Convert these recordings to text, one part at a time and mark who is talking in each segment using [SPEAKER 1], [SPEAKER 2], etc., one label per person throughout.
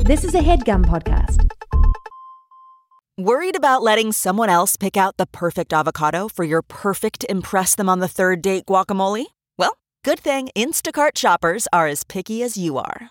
[SPEAKER 1] This is a headgum podcast.
[SPEAKER 2] Worried about letting someone else pick out the perfect avocado for your perfect Impress Them on the Third Date guacamole? Well, good thing Instacart shoppers are as picky as you are.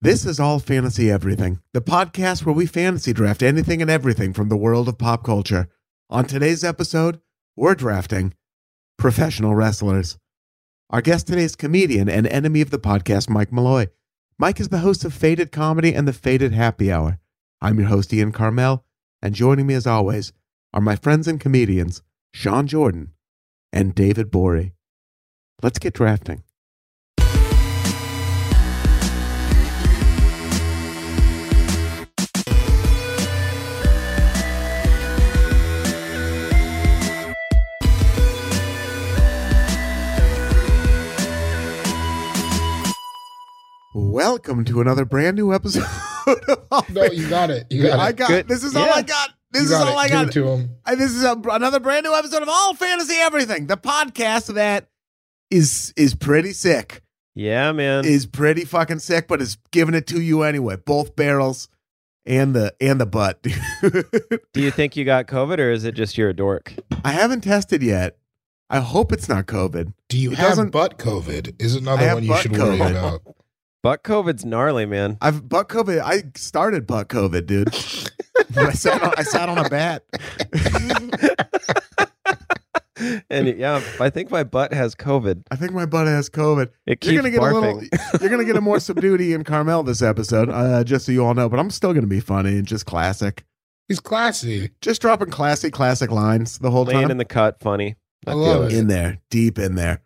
[SPEAKER 3] This is All Fantasy Everything, the podcast where we fantasy draft anything and everything from the world of pop culture. On today's episode, we're drafting professional wrestlers. Our guest today is comedian and enemy of the podcast, Mike Malloy. Mike is the host of Faded Comedy and the Faded Happy Hour. I'm your host, Ian Carmel, and joining me as always are my friends and comedians, Sean Jordan and David Borey. Let's get drafting. Welcome to another brand new episode of All
[SPEAKER 4] No, you got it. You got
[SPEAKER 3] I
[SPEAKER 4] it.
[SPEAKER 3] got
[SPEAKER 5] Good.
[SPEAKER 3] this is all
[SPEAKER 5] Yeah.
[SPEAKER 3] I got. This
[SPEAKER 4] You
[SPEAKER 3] is
[SPEAKER 4] got
[SPEAKER 3] all
[SPEAKER 4] it.
[SPEAKER 3] I
[SPEAKER 4] Give
[SPEAKER 3] got.
[SPEAKER 4] it to him.
[SPEAKER 3] And this is a, another brand new episode of All Fantasy Everything, the podcast that is is pretty sick,
[SPEAKER 5] Yeah, man.
[SPEAKER 3] is pretty fucking sick, but is giving it to you anyway. Both barrels and the and the butt.
[SPEAKER 5] Do you think you got COVID or is it just you're a dork?
[SPEAKER 3] I haven't tested yet. I hope it's not COVID.
[SPEAKER 4] Do you
[SPEAKER 3] It
[SPEAKER 4] have
[SPEAKER 3] doesn't-
[SPEAKER 4] butt COVID? Is
[SPEAKER 3] I
[SPEAKER 4] another
[SPEAKER 3] have
[SPEAKER 4] one you
[SPEAKER 3] butt
[SPEAKER 4] should worry
[SPEAKER 3] COVID.
[SPEAKER 4] about.
[SPEAKER 5] Buck COVID's gnarly, man.
[SPEAKER 3] I've butt COVID. I started butt COVID, dude. I sat on, I sat on a bat.
[SPEAKER 5] and yeah, I think my butt has COVID.
[SPEAKER 3] I think my butt has COVID.
[SPEAKER 5] It keeps
[SPEAKER 3] You're gonna get
[SPEAKER 5] barfing.
[SPEAKER 3] a little. You're gonna get a more subdued Ian Carmel this episode, uh, just so you all know. But I'm still gonna be funny and just classic,
[SPEAKER 4] He's classy.
[SPEAKER 3] just dropping classy, classic lines the whole
[SPEAKER 5] Laying
[SPEAKER 3] time
[SPEAKER 5] in the cut, funny.
[SPEAKER 4] I love
[SPEAKER 5] feel
[SPEAKER 4] it.
[SPEAKER 3] in there, deep in there.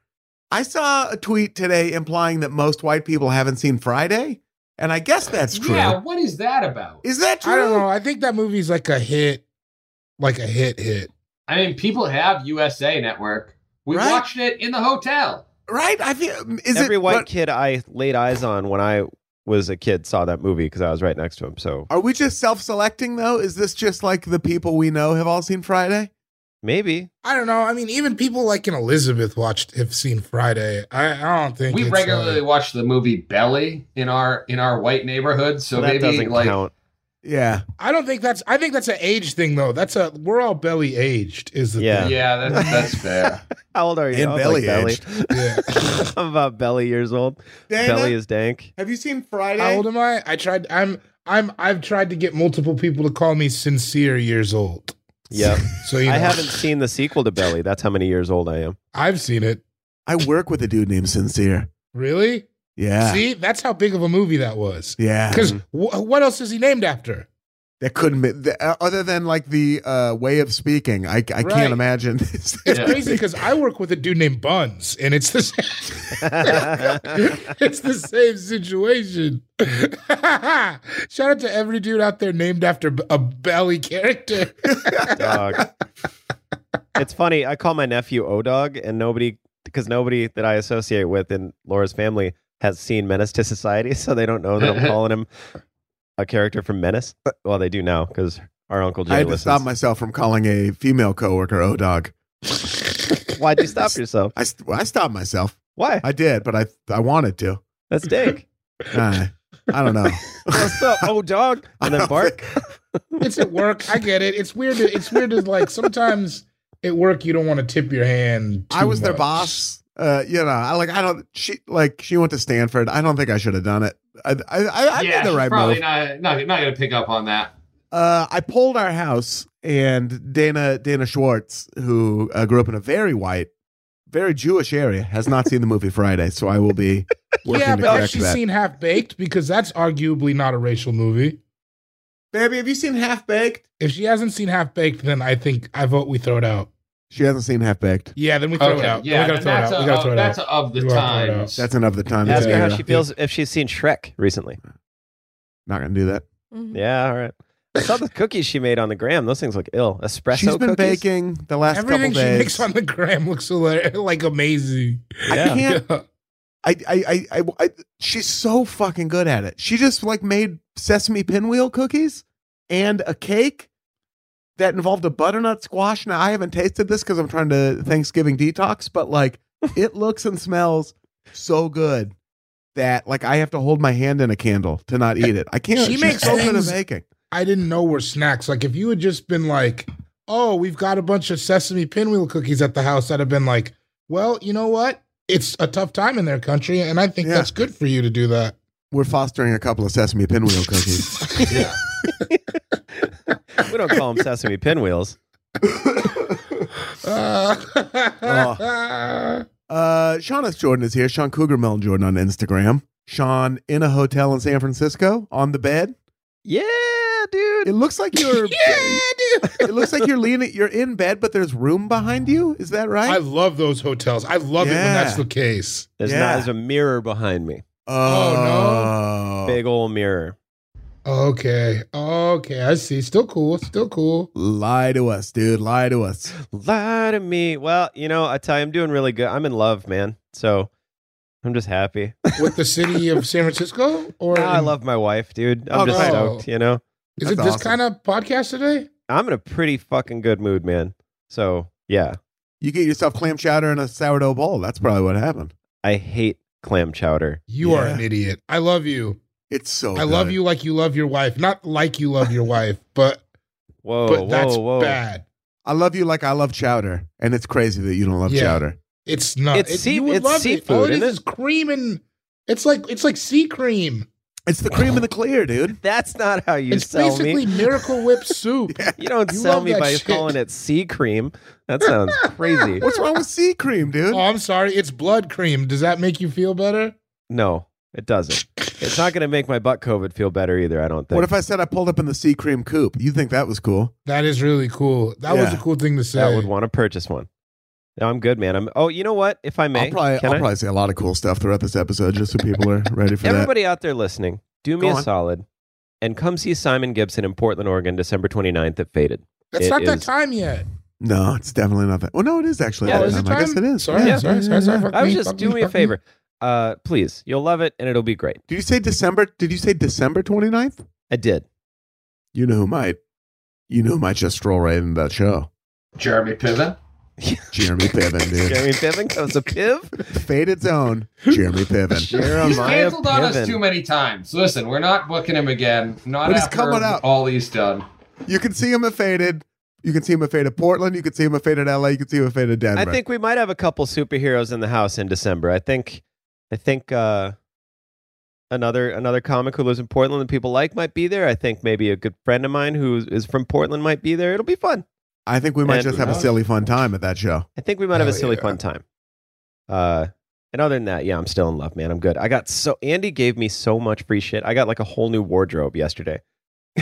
[SPEAKER 3] I saw a tweet today implying that most white people haven't seen Friday, and I guess that's true.
[SPEAKER 6] Yeah, what is that about?
[SPEAKER 3] Is that true?
[SPEAKER 4] I don't know. I think that movie's like a hit, like a hit hit.
[SPEAKER 6] I mean, people have USA Network. We
[SPEAKER 3] Right?
[SPEAKER 6] watched it in the hotel.
[SPEAKER 3] Right? I feel is
[SPEAKER 5] Every
[SPEAKER 3] it
[SPEAKER 5] white
[SPEAKER 3] but
[SPEAKER 5] kid I laid eyes on when I was a kid saw that movie because I was right next to him. So
[SPEAKER 3] Are we just self-selecting though? Is this just like the people we know have all seen Friday?
[SPEAKER 5] maybe.
[SPEAKER 4] I don't know. I mean, even people like in Elizabeth watched have seen Friday. I, I don't think
[SPEAKER 6] We
[SPEAKER 3] uh,
[SPEAKER 4] it's,
[SPEAKER 6] regularly
[SPEAKER 4] like-
[SPEAKER 6] watch the movie Belly in our in our white neighborhood, so
[SPEAKER 5] that
[SPEAKER 6] maybe
[SPEAKER 5] doesn't
[SPEAKER 6] like
[SPEAKER 5] count.
[SPEAKER 3] Yeah.
[SPEAKER 4] I don't think that's. I think that's an age thing though. That's a we're all belly aged. Is the
[SPEAKER 5] Yeah.
[SPEAKER 4] thing.
[SPEAKER 6] yeah, that, that's fair.
[SPEAKER 5] How old are you?
[SPEAKER 3] And
[SPEAKER 5] I was
[SPEAKER 3] belly
[SPEAKER 4] Yeah.
[SPEAKER 5] I'm about belly years old.
[SPEAKER 3] Dana,
[SPEAKER 5] Belly is dank.
[SPEAKER 3] have you seen Friday?
[SPEAKER 4] How old am I? I tried. I'm. I'm. I've tried to get multiple people to call me sincere years old.
[SPEAKER 5] Yep.
[SPEAKER 4] So you know,
[SPEAKER 5] I haven't seen the sequel to Belly. That's how many years old I am.
[SPEAKER 4] I've seen it.
[SPEAKER 3] I work with a dude named Sincere.
[SPEAKER 4] Really?
[SPEAKER 3] Yeah. Mm-hmm.
[SPEAKER 4] See, that's how big of a movie that was.
[SPEAKER 3] Yeah.
[SPEAKER 4] Because wh- what else is he named after?
[SPEAKER 3] That couldn't be th- uh, other than like the uh, way of speaking. I, I
[SPEAKER 4] Right.
[SPEAKER 3] can't imagine. It's
[SPEAKER 4] It's
[SPEAKER 6] Yeah.
[SPEAKER 4] crazy because I work with a dude named Buns, and it's the same, it's the same situation. Shout out to every dude out there named after b- a belly character.
[SPEAKER 5] dog. it's funny. I call my nephew O Dog, and nobody, because nobody that I associate with in Laura's family has seen Menace to Society, so they don't know that I'm calling him a character from Menace. Well, they do now because our uncle
[SPEAKER 3] I
[SPEAKER 5] Jay
[SPEAKER 3] had to stop
[SPEAKER 5] listens.
[SPEAKER 3] myself from calling a female coworker O dog.
[SPEAKER 5] Why'd you stop yourself?
[SPEAKER 3] I, st- I stopped myself.
[SPEAKER 5] Why?
[SPEAKER 3] I did, but I I wanted to.
[SPEAKER 5] That's Dick.
[SPEAKER 3] Uh, I don't know.
[SPEAKER 5] What's up, O Dog? And then bark.
[SPEAKER 4] it's at work. I get it. It's weird. To, it's weird to like sometimes at work you don't want to tip your hand.
[SPEAKER 3] I
[SPEAKER 4] too
[SPEAKER 3] was their
[SPEAKER 4] much.
[SPEAKER 3] boss. Uh, you know, I like I don't she like she went to Stanford. I don't think I should have done it. I I, I, I
[SPEAKER 6] yeah,
[SPEAKER 3] made the
[SPEAKER 6] she's
[SPEAKER 3] right
[SPEAKER 6] probably
[SPEAKER 3] move.
[SPEAKER 6] not not not gonna pick up on that.
[SPEAKER 3] Uh, I pulled our house, and Dana Dana Schwartz, who uh, grew up in a very white, very Jewish area, has not seen the movie Friday. So I will be working
[SPEAKER 4] Yeah,
[SPEAKER 3] to
[SPEAKER 4] but has
[SPEAKER 3] correct
[SPEAKER 4] she
[SPEAKER 3] that.
[SPEAKER 4] seen Half Baked? Because that's arguably not a racial movie.
[SPEAKER 3] Baby, have you seen Half Baked?
[SPEAKER 4] If she hasn't seen Half Baked, then I think I vote we throw it out.
[SPEAKER 3] She hasn't seen Half Baked.
[SPEAKER 4] Yeah, then we throw
[SPEAKER 6] Okay,
[SPEAKER 4] it out.
[SPEAKER 6] yeah,
[SPEAKER 4] we gotta
[SPEAKER 6] and
[SPEAKER 4] throw it
[SPEAKER 6] that's
[SPEAKER 4] out. we
[SPEAKER 6] a- oh,
[SPEAKER 4] gotta throw it
[SPEAKER 6] that's
[SPEAKER 4] out.
[SPEAKER 6] a of the
[SPEAKER 4] We gotta throw it out.
[SPEAKER 6] times.
[SPEAKER 3] That's enough of the time.
[SPEAKER 5] Ask
[SPEAKER 3] to
[SPEAKER 5] her
[SPEAKER 3] figure
[SPEAKER 5] how
[SPEAKER 3] it out.
[SPEAKER 5] she feels if she's seen Shrek recently.
[SPEAKER 7] Mm-hmm.
[SPEAKER 3] Not gonna do that.
[SPEAKER 5] Yeah, all right. I saw the cookies she made on the gram. Those things look ill. Espresso
[SPEAKER 3] She's been
[SPEAKER 5] cookies.
[SPEAKER 3] baking the last
[SPEAKER 4] Everything
[SPEAKER 3] couple
[SPEAKER 4] she
[SPEAKER 3] days.
[SPEAKER 4] makes on the gram looks hilar- like amazing.
[SPEAKER 3] I can't.
[SPEAKER 4] Yeah.
[SPEAKER 3] I, I, I, I, I, she's so fucking good at it. She just like made sesame pinwheel cookies and a cake that involved a butternut squash. Now I haven't tasted this because I'm trying to Thanksgiving detox, but like it looks and smells so good that like I have to hold my hand in a candle to not eat it. I can't.
[SPEAKER 4] She
[SPEAKER 3] she's
[SPEAKER 4] makes
[SPEAKER 3] so good at
[SPEAKER 4] things-
[SPEAKER 3] baking.
[SPEAKER 4] I didn't know were snacks. Like if you had just been like, "Oh, we've got a bunch of sesame pinwheel cookies at the house," I'd have been like, "Well, you know what? It's a tough time in their country, and I think
[SPEAKER 3] Yeah.
[SPEAKER 4] that's good for you to do that."
[SPEAKER 3] We're fostering a couple of sesame pinwheel cookies.
[SPEAKER 4] yeah.
[SPEAKER 5] We don't call them sesame pinwheels.
[SPEAKER 3] Uh, Sean S. Jordan is here. Sean Cougar Melon Jordan on Instagram. Sean in a hotel in San Francisco on the bed.
[SPEAKER 5] Yeah, dude.
[SPEAKER 3] It looks like you're.
[SPEAKER 4] dude.
[SPEAKER 3] It looks like you're leaning. You're in bed, but there's room behind you. Is that
[SPEAKER 4] I
[SPEAKER 3] right?
[SPEAKER 4] love those hotels. I love it when
[SPEAKER 3] Yeah.
[SPEAKER 4] that's the case.
[SPEAKER 5] There's
[SPEAKER 3] Yeah.
[SPEAKER 5] not there's a mirror behind me.
[SPEAKER 3] oh
[SPEAKER 5] Big old mirror.
[SPEAKER 4] Okay. Okay. I see. Still cool. Still cool.
[SPEAKER 3] Lie to us, dude. Lie to us.
[SPEAKER 5] Lie to me. Well, you know, I tell you, I'm doing really good. I'm in love, man. So I'm just happy.
[SPEAKER 4] With the city of San Francisco? Or
[SPEAKER 5] Now I love my wife, dude. I'm
[SPEAKER 3] Oh,
[SPEAKER 5] just
[SPEAKER 4] great.
[SPEAKER 5] stoked, you know?
[SPEAKER 4] Is it
[SPEAKER 3] That's
[SPEAKER 4] this
[SPEAKER 3] awesome.
[SPEAKER 4] kind of podcast today?
[SPEAKER 5] I'm in a pretty fucking good mood, man. So yeah.
[SPEAKER 3] You get yourself clam chowder and a sourdough bowl. That's probably what happened.
[SPEAKER 5] I hate clam chowder.
[SPEAKER 4] You are
[SPEAKER 3] Yeah.
[SPEAKER 4] an idiot. I love you.
[SPEAKER 3] It's so.
[SPEAKER 5] Oh,
[SPEAKER 4] I love
[SPEAKER 3] good.
[SPEAKER 4] you like you love your wife. Not like you love your wife, but
[SPEAKER 5] Whoa,
[SPEAKER 4] but
[SPEAKER 5] whoa,
[SPEAKER 4] that's
[SPEAKER 5] Oh, whoa.
[SPEAKER 4] bad.
[SPEAKER 3] I love you like I love chowder, and it's crazy that you don't love
[SPEAKER 4] Yeah.
[SPEAKER 3] chowder.
[SPEAKER 4] It's not.
[SPEAKER 5] It's
[SPEAKER 4] it,
[SPEAKER 5] sea-
[SPEAKER 4] you would
[SPEAKER 5] it's
[SPEAKER 4] love it. All it
[SPEAKER 5] seafood,
[SPEAKER 4] is
[SPEAKER 5] isn't it?
[SPEAKER 4] is cream and it's like it's like sea cream.
[SPEAKER 3] It's the cream and the clear, dude.
[SPEAKER 5] That's not how you
[SPEAKER 4] it's
[SPEAKER 5] sell
[SPEAKER 4] basically
[SPEAKER 5] me.
[SPEAKER 4] Miracle Whip soup.
[SPEAKER 5] You don't
[SPEAKER 4] You
[SPEAKER 5] sell
[SPEAKER 4] love
[SPEAKER 5] me
[SPEAKER 4] that
[SPEAKER 5] by
[SPEAKER 4] shit.
[SPEAKER 5] calling it sea cream. That sounds crazy.
[SPEAKER 3] What's wrong with sea cream, dude?
[SPEAKER 4] Oh, I'm sorry. It's blood cream. Does that make you feel better?
[SPEAKER 5] No, it doesn't. It's not going to make my butt COVID feel better either. I don't think.
[SPEAKER 3] What if I said I pulled up in the sea cream coupe? You think that was cool?
[SPEAKER 4] That is really cool. That was
[SPEAKER 3] Yeah.
[SPEAKER 4] a cool thing to say.
[SPEAKER 5] I would want to purchase one? No, I'm good, man. I'm. Oh, you know what? If I may,
[SPEAKER 3] I'll probably
[SPEAKER 5] can
[SPEAKER 3] I'll
[SPEAKER 5] I?
[SPEAKER 3] probably say a lot of cool stuff throughout this episode just so people are ready for that.
[SPEAKER 5] everybody out there listening, do me
[SPEAKER 3] Go
[SPEAKER 5] a
[SPEAKER 3] on.
[SPEAKER 5] solid and come see Simon Gibson in Portland, Oregon, December 29th at Faded.
[SPEAKER 4] That's
[SPEAKER 5] It
[SPEAKER 4] not that
[SPEAKER 5] is-
[SPEAKER 4] time yet.
[SPEAKER 3] No, it's definitely not that. Well, no, it is actually.
[SPEAKER 5] Yeah,
[SPEAKER 3] that
[SPEAKER 5] is it
[SPEAKER 3] time. I guess
[SPEAKER 4] time?
[SPEAKER 3] it is.
[SPEAKER 4] Sorry,
[SPEAKER 5] Yeah.
[SPEAKER 4] sorry, sorry, sorry. Fuck
[SPEAKER 5] I was
[SPEAKER 4] me,
[SPEAKER 5] just
[SPEAKER 4] fuck
[SPEAKER 5] do me a
[SPEAKER 4] fuck
[SPEAKER 5] favor, uh, please. You'll love it, and it'll be great.
[SPEAKER 3] Did you say December? Did you say December 29th?
[SPEAKER 5] I did.
[SPEAKER 3] You know who might. You know who might just stroll right into that show.
[SPEAKER 6] Jeremy Piven.
[SPEAKER 3] Jeremy Piven, dude.
[SPEAKER 5] Jeremy Piven comes to Piv.
[SPEAKER 3] Faded zone. Jeremy Piven.
[SPEAKER 6] He's
[SPEAKER 5] Jeremiah
[SPEAKER 6] canceled on us
[SPEAKER 5] Piven.
[SPEAKER 6] too many times. Listen, we're not booking him again. Not
[SPEAKER 3] But he's
[SPEAKER 6] after
[SPEAKER 3] coming up.
[SPEAKER 6] all he's done.
[SPEAKER 3] You can see him at Faded. You can see him at Faded Portland. You can see him at Faded LA. You can see him at Faded Denver.
[SPEAKER 5] I think we might have a couple superheroes in the house in December. I think, I think uh, another another comic who lives in Portland that people like might be there. I think maybe a good friend of mine who is from Portland might be there. It'll be fun.
[SPEAKER 3] I think we might
[SPEAKER 5] And-
[SPEAKER 3] just have a silly fun time at that show.
[SPEAKER 5] I think we might have a
[SPEAKER 4] Hell
[SPEAKER 5] silly
[SPEAKER 4] yeah.
[SPEAKER 5] fun time. Uh, and other than that, yeah, I'm still in love, man. I'm good. I got so Andy gave me so much free shit. I got like a whole new wardrobe yesterday.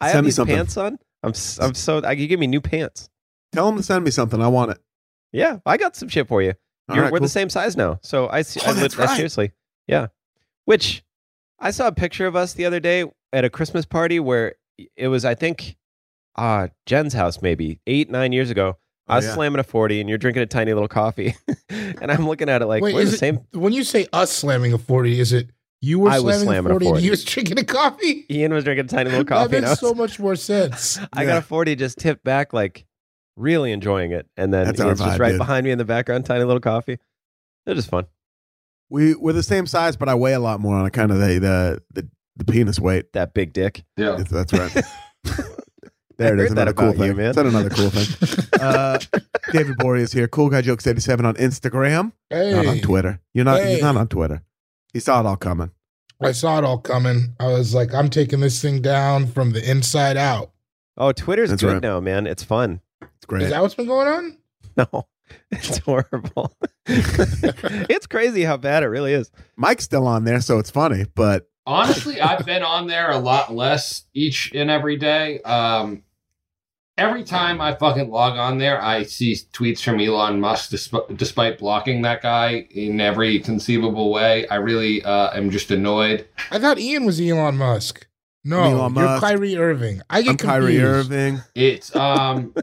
[SPEAKER 5] I
[SPEAKER 3] Send
[SPEAKER 5] have
[SPEAKER 3] me
[SPEAKER 5] these
[SPEAKER 3] something.
[SPEAKER 5] pants on. I'm s- I'm so I, you give me new pants.
[SPEAKER 3] Tell him to send me something. I want it.
[SPEAKER 5] Yeah, I got some shit for you.
[SPEAKER 3] All
[SPEAKER 5] You're,
[SPEAKER 3] right,
[SPEAKER 5] we're
[SPEAKER 3] cool.
[SPEAKER 5] the same size now. So I, see,
[SPEAKER 3] Oh,
[SPEAKER 5] I, lit-
[SPEAKER 3] that's
[SPEAKER 5] I
[SPEAKER 3] right.
[SPEAKER 5] seriously, yeah. Which I saw a picture of us the other day at a Christmas party where it was, I think, uh, Jen's house maybe eight nine years ago. I
[SPEAKER 3] Oh,
[SPEAKER 5] was
[SPEAKER 3] yeah.
[SPEAKER 5] slamming a forty, and you're drinking a tiny little coffee, and I'm looking at it like
[SPEAKER 4] Wait,
[SPEAKER 5] we're
[SPEAKER 4] is
[SPEAKER 5] the
[SPEAKER 4] it-
[SPEAKER 5] same.
[SPEAKER 4] When you say us slamming a forty, is it you were
[SPEAKER 5] I was
[SPEAKER 4] slamming,
[SPEAKER 5] slamming
[SPEAKER 4] a
[SPEAKER 5] a
[SPEAKER 4] forty, and
[SPEAKER 5] 40.
[SPEAKER 4] he was drinking a coffee?
[SPEAKER 5] Ian was drinking a tiny little
[SPEAKER 4] that
[SPEAKER 5] coffee. and I,
[SPEAKER 4] makes so
[SPEAKER 5] was-
[SPEAKER 4] much more sense.
[SPEAKER 5] I got
[SPEAKER 3] Yeah.
[SPEAKER 5] a forty, just tipped back, like really enjoying it, and then
[SPEAKER 3] That's
[SPEAKER 5] it's
[SPEAKER 3] our vibe,
[SPEAKER 5] just right
[SPEAKER 3] dude.
[SPEAKER 5] behind me in the background, tiny little coffee. They're just fun.
[SPEAKER 3] We we're the same size, but I weigh a lot more on account of the the the, the penis weight.
[SPEAKER 5] That big dick.
[SPEAKER 6] Yeah.
[SPEAKER 3] That's- That's right. There it
[SPEAKER 5] I
[SPEAKER 3] is.
[SPEAKER 5] heard that
[SPEAKER 3] Another cool
[SPEAKER 5] about you,
[SPEAKER 3] thing.
[SPEAKER 5] man.
[SPEAKER 3] Is that another cool thing? Uh, David Bory is here. Cool guy jokes eighty seven on Instagram, not on
[SPEAKER 4] Hey,
[SPEAKER 3] Twitter. You're not.
[SPEAKER 4] Hey.
[SPEAKER 3] He's not on Twitter. He saw it all coming.
[SPEAKER 4] I saw it all coming. I was like, I'm taking this thing down from the inside out.
[SPEAKER 5] Oh, Twitter's
[SPEAKER 3] That's
[SPEAKER 5] good
[SPEAKER 3] right.
[SPEAKER 5] now, man. It's fun.
[SPEAKER 3] It's great.
[SPEAKER 4] Is that what's been going on?
[SPEAKER 5] No, it's horrible. it's crazy how bad it really is.
[SPEAKER 3] Mike's still on there, so it's funny. But
[SPEAKER 6] Honestly, I've been on there a lot less each and every day. Um, every time I fucking log on there, I see tweets from Elon Musk, desp- despite blocking that guy in every conceivable way. I really uh, am just annoyed.
[SPEAKER 4] I thought Ian was Elon Musk.
[SPEAKER 3] I'm
[SPEAKER 4] No,
[SPEAKER 3] Elon
[SPEAKER 4] you're
[SPEAKER 3] Musk.
[SPEAKER 4] Kyrie Irving. I get
[SPEAKER 3] I'm Kyrie
[SPEAKER 4] confused.
[SPEAKER 3] Irving.
[SPEAKER 6] It's um,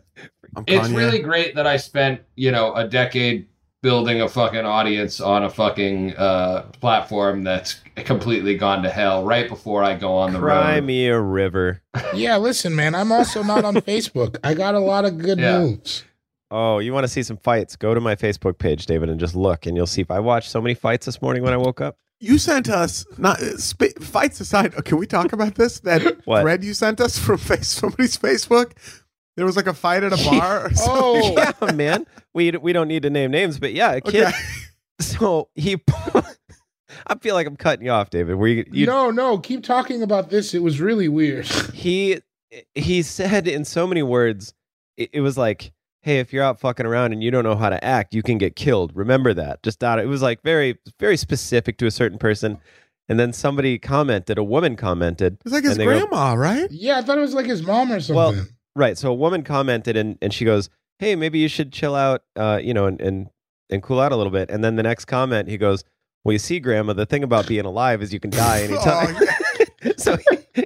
[SPEAKER 3] I'm
[SPEAKER 6] it's
[SPEAKER 3] Kanye.
[SPEAKER 6] really great that I spent you know a decade building a fucking audience on a fucking uh, platform that's completely gone to hell right before I go on the
[SPEAKER 5] Cry
[SPEAKER 6] road.
[SPEAKER 5] me a river.
[SPEAKER 4] Yeah, listen, man. I'm also not on Facebook. I got a lot of good
[SPEAKER 6] Yeah.
[SPEAKER 4] moves.
[SPEAKER 5] Oh, you want to see some fights? Go to my Facebook page, David, and just look, and you'll see. I watched so many fights this morning when I woke up.
[SPEAKER 3] You sent us not uh, sp- fights aside. uh, Can we talk about this? That
[SPEAKER 5] What?
[SPEAKER 3] thread you sent us from face somebody's Facebook. There was like a fight at a bar. Or something.
[SPEAKER 4] Oh,
[SPEAKER 5] yeah, man. We we don't need to name names, but yeah, a kid.
[SPEAKER 3] Okay.
[SPEAKER 5] So he. I feel like I'm cutting you off, David. Were you, you
[SPEAKER 4] no, no. Keep talking about this. It was really weird.
[SPEAKER 5] he he said in so many words it, it was like hey if you're out fucking around and you don't know how to act you can get killed remember that just out it was like very very specific to a certain person and then somebody commented a woman commented
[SPEAKER 3] It's like his
[SPEAKER 5] And they go-
[SPEAKER 3] grandma, right?
[SPEAKER 4] Yeah, I thought it was like his mom or something.
[SPEAKER 5] Well, right so a woman commented and, and she goes hey maybe you should chill out uh, you know and, and and cool out a little bit and then the next comment he goes well you see grandma the thing about being alive is you can die anytime
[SPEAKER 3] Oh, yeah.
[SPEAKER 5] so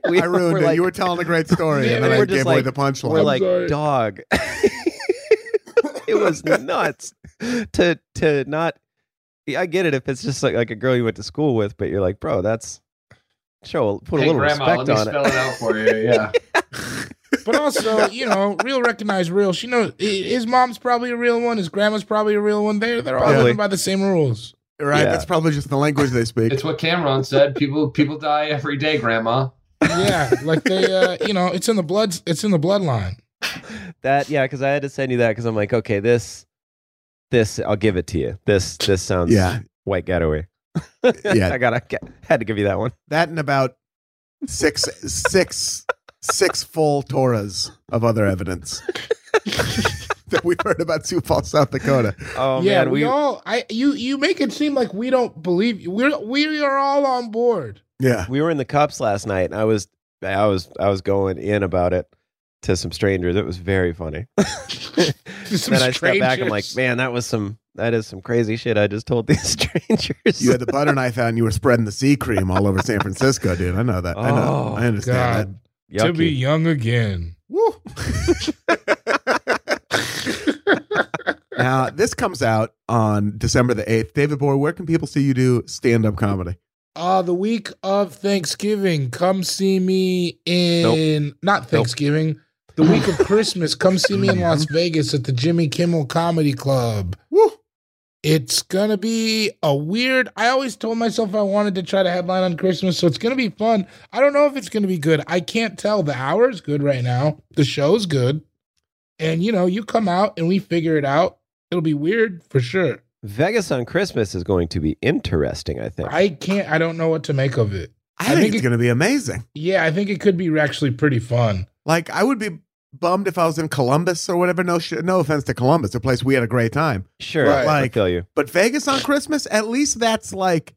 [SPEAKER 5] we,
[SPEAKER 3] I ruined
[SPEAKER 5] we're
[SPEAKER 3] it.
[SPEAKER 5] like-
[SPEAKER 3] you were telling a great story, and then
[SPEAKER 5] Yeah,
[SPEAKER 3] I
[SPEAKER 5] we're just
[SPEAKER 3] gave away
[SPEAKER 5] like-
[SPEAKER 3] the punchline.
[SPEAKER 5] We're
[SPEAKER 4] I'm
[SPEAKER 5] like,
[SPEAKER 4] sorry.
[SPEAKER 5] dog. it was nuts to to not. I get it if it's just like, like a girl you went to school with, but you're like, bro, that's show put a
[SPEAKER 6] Hey
[SPEAKER 5] little
[SPEAKER 6] grandma,
[SPEAKER 5] respect
[SPEAKER 6] let me
[SPEAKER 5] on
[SPEAKER 6] spell
[SPEAKER 5] it.
[SPEAKER 6] it out for you. Yeah,
[SPEAKER 4] but also, you know, real recognize real. She knows i- his mom's probably a real one. His grandma's probably a real one. They they're all
[SPEAKER 5] Probably.
[SPEAKER 4] living by the same rules.
[SPEAKER 3] right?
[SPEAKER 5] Yeah.
[SPEAKER 3] That's probably just the language they speak.
[SPEAKER 6] it's what Cameron said. People people die every day, Grandma.
[SPEAKER 4] Yeah, like they, uh, you know, it's in the blood. It's in the bloodline.
[SPEAKER 5] That yeah, because I had to send you that because I'm like, okay, this this I'll give it to you. This this sounds
[SPEAKER 3] yeah,
[SPEAKER 5] white getaway.
[SPEAKER 3] Yeah.
[SPEAKER 5] I gotta get- had to give you that one.
[SPEAKER 3] that and about six, six, six full Torahs of other evidence that we've heard about Sioux Falls, South Dakota.
[SPEAKER 5] Oh
[SPEAKER 4] yeah,
[SPEAKER 5] man,
[SPEAKER 4] we,
[SPEAKER 5] we
[SPEAKER 4] all. I you you make it seem like we don't believe you. We're we are all on board.
[SPEAKER 3] Yeah,
[SPEAKER 5] we were in the cups last night, and I was I was I was going in about it to some strangers. It was very funny.
[SPEAKER 4] Some
[SPEAKER 5] then I step back. I'm like,
[SPEAKER 4] strangers.
[SPEAKER 5] man, that was some that is some crazy shit I just told these strangers.
[SPEAKER 3] you had the butter knife out, and you were spreading the sea cream all over San Francisco, dude. I know that. I know.
[SPEAKER 5] Oh,
[SPEAKER 3] I understand
[SPEAKER 4] God, to
[SPEAKER 5] Yucky.
[SPEAKER 4] be young again. Woo.
[SPEAKER 3] that. Now this comes out on December the eighth. David Boy, where can people see you do stand up comedy?
[SPEAKER 4] Uh, the week of Thanksgiving, come see me in not Thanksgiving. The week of Christmas, come see me in Las Vegas at the Jimmy Kimmel Comedy Club.
[SPEAKER 3] Woo.
[SPEAKER 4] It's gonna be a weird. I always told myself I wanted to try to headline on Christmas, so it's gonna be fun. I don't know if it's gonna be good. I can't tell. The hour's good right now. The show's good, and you know, you come out and we figure it out. It'll be weird for sure.
[SPEAKER 5] Vegas on Christmas is going to be interesting. I think.
[SPEAKER 4] I can't. I don't know what to make of it.
[SPEAKER 3] I,
[SPEAKER 4] I
[SPEAKER 3] think,
[SPEAKER 4] think
[SPEAKER 3] it's
[SPEAKER 4] it-
[SPEAKER 3] going to be amazing.
[SPEAKER 4] Yeah, I think it could be actually pretty fun.
[SPEAKER 3] Like I would be bummed if I was in Columbus or whatever. No, sh- no offense to Columbus, a place we had a great time.
[SPEAKER 5] sure,
[SPEAKER 4] Right.
[SPEAKER 5] I
[SPEAKER 3] Like-
[SPEAKER 5] feel you.
[SPEAKER 3] But Vegas on Christmas, at least that's like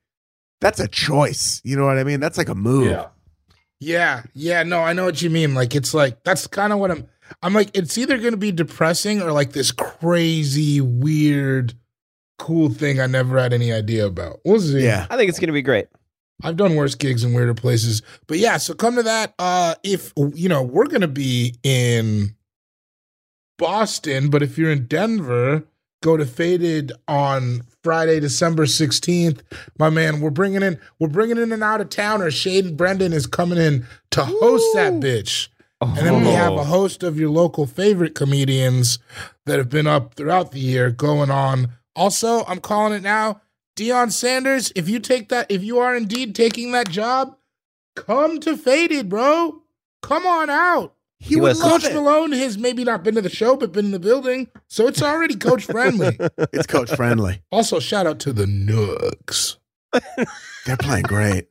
[SPEAKER 3] that's a choice. You know what I mean? That's like a move.
[SPEAKER 6] Yeah,
[SPEAKER 4] Yeah, yeah, no, I know what you mean. Like it's like that's kind of what I'm I'm like it's either going to be depressing or like this crazy weird cool thing I never had any idea about. We'll see.
[SPEAKER 3] Yeah.
[SPEAKER 5] I think it's going to be great.
[SPEAKER 4] I've done worse gigs in weirder places. But yeah, so come to that uh if you know, we're going to be in Boston, but if you're in Denver, go to Faded on Friday, December 16th. My man, we're bringing in we're bringing in an out of towner. Shaden Brendan is coming in to host that bitch. And then we have a host of your local favorite comedians that have been up throughout the year going on. Also, I'm calling it now, Dion Sanders. If you take that, if you are indeed taking that job, come to Faded, bro. Come on out.
[SPEAKER 3] He
[SPEAKER 5] You
[SPEAKER 3] would
[SPEAKER 5] was-
[SPEAKER 3] love
[SPEAKER 4] Coach
[SPEAKER 3] it.
[SPEAKER 4] Malone has maybe not been to the show, but been in the building, so it's already coach friendly.
[SPEAKER 3] It's coach friendly.
[SPEAKER 4] Also, shout out to the Nooks.
[SPEAKER 3] They're playing great.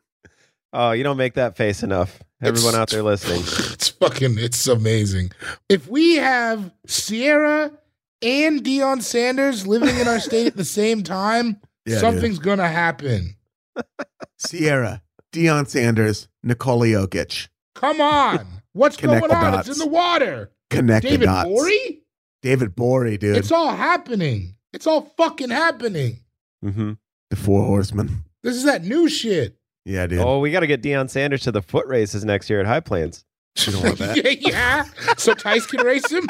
[SPEAKER 5] oh, you don't make that face enough. Everyone
[SPEAKER 4] It's-
[SPEAKER 5] out there listening.
[SPEAKER 4] It's fucking, it's amazing. If we have Sierra and Dion Sanders living in our state at the same time,
[SPEAKER 3] Yeah, dude.
[SPEAKER 4] something's gonna happen.
[SPEAKER 3] Sierra, Deion Sanders, Nikola Jokic.
[SPEAKER 4] Come on. What's
[SPEAKER 3] Connect
[SPEAKER 4] going
[SPEAKER 3] the
[SPEAKER 4] on?
[SPEAKER 3] dots.
[SPEAKER 4] It's in the water.
[SPEAKER 3] Connect the
[SPEAKER 4] David
[SPEAKER 3] dots.
[SPEAKER 4] Morey?
[SPEAKER 3] David Bory, dude.
[SPEAKER 4] It's all happening. It's all fucking happening.
[SPEAKER 5] hmm
[SPEAKER 3] the four horsemen.
[SPEAKER 4] This is that new shit.
[SPEAKER 3] Yeah, dude.
[SPEAKER 5] Oh, we got to get Deion Sanders to the foot races next year at High Plains.
[SPEAKER 3] You don't want that.
[SPEAKER 4] yeah, yeah. So Tice can race him.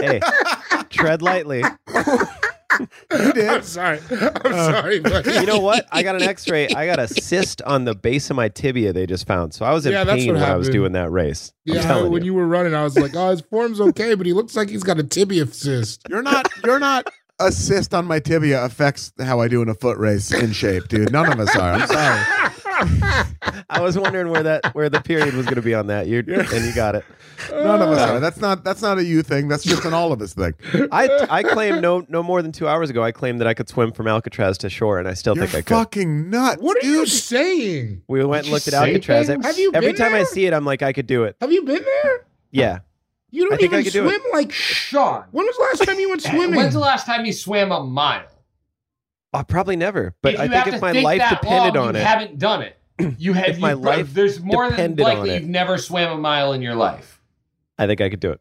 [SPEAKER 5] Hey, tread lightly.
[SPEAKER 4] I'm sorry. I'm
[SPEAKER 3] Uh,
[SPEAKER 4] sorry, buddy.
[SPEAKER 5] You know what? I got an X-ray. I got a cyst on the base of my tibia. They just found. So I was in
[SPEAKER 4] Yeah, that's
[SPEAKER 5] pain
[SPEAKER 4] what
[SPEAKER 5] when I was
[SPEAKER 4] happened.
[SPEAKER 5] doing that race. I'm
[SPEAKER 4] Yeah,
[SPEAKER 5] telling
[SPEAKER 4] when
[SPEAKER 5] you.
[SPEAKER 4] you. were running, I was like, "Oh, his form's okay, but he looks like he's got a tibia cyst."
[SPEAKER 3] You're not. You're not. A cyst on my tibia affects how I do in a foot race in shape, dude. None of us are. I'm sorry.
[SPEAKER 5] I was wondering where that where the period was going to be on that. You and you got it.
[SPEAKER 3] None of
[SPEAKER 4] Uh,
[SPEAKER 3] us are. That's not. That's not a you thing. That's just an all of us thing.
[SPEAKER 5] I I claimed no no more than two hours ago. I claimed that I could swim from Alcatraz to shore, and I still
[SPEAKER 3] You're
[SPEAKER 5] think I could.
[SPEAKER 3] fucking nuts,
[SPEAKER 4] What are
[SPEAKER 3] dude.
[SPEAKER 4] you saying?
[SPEAKER 5] We went
[SPEAKER 6] Did
[SPEAKER 5] and looked
[SPEAKER 6] you
[SPEAKER 5] at
[SPEAKER 6] say
[SPEAKER 5] Alcatraz.
[SPEAKER 6] things?
[SPEAKER 4] Have you
[SPEAKER 5] Every
[SPEAKER 4] been
[SPEAKER 5] time I
[SPEAKER 4] there?
[SPEAKER 5] see it, I'm like, I could do it.
[SPEAKER 4] Have you been there?
[SPEAKER 5] Yeah,
[SPEAKER 4] You
[SPEAKER 5] I
[SPEAKER 4] don't
[SPEAKER 5] think I
[SPEAKER 4] even
[SPEAKER 5] could do
[SPEAKER 4] swim
[SPEAKER 5] it.
[SPEAKER 4] like.
[SPEAKER 6] Sean,
[SPEAKER 4] When was the last time you went swimming?
[SPEAKER 6] when's the last time you swam a mile?
[SPEAKER 5] oh, probably never. But
[SPEAKER 6] If
[SPEAKER 5] I
[SPEAKER 6] you
[SPEAKER 5] think
[SPEAKER 6] have
[SPEAKER 5] if
[SPEAKER 6] to
[SPEAKER 5] my life
[SPEAKER 6] that
[SPEAKER 5] depended
[SPEAKER 6] long,
[SPEAKER 5] on
[SPEAKER 6] you
[SPEAKER 5] it,
[SPEAKER 6] haven't done it. You have.
[SPEAKER 5] If my
[SPEAKER 6] you-
[SPEAKER 5] life
[SPEAKER 6] there's more than
[SPEAKER 5] depended on
[SPEAKER 6] likely
[SPEAKER 5] it.
[SPEAKER 6] you've never swam a mile in your life.
[SPEAKER 5] I think I could do it.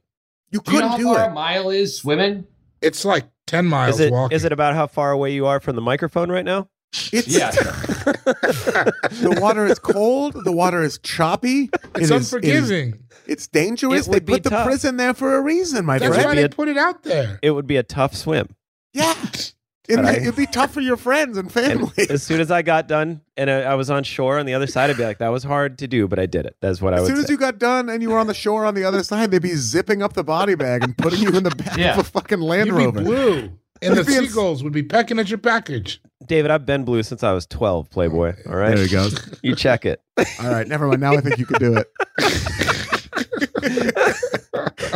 [SPEAKER 3] You
[SPEAKER 6] Do you know
[SPEAKER 3] couldn't
[SPEAKER 6] how
[SPEAKER 3] do
[SPEAKER 6] far
[SPEAKER 3] it.
[SPEAKER 6] a mile is swimming?
[SPEAKER 4] It's like ten miles
[SPEAKER 5] Is it
[SPEAKER 4] walking.
[SPEAKER 5] is it about how far away you are from the microphone right now?
[SPEAKER 3] It's
[SPEAKER 6] Yeah.
[SPEAKER 3] the water is cold. The water is choppy. It
[SPEAKER 4] It's
[SPEAKER 3] is- it is-
[SPEAKER 4] unforgiving.
[SPEAKER 3] it's dangerous.
[SPEAKER 5] It
[SPEAKER 3] They
[SPEAKER 5] would be
[SPEAKER 3] put the
[SPEAKER 5] tough.
[SPEAKER 3] prison there for a reason, my
[SPEAKER 4] That's
[SPEAKER 5] Right.
[SPEAKER 4] why
[SPEAKER 3] friend.
[SPEAKER 4] they
[SPEAKER 5] It-
[SPEAKER 4] put it out there.
[SPEAKER 5] It would be a tough swim.
[SPEAKER 3] Yeah. It'd,
[SPEAKER 5] Right.
[SPEAKER 3] be, it'd be tough for your friends and
[SPEAKER 5] And
[SPEAKER 3] family.
[SPEAKER 5] as soon as I got done and I, I was on shore on the other side, I'd be like, that was hard to do, but I did it. That's what I
[SPEAKER 3] As
[SPEAKER 5] would
[SPEAKER 3] soon
[SPEAKER 5] say.
[SPEAKER 3] as you got done and you were on the shore on the other side, they'd be zipping up the body bag and putting you in the back
[SPEAKER 6] Yeah.
[SPEAKER 3] of a fucking Land
[SPEAKER 4] You'd be
[SPEAKER 3] Rover.
[SPEAKER 4] blue, and the
[SPEAKER 3] It'd be ins-
[SPEAKER 4] seagulls would be pecking at your package.
[SPEAKER 5] David, I've been blue since I was 12, Playboy. All right.
[SPEAKER 3] There he goes.
[SPEAKER 5] You check it.
[SPEAKER 3] All right, never mind. Now I think you could do it.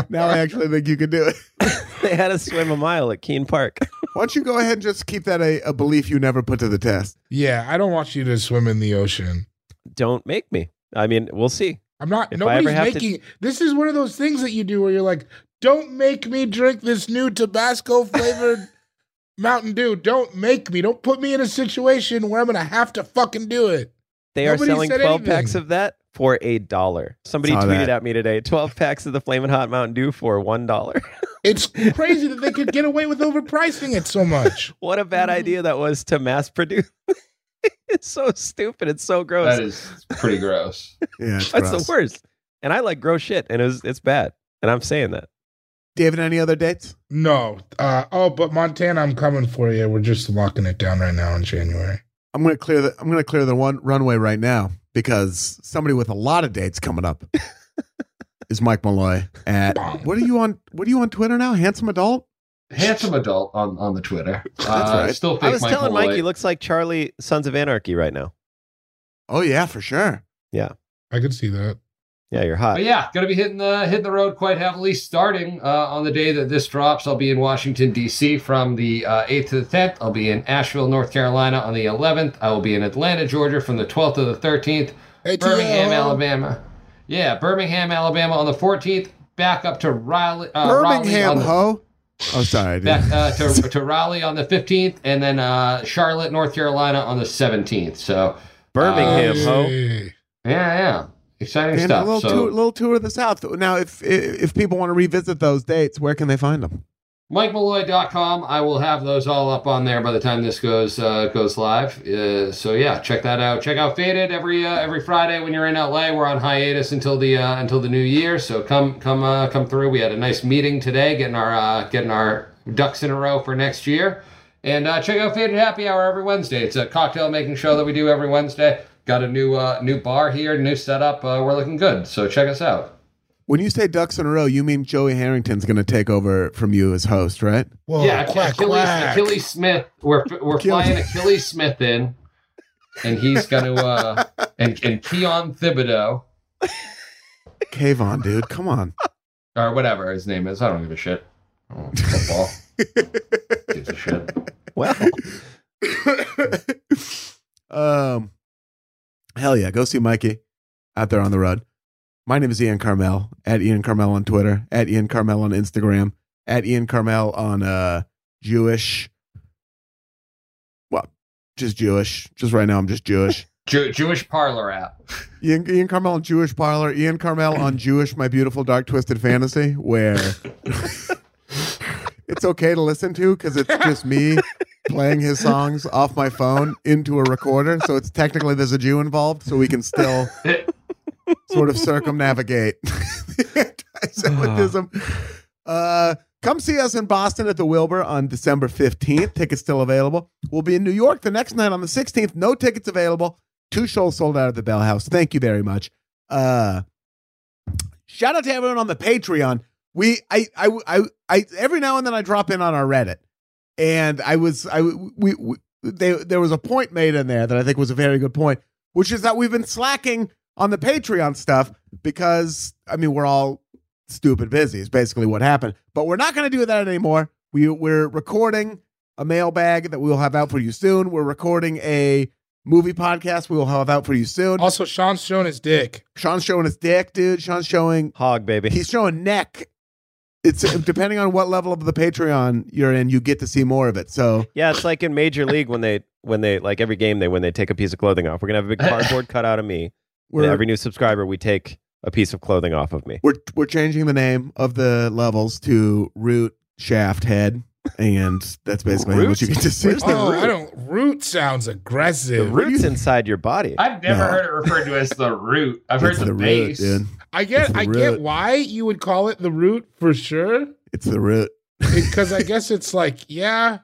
[SPEAKER 3] now I actually think you could do it.
[SPEAKER 5] they had us swim a mile at Keene Park.
[SPEAKER 3] Why don't you go ahead and just keep that a, a belief you never put to the test?
[SPEAKER 4] Yeah, I don't want you to swim in the ocean.
[SPEAKER 5] Don't make me. I mean, we'll see.
[SPEAKER 4] I'm not.
[SPEAKER 5] If I ever
[SPEAKER 4] nobody's
[SPEAKER 5] have to-
[SPEAKER 4] making. This is one of those things that you do where you're like, "Don't make me drink this new Tabasco flavored Mountain Dew. Don't make me. Don't put me in a situation where I'm gonna have to fucking do it."
[SPEAKER 5] They
[SPEAKER 4] Nobody
[SPEAKER 5] are selling
[SPEAKER 4] said
[SPEAKER 5] 12 packs
[SPEAKER 4] anything.
[SPEAKER 5] of that for a dollar. Somebody
[SPEAKER 3] Saw
[SPEAKER 5] tweeted
[SPEAKER 3] that.
[SPEAKER 5] at me today 12 packs of the Flamin' Hot Mountain Dew for $1.
[SPEAKER 4] It's crazy that they could get away with overpricing it so much.
[SPEAKER 5] what a
[SPEAKER 3] Mm.
[SPEAKER 5] bad idea that was to mass produce. it's so stupid. It's so gross.
[SPEAKER 6] That is pretty gross.
[SPEAKER 3] Yeah, it's
[SPEAKER 5] That's
[SPEAKER 3] gross.
[SPEAKER 5] the worst. And I like gross shit, and it's it's bad. And I'm saying that.
[SPEAKER 3] David, any other dates?
[SPEAKER 4] No. Uh, oh, but Montana, I'm coming for you. We're just locking it down right now in January.
[SPEAKER 3] I'm gonna clear the I'm gonna clear the one runway right now because somebody with a lot of dates coming up is Mike Malloy at what are you on what are you on Twitter now? Handsome adult?
[SPEAKER 6] Handsome adult on, on the Twitter. That's
[SPEAKER 3] right.
[SPEAKER 6] Still think
[SPEAKER 5] I was
[SPEAKER 6] Mike
[SPEAKER 5] telling Mike
[SPEAKER 6] Malloy-
[SPEAKER 5] he looks like Charlie Sons of Anarchy right now.
[SPEAKER 3] Oh yeah, for sure.
[SPEAKER 4] I could see that.
[SPEAKER 5] Yeah, you're hot.
[SPEAKER 6] But yeah, going to be hitting the hitting the road quite heavily. Starting uh, on the day that this drops, I'll be in Washington D.C. from the uh, 8th to the 10th. I'll be in Asheville, North Carolina, on the 11th. I will be in Atlanta, Georgia, from the 12th to the 13th.
[SPEAKER 4] Hey,
[SPEAKER 6] Birmingham,
[SPEAKER 4] TL.
[SPEAKER 6] Alabama. Yeah, Birmingham, Alabama, on the 14th. Back up to Raleigh. Uh, Raleigh on
[SPEAKER 3] Birmingham
[SPEAKER 6] the-
[SPEAKER 3] ho. Oh sorry, dude.
[SPEAKER 6] Back uh, to, to Raleigh on the 15th, and then uh, Charlotte, North Carolina on the 17th. So,
[SPEAKER 5] Birmingham,
[SPEAKER 3] Uh,
[SPEAKER 5] ho.
[SPEAKER 4] Hey.
[SPEAKER 6] yeah, yeah. Exciting
[SPEAKER 3] And
[SPEAKER 6] stuff.
[SPEAKER 3] a little,
[SPEAKER 6] so,
[SPEAKER 3] tour, little tour of the South. Now, if if if people want to revisit those dates, where can they find them?
[SPEAKER 6] MikeMalloy.com. I will have those all up on there by the time this goes uh, goes live. Uh, so yeah, check that out. Check out Faded every uh, every Friday when you're in LA. We're on hiatus until the uh, until the new year. So come come uh, come through. We had a nice meeting today, getting our uh, getting our ducks in a row for next year. And uh, check out Faded Happy Hour every Wednesday. It's a cocktail making show that we do every Wednesday. Got a new uh, new bar here, new setup. Uh, we're looking good. So check us out.
[SPEAKER 3] When you say ducks in a row, you mean Joey Harrington's going to take over from you as host, right?
[SPEAKER 4] Whoa,
[SPEAKER 6] yeah,
[SPEAKER 4] quack,
[SPEAKER 6] Achilles,
[SPEAKER 4] quack.
[SPEAKER 6] Achilles Smith. We're we're
[SPEAKER 3] Oh, Achilles.
[SPEAKER 6] flying Achilles Smith in, and he's gonna uh and and Keon Thibodeau
[SPEAKER 3] Kayvon, dude, come on.
[SPEAKER 6] or whatever his name is. I don't give a shit. I don't like Football gives a shit.
[SPEAKER 5] Well,
[SPEAKER 3] um, hell yeah, go see Mikey out there on the road. My name is Ian Carmel at Ian Carmel on Twitter, at Ian Carmel on Instagram, at Ian Carmel on uh Jewish. Well, just Jewish. Just right now, I'm just Jewish.
[SPEAKER 6] Jew, Jewish parlor app.
[SPEAKER 3] Ian, Ian Carmel on Jewish Parlor. Ian Carmel on Jewish My Beautiful Dark Twisted Fantasy, where it's okay to listen to because it's just me playing his songs off my phone into a recorder. So it's technically there's a Jew involved, so we can still sort of circumnavigate the anti-Semitism. Uh, come see us in Boston at the Wilbur on December 15th. Tickets still available. We'll be in New York the next night on the 16th. No tickets available. Two shows sold out at the Bell House. Thank you very much. Uh, shout out to everyone on the Patreon. We I I I, I every now and then I drop in on our Reddit, and I was I we, we they, there was a point made in there that I think was a very good point, which is that we've been slacking on the Patreon stuff because I mean we're all stupid busy is basically what happened. But we're not going to do that anymore. We we're recording a mailbag that we will have out for you soon. We're recording a movie podcast we will have out for you soon.
[SPEAKER 4] Also, Sean's shown his dick.
[SPEAKER 3] Sean's showing his dick, dude. Sean's showing
[SPEAKER 5] Hog baby.
[SPEAKER 3] he's showing neck. It's depending on what level of the Patreon you're in, you get to see more of it. So
[SPEAKER 5] yeah, it's like in Major League when they when they like every game they win they take a piece of clothing off. We're gonna have a big cardboard cutout of me.
[SPEAKER 3] we're
[SPEAKER 5] and every new subscriber we take a piece of clothing off of me.
[SPEAKER 3] we're we're changing the name of the levels to Root Shaft Head, and that's basically
[SPEAKER 5] Root?
[SPEAKER 3] what you get to see.
[SPEAKER 5] Where's the
[SPEAKER 4] Oh,
[SPEAKER 5] root?
[SPEAKER 4] I don't. Root sounds
[SPEAKER 5] The
[SPEAKER 4] aggressive.
[SPEAKER 5] roots inside your body.
[SPEAKER 6] I've never
[SPEAKER 3] No.
[SPEAKER 6] heard it referred to as the root. I've heard
[SPEAKER 3] It's
[SPEAKER 6] the,
[SPEAKER 3] the root,
[SPEAKER 6] base.
[SPEAKER 3] dude.
[SPEAKER 4] I get.
[SPEAKER 3] the
[SPEAKER 4] I get
[SPEAKER 3] root.
[SPEAKER 4] why you would call it the root for sure.
[SPEAKER 3] It's the root.
[SPEAKER 4] Because I guess it's like yeah,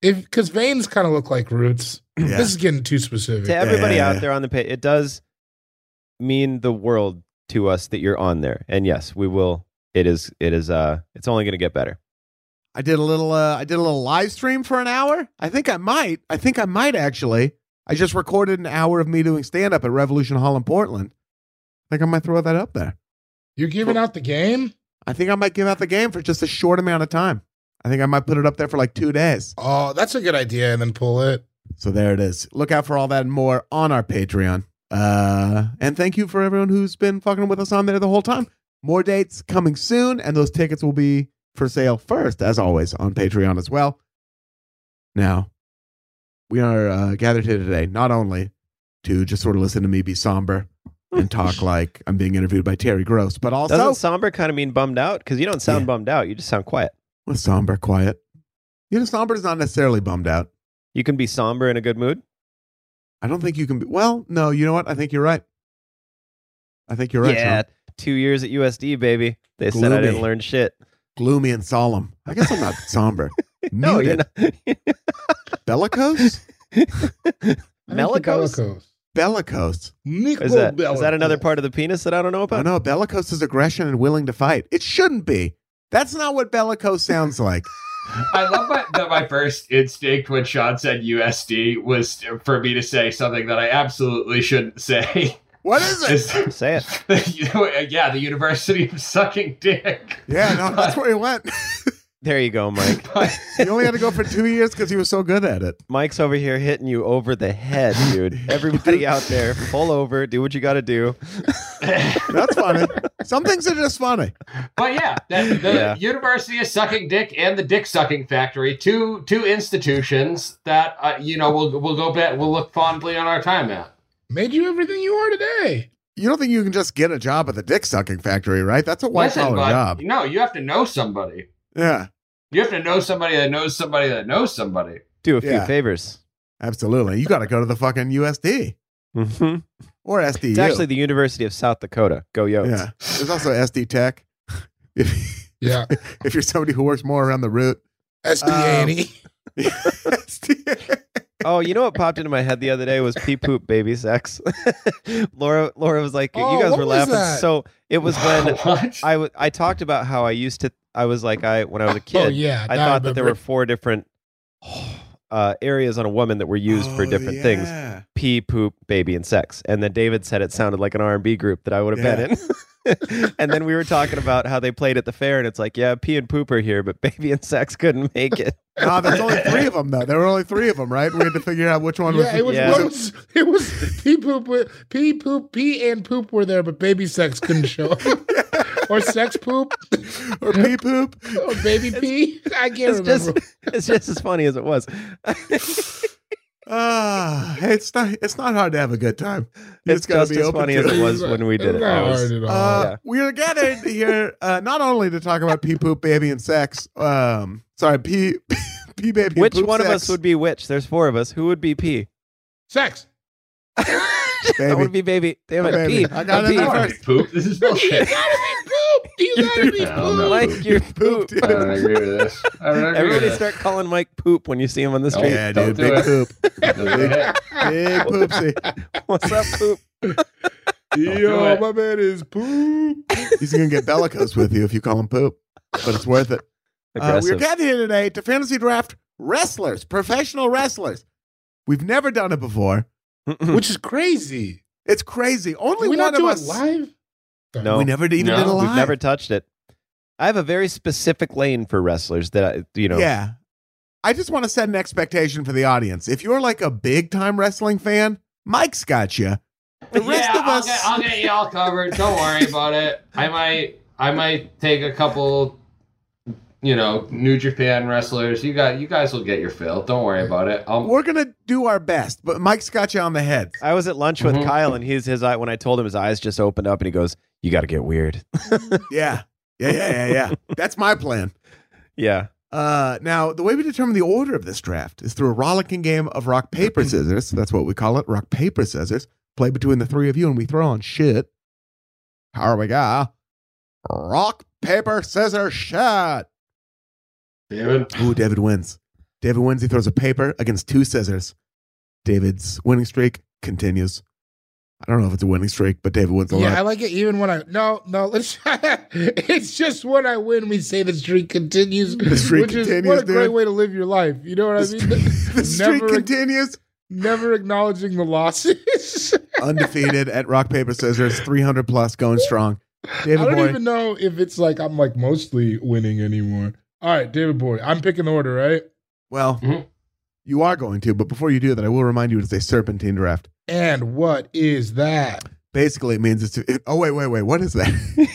[SPEAKER 4] if because veins kind of look like roots.
[SPEAKER 3] Yeah.
[SPEAKER 4] This is getting too
[SPEAKER 5] to
[SPEAKER 4] specific.
[SPEAKER 5] everybody
[SPEAKER 3] Yeah.
[SPEAKER 5] out there on the page, it does mean the world to us that you're on there. And yes, we will. It is. It is. Uh, it's only going to get better.
[SPEAKER 3] I did a little uh, I did a little live stream for an hour. I think I might. I think I might actually. I just recorded an hour of me doing stand up at Revolution Hall in Portland. I think I might throw that up there.
[SPEAKER 4] You're giving out the game.
[SPEAKER 3] I think I might give out the game for just a short amount of time. I think I might put it up there for like 2 days.
[SPEAKER 4] Oh, that's a good idea. And then pull it.
[SPEAKER 3] So there it is. Look out for all that and more on our Patreon. Uh, and thank you for everyone who's been fucking with us on there the whole time. More dates coming soon, and those tickets will be for sale first, as always, on Patreon as well. Now, we are uh, gathered here today not only to just sort of listen to me be somber and talk like I'm being interviewed by Terry Gross, but also
[SPEAKER 5] Doesn't somber kind of mean bummed out? Because you don't sound
[SPEAKER 3] Yeah.
[SPEAKER 5] bummed out. You just sound quiet.
[SPEAKER 3] with somber, quiet. You know, somber is not necessarily bummed out.
[SPEAKER 5] You can be somber in a good mood.
[SPEAKER 3] I don't think you can be. Well, no, you know what? I think you're right. I think you're right.
[SPEAKER 5] yeah.
[SPEAKER 3] Sean.
[SPEAKER 5] Two years at USD, baby. They said I
[SPEAKER 3] Gloomy.
[SPEAKER 5] didn't learn shit.
[SPEAKER 3] Gloomy and solemn. I guess I'm not somber.
[SPEAKER 5] No, you're
[SPEAKER 3] Muted.
[SPEAKER 5] not.
[SPEAKER 3] Bellicose?
[SPEAKER 4] I don't think
[SPEAKER 5] Bellicose?
[SPEAKER 4] Bellicose.
[SPEAKER 3] Bellicose.
[SPEAKER 4] Nico
[SPEAKER 5] Is that, is
[SPEAKER 4] Bellicose.
[SPEAKER 5] that another part of the penis that I don't know
[SPEAKER 3] I
[SPEAKER 5] about?
[SPEAKER 3] know. Bellicose is aggression and willing to fight. It shouldn't be. That's not what bellicose sounds like.
[SPEAKER 6] I love my, that my first instinct when Sean said USD was for me to say something that I absolutely shouldn't say.
[SPEAKER 3] What is it?
[SPEAKER 6] Is-
[SPEAKER 5] Say it.
[SPEAKER 6] you know, yeah, the University of Sucking Dick.
[SPEAKER 3] Yeah, no, that's where he went.
[SPEAKER 5] There you go, Mike.
[SPEAKER 6] But
[SPEAKER 3] he only had to go for two years because he was so good at it.
[SPEAKER 5] Mike's over here hitting you over the head, dude. Everybody out there, pull over, do what you got to do.
[SPEAKER 3] That's funny. Some things are just funny.
[SPEAKER 6] but yeah, that, the
[SPEAKER 5] Yeah.
[SPEAKER 6] University of Sucking Dick and the Dick Sucking Factory, two two institutions that uh, you know we'll we'll go bet we'll look fondly on our time at.
[SPEAKER 4] Made you everything you are today.
[SPEAKER 3] You don't think you can just get a job at the dick sucking factory, right? That's a white
[SPEAKER 6] Listen,
[SPEAKER 3] collar
[SPEAKER 6] bud,
[SPEAKER 3] job.
[SPEAKER 6] No, you have to know somebody.
[SPEAKER 3] Yeah,
[SPEAKER 6] You have to know somebody that knows somebody that knows somebody.
[SPEAKER 5] Do a few
[SPEAKER 3] Yeah.
[SPEAKER 5] favors.
[SPEAKER 3] absolutely. You got to go to the fucking USD
[SPEAKER 5] hmm
[SPEAKER 3] or SDU.
[SPEAKER 5] It's actually the University of South Dakota. Go Yotes.
[SPEAKER 3] Yeah. There's also SD Tech. If,
[SPEAKER 4] Yeah.
[SPEAKER 3] if you're somebody who works more around the route,
[SPEAKER 4] SDA.
[SPEAKER 3] SD
[SPEAKER 5] Oh, you know what popped into my head the other day was pee poop baby sex. Laura, Laura was like,
[SPEAKER 4] Oh,
[SPEAKER 5] "You guys
[SPEAKER 4] what
[SPEAKER 5] were
[SPEAKER 4] was
[SPEAKER 5] laughing."
[SPEAKER 4] that?
[SPEAKER 5] So it was when
[SPEAKER 6] what?
[SPEAKER 5] I w- I talked about how I used to. I was like, I when I was a kid,
[SPEAKER 4] Oh yeah.
[SPEAKER 5] I
[SPEAKER 4] now
[SPEAKER 5] thought that there were
[SPEAKER 4] remember.
[SPEAKER 5] four different uh, areas on a woman that were used
[SPEAKER 4] Oh,
[SPEAKER 3] Oh,
[SPEAKER 5] for different things: pee, poop, baby, and sex. And then David said it sounded like an R and B group that I would have been in. and then we were talking about how they played at the fair, and it's like, yeah, pee and poop are here, but baby and sex couldn't make it.
[SPEAKER 3] No, there's only three of them though. There were only three of them, right? We had to figure out which one
[SPEAKER 4] Yeah, it was
[SPEAKER 5] Yeah.
[SPEAKER 4] It was, it was pee poop with- pee poop pee and poop were there, but baby sex couldn't show up. or sex poop
[SPEAKER 3] was or pee poop.
[SPEAKER 4] or baby pee. I can't
[SPEAKER 5] It's
[SPEAKER 4] remember.
[SPEAKER 5] just, it's just as funny as it was.
[SPEAKER 3] Ah, hey, it's not it's not hard to have a good time. You
[SPEAKER 5] it's
[SPEAKER 3] just gotta
[SPEAKER 5] just
[SPEAKER 3] be
[SPEAKER 5] as
[SPEAKER 3] open
[SPEAKER 5] funny
[SPEAKER 3] to
[SPEAKER 5] as
[SPEAKER 3] it.
[SPEAKER 5] it was when we did
[SPEAKER 4] Not
[SPEAKER 5] it. That was-
[SPEAKER 4] hard at all.
[SPEAKER 3] Uh,
[SPEAKER 5] Yeah.
[SPEAKER 3] We are gathered here uh, not only to talk about pee poop, baby, and sex. Um, sorry, pee pee baby. and
[SPEAKER 5] Which
[SPEAKER 3] poop
[SPEAKER 5] one of
[SPEAKER 3] sex.
[SPEAKER 5] us would be which? There's four of us. Who would be P?
[SPEAKER 4] Sex.
[SPEAKER 5] I
[SPEAKER 3] Baby.
[SPEAKER 5] would be baby. Damn it,
[SPEAKER 3] Baby.
[SPEAKER 5] P.
[SPEAKER 3] I got
[SPEAKER 5] A
[SPEAKER 3] it
[SPEAKER 5] P.
[SPEAKER 3] first.
[SPEAKER 6] Poop. This is
[SPEAKER 4] You
[SPEAKER 6] bullshit.
[SPEAKER 4] gotta be poop. You gotta be
[SPEAKER 6] I don't know.
[SPEAKER 4] poop.
[SPEAKER 5] Mike, you're poop.
[SPEAKER 3] Pooped in
[SPEAKER 6] I don't
[SPEAKER 3] it.
[SPEAKER 6] agree with this. I don't agree
[SPEAKER 5] Everybody
[SPEAKER 6] with
[SPEAKER 5] start calling Mike poop when you see him on the
[SPEAKER 6] Oh,
[SPEAKER 5] street.
[SPEAKER 3] Yeah, dude.
[SPEAKER 6] Don't do
[SPEAKER 3] Big
[SPEAKER 6] it.
[SPEAKER 3] poop.
[SPEAKER 6] this. Doesn't hit.
[SPEAKER 3] Big poopsie.
[SPEAKER 5] What's up, poop?
[SPEAKER 6] do
[SPEAKER 4] Yo,
[SPEAKER 6] it.
[SPEAKER 4] my man is poop.
[SPEAKER 3] He's going to get bellicose with you if you call him poop, but it's worth it. Uh, we're
[SPEAKER 5] Aggressive.
[SPEAKER 3] gathered here today to fantasy draft wrestlers, professional wrestlers. We've never done it before.
[SPEAKER 5] Hmm.
[SPEAKER 4] Which is crazy.
[SPEAKER 3] It's crazy. Only
[SPEAKER 4] Can we
[SPEAKER 3] one
[SPEAKER 4] not do
[SPEAKER 3] of
[SPEAKER 4] it
[SPEAKER 3] us.
[SPEAKER 4] live?
[SPEAKER 5] No.
[SPEAKER 3] We never even
[SPEAKER 6] No.
[SPEAKER 3] did a live.
[SPEAKER 5] We've never touched it. I have a very specific lane for wrestlers that I, you know.
[SPEAKER 3] Yeah. I just want to set an expectation for the audience. If you're like a big time wrestling fan, Mike's got you. The rest
[SPEAKER 6] yeah,
[SPEAKER 3] of us.
[SPEAKER 6] I'll get, I'll get y'all covered. Don't worry about it. I might, I might take a couple, you know, New Japan wrestlers. You got, you guys will get your fill. Don't worry about it. Um,
[SPEAKER 3] we're gonna do our best, but Mike's got you on the head.
[SPEAKER 5] I was at lunch with
[SPEAKER 6] Mhm.
[SPEAKER 5] Kyle, and he's his eye. When I told him, his eyes just opened up, and he goes, "You got to get weird."
[SPEAKER 3] Yeah, yeah, yeah, yeah, yeah. That's my plan.
[SPEAKER 5] yeah.
[SPEAKER 3] Uh, now, the way we determine the order of this draft is through a rollicking game of rock, paper, scissors. That's what we call it rock, paper, scissors. Play between the three of you, and we throw on shit. Here we go. Rock, paper, scissors, shot.
[SPEAKER 6] David,
[SPEAKER 3] Ooh, David wins. David wins. He throws a paper against two scissors. David's winning streak continues. I don't know if it's a winning streak, but David wins a
[SPEAKER 4] Yeah, I
[SPEAKER 3] lot.
[SPEAKER 4] like it even when I no no. Let's. it's just when I win, we say the streak continues.
[SPEAKER 3] The streak
[SPEAKER 4] which is
[SPEAKER 3] continues,
[SPEAKER 4] what a great
[SPEAKER 3] dude.
[SPEAKER 4] way to live your life. You know what
[SPEAKER 3] The
[SPEAKER 4] I
[SPEAKER 3] streak,
[SPEAKER 4] mean?
[SPEAKER 3] the streak
[SPEAKER 4] Never-
[SPEAKER 3] continues.
[SPEAKER 4] Never acknowledging the losses.
[SPEAKER 3] Undefeated at rock, paper, scissors, 300 plus, going strong.
[SPEAKER 4] I
[SPEAKER 3] David
[SPEAKER 4] don't
[SPEAKER 3] Boy.
[SPEAKER 4] even know if it's like I'm like mostly winning anymore. All right, David Boy, I'm picking the order, right?
[SPEAKER 3] Well,
[SPEAKER 6] Mhm.
[SPEAKER 3] you are going to, but before you do that, I will remind you it's a serpentine draft.
[SPEAKER 4] And what is that?
[SPEAKER 3] Basically, it means it's. It, oh, wait, wait, wait. What is that?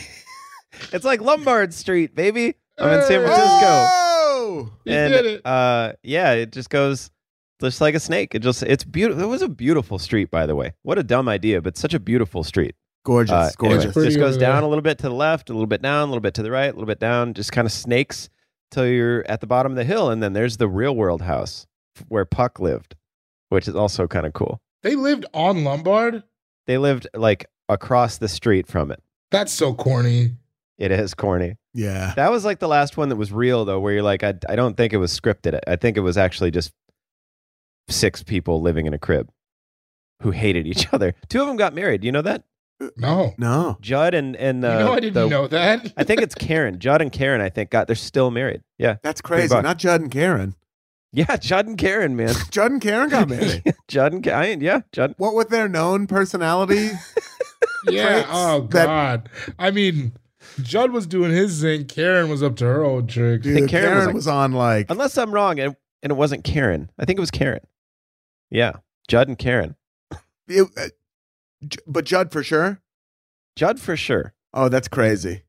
[SPEAKER 5] It's like Lombard Street, baby. I'm in San
[SPEAKER 4] Hey!
[SPEAKER 5] Francisco.
[SPEAKER 3] Oh!
[SPEAKER 4] You
[SPEAKER 5] and
[SPEAKER 4] did it.
[SPEAKER 5] uh yeah, it just goes just like a snake. It just it's beautiful. It was a beautiful street, by the way. What a dumb idea, but such a beautiful street.
[SPEAKER 3] Gorgeous,
[SPEAKER 5] Uh, anyway,
[SPEAKER 3] gorgeous.
[SPEAKER 4] It's pretty
[SPEAKER 5] just goes
[SPEAKER 4] over there.
[SPEAKER 5] down a little bit to the left, a little bit down, a little bit to the right, a little bit down. Just kind of snakes till you're at the bottom of the hill, and then there's the real world house where Puck lived, which is also kind of cool.
[SPEAKER 4] They lived on Lombard.
[SPEAKER 5] They lived like across the street from it.
[SPEAKER 4] That's so corny.
[SPEAKER 5] It is corny.
[SPEAKER 3] yeah.
[SPEAKER 5] That was like the last one that was real though, where you're like, I, I don't think it was scripted. I think it was actually just six people living in a crib who hated each other. Two of them got married. You know that
[SPEAKER 4] No,
[SPEAKER 3] No.
[SPEAKER 5] Judd and and uh,
[SPEAKER 4] you know I didn't
[SPEAKER 5] the-
[SPEAKER 4] know that.
[SPEAKER 5] I think it's Karen. Judd and Karen. I think got they're still married. Yeah,
[SPEAKER 3] That's crazy.
[SPEAKER 5] buck.
[SPEAKER 3] Not Judd and Karen.
[SPEAKER 5] yeah. Judd and Karen, man.
[SPEAKER 3] Judd and Karen got married.
[SPEAKER 5] Judd and Karen. Yeah, Judd.
[SPEAKER 3] what with their known personality?
[SPEAKER 4] yeah.
[SPEAKER 3] traits
[SPEAKER 4] Oh
[SPEAKER 3] that-
[SPEAKER 4] God. I mean, Judd was doing his thing. Karen was up to her old tricks.
[SPEAKER 3] Dude, Karen,
[SPEAKER 5] Karen was
[SPEAKER 3] was,
[SPEAKER 5] like-
[SPEAKER 3] on like.
[SPEAKER 5] Unless I'm wrong, and and it wasn't Karen. I think it was Karen. Yeah, Judd and Karen.
[SPEAKER 3] it- uh, J- but Judd for sure?
[SPEAKER 5] Judd for sure.
[SPEAKER 3] Oh, that's crazy.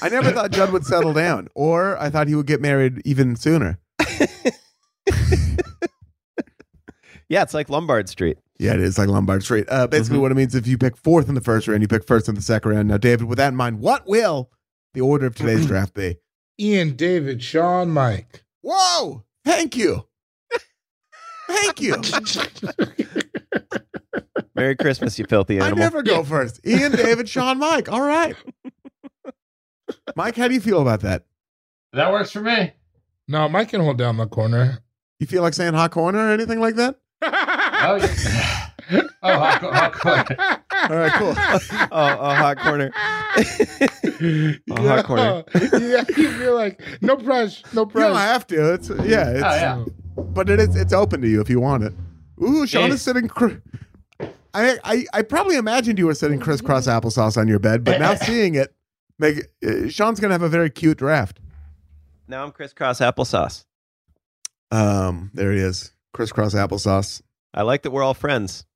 [SPEAKER 3] I never thought Judd would settle down, or I thought he would get married even sooner.
[SPEAKER 5] Yeah, it's like Lombard Street.
[SPEAKER 3] Yeah, it is like Lombard Street. Uh, basically, what it means if you pick fourth in the first round, you pick first in the second round. Now, David, with that in mind, what will the order of today's draft be?
[SPEAKER 4] Ian, David, Sean, Mike.
[SPEAKER 3] Whoa! Thank you. Thank you.
[SPEAKER 5] Merry Christmas, you filthy
[SPEAKER 3] I
[SPEAKER 5] animal.
[SPEAKER 3] never go first. Ian, David, Sean, Mike. All right. Mike, how do you feel about that?
[SPEAKER 6] that works for me.
[SPEAKER 4] No, Mike can hold down the corner.
[SPEAKER 3] You feel like saying hot corner or anything like that?
[SPEAKER 4] Ah.
[SPEAKER 6] Oh, yeah. oh hot, co- hot corner.
[SPEAKER 3] All right, cool.
[SPEAKER 5] oh, oh, hot corner. Oh,
[SPEAKER 4] yeah.
[SPEAKER 5] hot corner.
[SPEAKER 4] yeah, you feel like no pressure, no
[SPEAKER 3] You don't
[SPEAKER 4] pressure.
[SPEAKER 3] have to. It's yeah. It's,
[SPEAKER 6] Oh, yeah.
[SPEAKER 3] But it is. It's open to you if you want it. Ooh, Sean
[SPEAKER 6] Yeah.
[SPEAKER 3] is sitting. Cr- I, I I probably imagined you were sitting crisscross applesauce on your bed, but now seeing it, make uh, Sean's gonna have a very cute draft.
[SPEAKER 5] Now I'm crisscross applesauce.
[SPEAKER 3] Um, there he is, crisscross applesauce.
[SPEAKER 5] I like that we're all friends.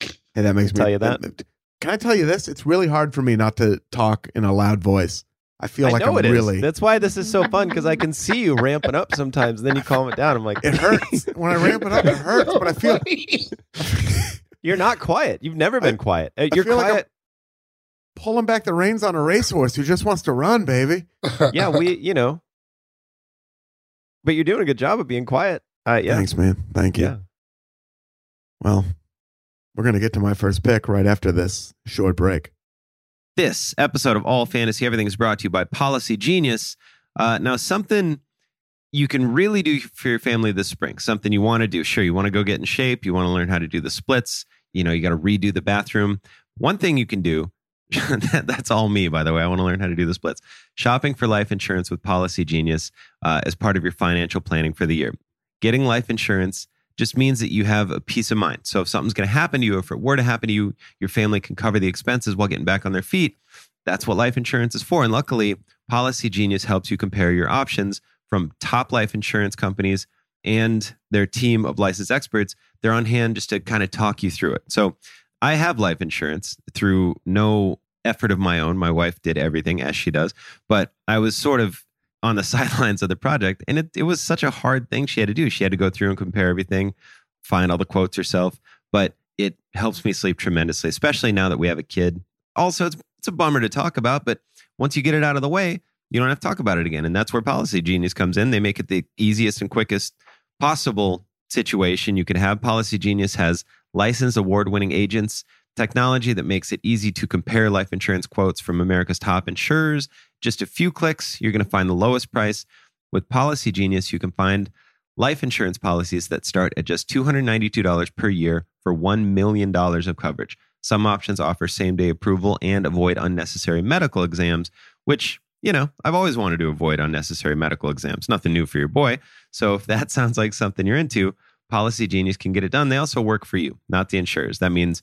[SPEAKER 3] Hey, that makes me
[SPEAKER 5] Tell you that.
[SPEAKER 3] Can I tell you this? It's really hard for me not to talk in a loud voice. I feel
[SPEAKER 5] I
[SPEAKER 3] like
[SPEAKER 5] know
[SPEAKER 3] I'm
[SPEAKER 5] it is.
[SPEAKER 3] really.
[SPEAKER 5] That's why this is so fun because I can see you ramping up sometimes, and then you calm it down. I'm like,
[SPEAKER 3] It hurts when I ramp it up. It hurts, but I feel
[SPEAKER 5] you're not quiet. You've never been quiet. Uh, You're
[SPEAKER 3] feel like I'm-
[SPEAKER 5] quiet.
[SPEAKER 3] pulling back the reins on a racehorse who just wants to run, baby.
[SPEAKER 5] yeah, we. You know, but you're doing a good job of being quiet. Uh, yeah.
[SPEAKER 3] Thanks, man. Thank you.
[SPEAKER 5] Yeah.
[SPEAKER 3] Well, we're going to get to my first pick right after this short break.
[SPEAKER 5] This episode of All Fantasy Everything is brought to you by Policy Genius. Uh, now, something you can really do for your family this spring, something you want to do. Sure, you want to go get in shape, you want to learn how to do the splits, you know, you got to redo the bathroom. One thing you can do, that, that's all me, by the way. I want to learn how to do the splits. Shopping for life insurance with Policy Genius uh, as part of your financial planning for the year. Getting life insurance just means that you have a peace of mind. So if something's going to happen to you, if it were to happen to you, your family can cover the expenses while getting back on their feet. That's what life insurance is for. And luckily, Policy Genius helps you compare your options from top life insurance companies and their team of licensed experts. They're on hand just to kind of talk you through it. So I have life insurance through no effort of my own. My wife did everything as she does, but I was sort of on the sidelines of the project. And it, it was such a hard thing she had to do. She had to go through and compare everything, find all the quotes herself. But it helps me sleep tremendously, especially now that we have a kid. Also, it's, it's a bummer to talk about, but once you get it out of the way, you don't have to talk about it again. And that's where Policy Genius comes in. They make it the easiest and quickest possible situation you could have. Policy Genius has licensed award winning agents, technology that makes it easy to compare life insurance quotes from America's top insurers just a few clicks, you're going to find the lowest price. With Policy Genius, you can find life insurance policies that start at just $292 per year for $1 million of coverage. Some options offer same day approval and avoid unnecessary medical exams, which, you know, I've always wanted to avoid unnecessary medical exams. Nothing new for your boy. So if that sounds like something you're into, Policy Genius can get it done. They also work for you, not the insurers. That means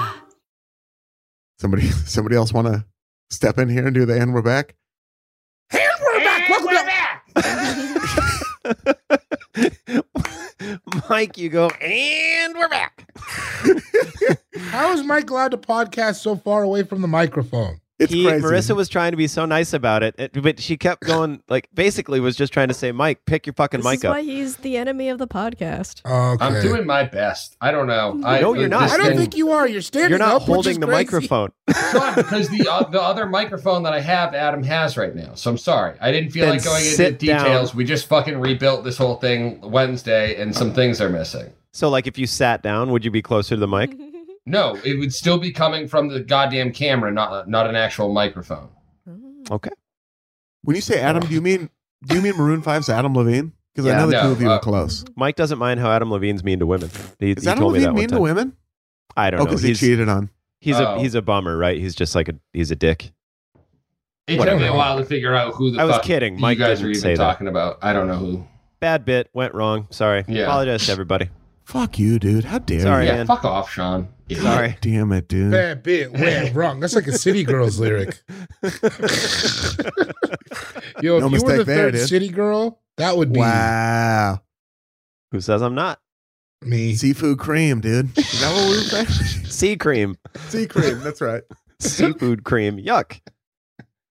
[SPEAKER 3] Somebody somebody else want to step in here and do the and we're back?
[SPEAKER 4] And we're back. Welcome back.
[SPEAKER 5] Mike, you go, and we're back.
[SPEAKER 4] How is Mike allowed to podcast so far away from the microphone?
[SPEAKER 3] It's
[SPEAKER 5] He-
[SPEAKER 3] crazy.
[SPEAKER 5] Marissa was trying to be so nice about it, it- but she kept going, like, basically was just trying to say, Mike, pick your fucking
[SPEAKER 7] This
[SPEAKER 5] mic
[SPEAKER 7] is
[SPEAKER 5] up.
[SPEAKER 7] why he's the enemy of the podcast.
[SPEAKER 4] Okay.
[SPEAKER 6] I'm doing my best. I don't know. I,
[SPEAKER 5] No, you're not.
[SPEAKER 6] this
[SPEAKER 4] I don't
[SPEAKER 6] thing-
[SPEAKER 4] think you are. You're standing
[SPEAKER 5] You're not
[SPEAKER 4] up, which is
[SPEAKER 5] holding the
[SPEAKER 4] crazy.
[SPEAKER 5] microphone.
[SPEAKER 6] Fine, because the uh, the other microphone that I have, Adam has right now. So I'm sorry. I didn't feel
[SPEAKER 5] Then
[SPEAKER 6] like going into
[SPEAKER 5] sit
[SPEAKER 6] details.
[SPEAKER 5] down.
[SPEAKER 6] We just fucking rebuilt this whole thing Wednesday, and some things are missing.
[SPEAKER 5] So, like, if you sat down, would you be closer to the mic?
[SPEAKER 6] No, it would still be coming from the goddamn camera, not not an actual microphone.
[SPEAKER 5] Okay.
[SPEAKER 3] when you say Adam, do you mean do you mean Maroon 5's Adam Levine? Because I
[SPEAKER 5] Yeah,
[SPEAKER 3] know the
[SPEAKER 6] no,
[SPEAKER 3] two of you
[SPEAKER 6] uh,
[SPEAKER 3] are close.
[SPEAKER 5] Mike doesn't mind how Adam Levine's mean to women. He,
[SPEAKER 3] Is
[SPEAKER 5] he
[SPEAKER 3] Adam
[SPEAKER 5] told me that
[SPEAKER 3] Levine
[SPEAKER 5] one
[SPEAKER 3] mean
[SPEAKER 5] time.
[SPEAKER 3] to women?
[SPEAKER 5] I don't
[SPEAKER 3] Oh,
[SPEAKER 5] know.
[SPEAKER 3] because he
[SPEAKER 5] He's,
[SPEAKER 3] cheated on.
[SPEAKER 5] he's a
[SPEAKER 6] Oh.
[SPEAKER 5] he's a bummer, right? He's just like a he's a dick.
[SPEAKER 6] It took me
[SPEAKER 5] Whatever.
[SPEAKER 6] a while to figure out who the
[SPEAKER 5] I was
[SPEAKER 6] fuck
[SPEAKER 5] kidding.
[SPEAKER 6] you
[SPEAKER 5] Mike
[SPEAKER 6] guys
[SPEAKER 5] didn't
[SPEAKER 6] were
[SPEAKER 5] say
[SPEAKER 6] even
[SPEAKER 5] that.
[SPEAKER 6] talking about. I don't know who.
[SPEAKER 5] Bad bit went wrong. Sorry.
[SPEAKER 6] Yeah.
[SPEAKER 5] Apologize to everybody.
[SPEAKER 3] Fuck you, dude. How dare
[SPEAKER 5] Sorry,
[SPEAKER 6] yeah,
[SPEAKER 5] man.
[SPEAKER 6] fuck off, Sean.
[SPEAKER 3] you?
[SPEAKER 5] Sorry.
[SPEAKER 3] God Damn it, dude.
[SPEAKER 4] Bad bit went wrong. That's like a City Girls lyric. Yo, if
[SPEAKER 3] No
[SPEAKER 4] you
[SPEAKER 3] mistake
[SPEAKER 4] were the
[SPEAKER 3] there,
[SPEAKER 4] third
[SPEAKER 3] dude.
[SPEAKER 4] City Girl, that would be
[SPEAKER 3] Wow.
[SPEAKER 5] Who says I'm not?
[SPEAKER 4] me.
[SPEAKER 3] Seafood cream, dude. Is that what we were saying?
[SPEAKER 5] Sea cream,
[SPEAKER 3] sea cream. That's right.
[SPEAKER 5] seafood cream. Yuck.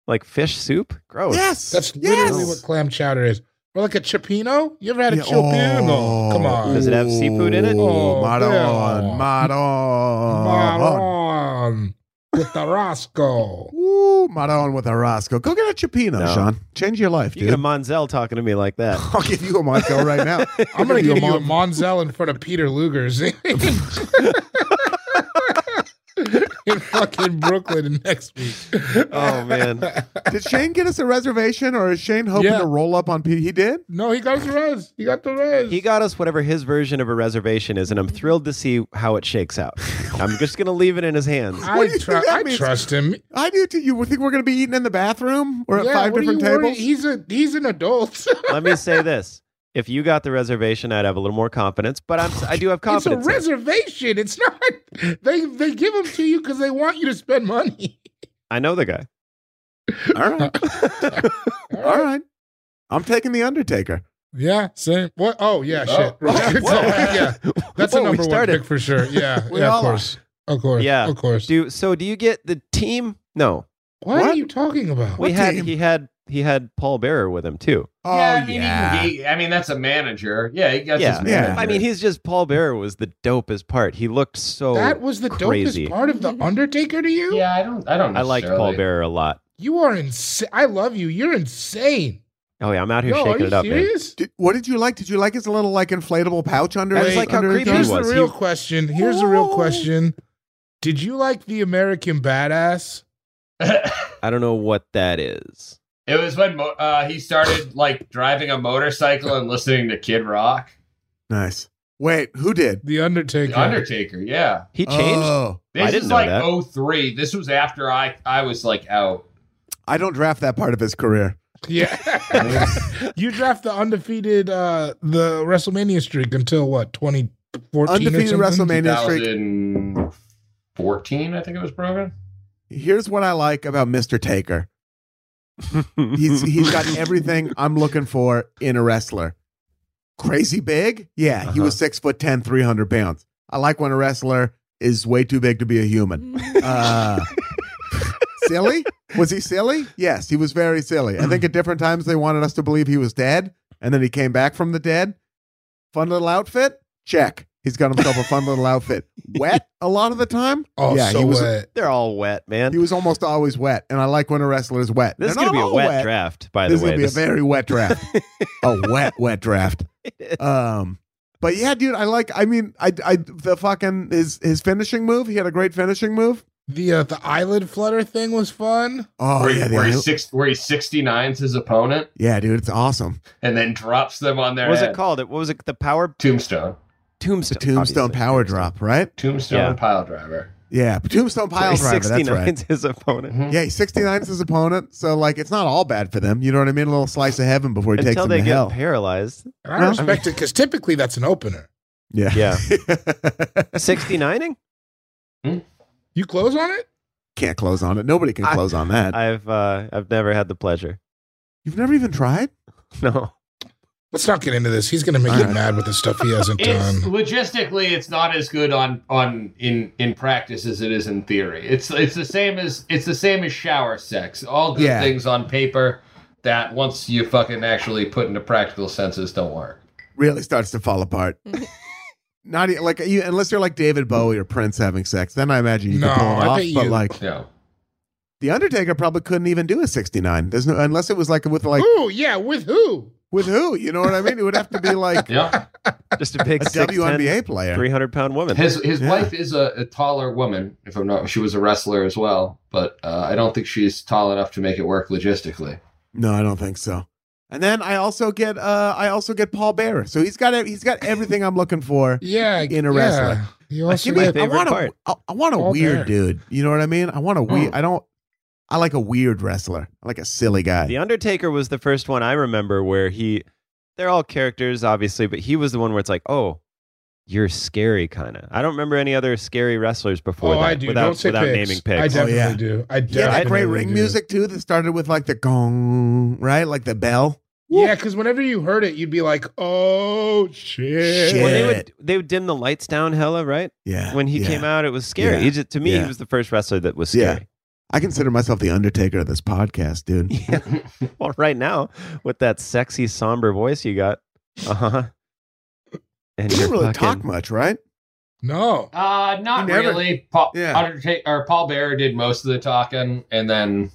[SPEAKER 5] Like fish soup. Gross.
[SPEAKER 3] yes.
[SPEAKER 4] That's
[SPEAKER 3] yes.
[SPEAKER 4] literally what clam chowder is. Or like a chipino. You ever had a
[SPEAKER 3] Yeah,
[SPEAKER 4] chipino?
[SPEAKER 3] oh.
[SPEAKER 4] Come on.
[SPEAKER 5] Does it have seafood in it?
[SPEAKER 3] Oh,
[SPEAKER 4] Oh,
[SPEAKER 3] mod
[SPEAKER 4] yeah.
[SPEAKER 3] on, mod Oh, on,
[SPEAKER 4] Come on. With the Roscoe.
[SPEAKER 3] Ooh, mod on with a Roscoe. Go get a Chipino,
[SPEAKER 5] No.
[SPEAKER 3] Sean. Change your life,
[SPEAKER 5] You
[SPEAKER 3] dude.
[SPEAKER 5] get a Monzel talking to me like that.
[SPEAKER 3] I'll give you a Montel right now.
[SPEAKER 4] I'm gonna
[SPEAKER 3] give
[SPEAKER 4] give you a Monzel in front of Peter Luger's. in fucking Brooklyn next week.
[SPEAKER 5] Oh, man.
[SPEAKER 3] Did Shane get us a reservation, or is Shane hoping
[SPEAKER 4] Yeah.
[SPEAKER 3] to roll up on Pete? He did.
[SPEAKER 4] No, he got his res. He got the res.
[SPEAKER 5] He got us whatever his version of a reservation is, and I'm thrilled to see how it shakes out. I'm just gonna leave it in his hands.
[SPEAKER 4] I,
[SPEAKER 3] What do you
[SPEAKER 4] tru-
[SPEAKER 3] think that
[SPEAKER 4] I
[SPEAKER 3] means?
[SPEAKER 4] trust him.
[SPEAKER 3] I do too. You think we're going to be eating in the bathroom or at
[SPEAKER 4] Yeah,
[SPEAKER 3] five
[SPEAKER 4] what are
[SPEAKER 3] different
[SPEAKER 4] you worried?
[SPEAKER 3] tables?
[SPEAKER 4] He's a he's an adult.
[SPEAKER 5] Let me say this: if you got the reservation, I'd have a little more confidence. But I'm I do have
[SPEAKER 4] it's a
[SPEAKER 5] confidence. in it.
[SPEAKER 4] reservation. It's not. They they give them to you because they want you to spend money.
[SPEAKER 5] I know the guy.
[SPEAKER 3] All right, all right. I'm taking the Undertaker.
[SPEAKER 4] Yeah, same. What? Oh, yeah,
[SPEAKER 6] Oh.
[SPEAKER 4] shit. Right.
[SPEAKER 6] What?
[SPEAKER 4] yeah, that's
[SPEAKER 5] Whoa,
[SPEAKER 4] a
[SPEAKER 5] we
[SPEAKER 4] number one
[SPEAKER 5] started.
[SPEAKER 4] pick for sure. Yeah,
[SPEAKER 3] We
[SPEAKER 4] yeah,
[SPEAKER 3] all
[SPEAKER 4] of course, of course,
[SPEAKER 5] Yeah.
[SPEAKER 4] of course.
[SPEAKER 5] Do so? Do you get the team? No,
[SPEAKER 4] what, are
[SPEAKER 3] What?
[SPEAKER 4] you talking about?
[SPEAKER 5] we
[SPEAKER 3] What
[SPEAKER 5] had
[SPEAKER 3] team?
[SPEAKER 5] he had he had Paul Bearer with him too.
[SPEAKER 3] Oh
[SPEAKER 6] yeah, I mean, He can be, I mean, that's a manager. Yeah, he got
[SPEAKER 5] yeah,
[SPEAKER 6] his
[SPEAKER 3] Yeah.
[SPEAKER 6] manager.
[SPEAKER 5] I mean, he's just Paul Bearer was the dopest part. He looked so.
[SPEAKER 4] that was the
[SPEAKER 5] Oh, crazy.
[SPEAKER 4] dopest part of the Undertaker to you.
[SPEAKER 6] Yeah, I don't. I don't.
[SPEAKER 5] I liked Paul
[SPEAKER 6] necessarily-
[SPEAKER 5] Bearer a lot.
[SPEAKER 4] You are insane. I love you. You're insane.
[SPEAKER 5] Oh yeah, I'm out here
[SPEAKER 4] No, are
[SPEAKER 5] shaking
[SPEAKER 4] you
[SPEAKER 5] it up, man.
[SPEAKER 4] serious?
[SPEAKER 3] Did, what did you like? Did you like his little like inflatable pouch under
[SPEAKER 5] That's
[SPEAKER 3] his
[SPEAKER 5] like how
[SPEAKER 3] under his
[SPEAKER 5] creepy
[SPEAKER 3] dome?
[SPEAKER 5] he
[SPEAKER 4] Here's the
[SPEAKER 5] was.
[SPEAKER 4] real question. Here's the real question. Did you like the American Badass?
[SPEAKER 5] I don't know what that is.
[SPEAKER 6] it was when mo- uh, he started like driving a motorcycle and listening to Kid Rock,
[SPEAKER 3] Nice. Wait, who did?
[SPEAKER 4] The Undertaker.
[SPEAKER 6] The Undertaker. Yeah,
[SPEAKER 5] He changed.
[SPEAKER 4] Uh,
[SPEAKER 3] Oh,
[SPEAKER 6] this
[SPEAKER 5] I didn't
[SPEAKER 6] is
[SPEAKER 5] know
[SPEAKER 6] like
[SPEAKER 5] that.
[SPEAKER 6] oh three. 03. This was after I I was like out.
[SPEAKER 3] I don't draft that part of his career.
[SPEAKER 4] Yeah. you draft the undefeated uh the WrestleMania streak until what, 2014
[SPEAKER 3] Undefeated
[SPEAKER 4] or something?
[SPEAKER 3] WrestleMania streak.
[SPEAKER 6] 2014, I think it was broken.
[SPEAKER 3] Here's what I like about Mr. Taker. He's he's got everything I'm looking for in a wrestler. Crazy big? Yeah, he
[SPEAKER 4] Uh-huh.
[SPEAKER 3] was six foot ten, 300 pounds. I like when a wrestler is way too big to be a human. Uh, silly? Was he silly? Yes, he was very silly. I think at different times they wanted us to believe he was dead, and then he came back from the dead. Fun little outfit? Check. He's got himself a fun little outfit. Wet a lot of the time?
[SPEAKER 4] Oh,
[SPEAKER 3] yeah,
[SPEAKER 4] so
[SPEAKER 3] he was
[SPEAKER 4] what?
[SPEAKER 5] They're all wet, man.
[SPEAKER 3] he was almost always wet, and I like when a wrestler is wet.
[SPEAKER 5] this is
[SPEAKER 3] They're
[SPEAKER 5] gonna
[SPEAKER 3] not
[SPEAKER 5] be a
[SPEAKER 3] all
[SPEAKER 5] wet, draft, by
[SPEAKER 3] this
[SPEAKER 5] the way.
[SPEAKER 3] is gonna be a very wet draft. a wet, wet draft.
[SPEAKER 5] This-
[SPEAKER 3] Um, but yeah, dude, I like. I mean, I, I, the fucking his his finishing move. He had a great finishing move.
[SPEAKER 4] The uh, the eyelid flutter thing was fun.
[SPEAKER 3] Oh
[SPEAKER 6] where,
[SPEAKER 3] yeah,
[SPEAKER 6] he,
[SPEAKER 3] the-
[SPEAKER 6] where, he six, where he 69s his opponent
[SPEAKER 3] yeah, dude, it's awesome.
[SPEAKER 6] and then drops them on their
[SPEAKER 5] what was
[SPEAKER 6] head.
[SPEAKER 5] it called? It what was it? The power
[SPEAKER 6] Tombstone.
[SPEAKER 5] tombstone.
[SPEAKER 3] The tombstone
[SPEAKER 5] obviously.
[SPEAKER 3] power drop, right?
[SPEAKER 6] Tombstone
[SPEAKER 5] Yeah.
[SPEAKER 6] piledriver. pile driver.
[SPEAKER 3] Yeah, tombstone pile driver. That's
[SPEAKER 5] 69's
[SPEAKER 3] right.
[SPEAKER 5] his opponent.
[SPEAKER 6] Mhm.
[SPEAKER 3] Yeah, he 69's his opponent, so like it's not all bad for them. You know what I mean? A little slice of heaven before he takes
[SPEAKER 5] Until
[SPEAKER 3] them
[SPEAKER 5] they
[SPEAKER 3] to
[SPEAKER 5] get
[SPEAKER 3] hell.
[SPEAKER 5] paralyzed.
[SPEAKER 4] And I
[SPEAKER 3] Well, I
[SPEAKER 4] respect it because typically that's an opener.
[SPEAKER 3] yeah, yeah.
[SPEAKER 5] 69ing?
[SPEAKER 4] You close on it?
[SPEAKER 3] Can't close on it. Nobody can
[SPEAKER 5] I-
[SPEAKER 3] close on that.
[SPEAKER 5] I've uh, I've never had the pleasure.
[SPEAKER 3] You've never even tried.
[SPEAKER 5] No.
[SPEAKER 4] Let's not get into this. He's gonna make
[SPEAKER 3] All
[SPEAKER 4] you
[SPEAKER 3] right.
[SPEAKER 4] mad with the stuff he hasn't
[SPEAKER 6] It's
[SPEAKER 4] done.
[SPEAKER 6] logistically, it's not as good on on in in practice as it is in theory. It's it's the same as it's the same as shower sex. All good
[SPEAKER 3] Yeah.
[SPEAKER 6] things on paper that once you fucking actually put into practical senses don't work.
[SPEAKER 3] really starts to fall apart. Not e- like you, unless you're like David Bowie or Prince having sex, then I imagine you
[SPEAKER 4] No,
[SPEAKER 3] can pull it
[SPEAKER 4] I
[SPEAKER 3] off.
[SPEAKER 4] bet
[SPEAKER 3] But
[SPEAKER 4] you-
[SPEAKER 3] like
[SPEAKER 6] No.
[SPEAKER 3] the Undertaker probably couldn't even do a 69. There's no unless it was like with like
[SPEAKER 4] Ooh, yeah, with who?
[SPEAKER 3] with who, you know what I mean? It would have to be like a
[SPEAKER 6] Yeah.
[SPEAKER 5] Just a big 6'10",
[SPEAKER 3] WNBA player.
[SPEAKER 5] 300 pound woman.
[SPEAKER 6] His his
[SPEAKER 3] Yeah.
[SPEAKER 6] wife is a, a taller woman. If I'm not, she was a wrestler as well, but uh, I don't think she's tall enough to make it work logistically.
[SPEAKER 3] No, I don't think so. And then I also get uh I also get Paul Bearer. So he's got e- he's got everything I'm looking for.
[SPEAKER 4] Yeah,
[SPEAKER 3] In a
[SPEAKER 4] yeah.
[SPEAKER 3] wrestler.
[SPEAKER 4] You also
[SPEAKER 5] Give me a
[SPEAKER 4] get-
[SPEAKER 3] I
[SPEAKER 5] favorite
[SPEAKER 3] want a,
[SPEAKER 5] part. Oh.
[SPEAKER 3] I, I want a
[SPEAKER 4] Paul
[SPEAKER 3] weird
[SPEAKER 4] Bearer.
[SPEAKER 3] dude. You know what I mean? I want a weird. I don't. I like a weird wrestler. I like a silly guy.
[SPEAKER 5] The Undertaker was the first one I remember where he, they're all characters, obviously, but he was the one where it's like, oh, you're scary, kind of. I don't remember any other scary wrestlers before
[SPEAKER 4] Oh,
[SPEAKER 5] that
[SPEAKER 4] I do.
[SPEAKER 5] without,
[SPEAKER 4] Don't say
[SPEAKER 5] without
[SPEAKER 4] pigs.
[SPEAKER 5] naming pigs.
[SPEAKER 4] I
[SPEAKER 3] Oh,
[SPEAKER 4] definitely
[SPEAKER 3] yeah.
[SPEAKER 4] do. I definitely
[SPEAKER 3] Yeah, that great ring
[SPEAKER 4] do.
[SPEAKER 3] music too that started with like the gong, right? Like the bell.
[SPEAKER 4] Yeah, because whenever you heard it, you'd be like, "Oh shit!"
[SPEAKER 5] Well, they
[SPEAKER 3] Yeah.
[SPEAKER 5] would they would dim the lights down hella, right?
[SPEAKER 3] Yeah.
[SPEAKER 5] When he
[SPEAKER 3] yeah.
[SPEAKER 5] came out, it was scary.
[SPEAKER 3] Yeah.
[SPEAKER 5] He just- to me,
[SPEAKER 3] Yeah.
[SPEAKER 5] he was the first wrestler that was
[SPEAKER 3] Yeah.
[SPEAKER 5] scary.
[SPEAKER 3] I consider myself the undertaker of this podcast, dude.
[SPEAKER 5] Yeah. well, right now, with that sexy, somber voice you got, uh huh. And
[SPEAKER 3] He
[SPEAKER 5] you're
[SPEAKER 3] didn't really talk
[SPEAKER 5] fucking,
[SPEAKER 3] much, right?
[SPEAKER 4] No,
[SPEAKER 6] Uh, not
[SPEAKER 3] He never-
[SPEAKER 6] really. Paul,
[SPEAKER 3] Yeah.
[SPEAKER 6] Undertaker or Paul Bearer did most of the talking, and then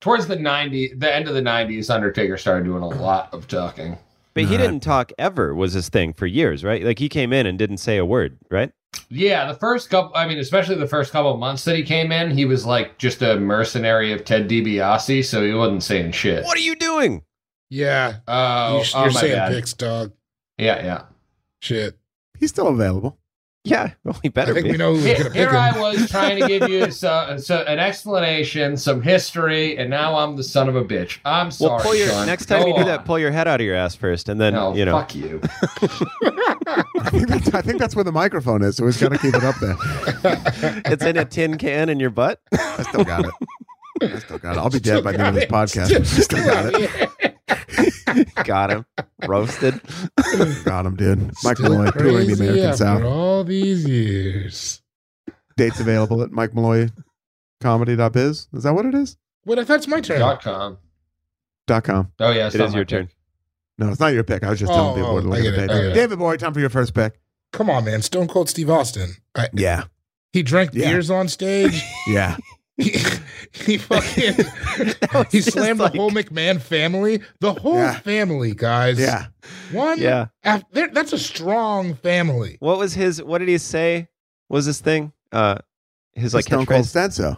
[SPEAKER 6] towards the ninety, the end of the '90s, Undertaker started doing a lot of talking.
[SPEAKER 5] but he
[SPEAKER 3] Nah.
[SPEAKER 5] didn't talk ever. Was his thing for years, right? Like he came in and didn't say a word, right?
[SPEAKER 6] Yeah, the first couple, I mean, especially the first couple of months that he came in, he was like just a mercenary of Ted DiBiase, so he wasn't saying shit.
[SPEAKER 5] What are you doing?
[SPEAKER 4] Yeah.
[SPEAKER 6] Oh,
[SPEAKER 4] you're
[SPEAKER 6] oh
[SPEAKER 4] you're
[SPEAKER 6] my
[SPEAKER 4] saying
[SPEAKER 6] God.
[SPEAKER 4] picks, dog.
[SPEAKER 6] Yeah, yeah.
[SPEAKER 4] Shit.
[SPEAKER 3] He's still available.
[SPEAKER 5] Yeah, well, he
[SPEAKER 4] I
[SPEAKER 5] better
[SPEAKER 4] think
[SPEAKER 5] be.
[SPEAKER 4] we know who's
[SPEAKER 6] Here,
[SPEAKER 4] going to pick
[SPEAKER 6] here
[SPEAKER 4] him.
[SPEAKER 6] I was trying to give you so, so an explanation, some history, and now I'm the son of a bitch. I'm sorry.
[SPEAKER 5] well, pull your
[SPEAKER 6] Sean.
[SPEAKER 5] next time
[SPEAKER 6] Go
[SPEAKER 5] you do that,
[SPEAKER 6] on.
[SPEAKER 5] pull your head out of your ass first, and then
[SPEAKER 6] no,
[SPEAKER 5] you know.
[SPEAKER 6] fuck you.
[SPEAKER 3] I think that's, I think that's where the microphone is, so he's got to keep it up there.
[SPEAKER 5] it's in a tin can in your butt.
[SPEAKER 3] I still got it. I still got it. I'll be dead by the end of this podcast. Still got it.
[SPEAKER 5] Got him roasted.
[SPEAKER 3] Got him, dude. Mike Malloy, touring the
[SPEAKER 4] Crazy
[SPEAKER 3] American
[SPEAKER 4] after
[SPEAKER 3] South.
[SPEAKER 4] all these years.
[SPEAKER 3] Dates available at Mike Malloy comedy.biz. Is that what it is?
[SPEAKER 4] Wait, I thought it's my turn.
[SPEAKER 6] Dot com.
[SPEAKER 3] Dot com.
[SPEAKER 6] Oh yeah, it's
[SPEAKER 5] It
[SPEAKER 6] not
[SPEAKER 5] is
[SPEAKER 6] my
[SPEAKER 5] your
[SPEAKER 6] pick.
[SPEAKER 5] turn.
[SPEAKER 3] No, it's not your pick. I was just
[SPEAKER 4] Oh,
[SPEAKER 3] telling people
[SPEAKER 4] oh,
[SPEAKER 3] to look
[SPEAKER 4] I
[SPEAKER 3] at
[SPEAKER 4] get
[SPEAKER 3] the
[SPEAKER 4] it,
[SPEAKER 3] date.
[SPEAKER 4] I get it.
[SPEAKER 3] David Bowie, time for your first pick.
[SPEAKER 4] Come on, man. Stone Cold Steve Austin. I,
[SPEAKER 3] Yeah.
[SPEAKER 4] he drank
[SPEAKER 3] Yeah.
[SPEAKER 4] beers on stage.
[SPEAKER 3] Yeah.
[SPEAKER 4] he, he fucking
[SPEAKER 5] was
[SPEAKER 4] he
[SPEAKER 5] just
[SPEAKER 4] slammed
[SPEAKER 5] like-
[SPEAKER 4] the whole McMahon family. The whole
[SPEAKER 3] Yeah.
[SPEAKER 4] family, guys.
[SPEAKER 3] Yeah.
[SPEAKER 4] One.
[SPEAKER 5] Yeah.
[SPEAKER 4] af- there- that's a strong family.
[SPEAKER 5] What was his? What did he say? What was this thing? Uh, his like
[SPEAKER 3] Stone Cold
[SPEAKER 5] catchphrase.
[SPEAKER 3] said so.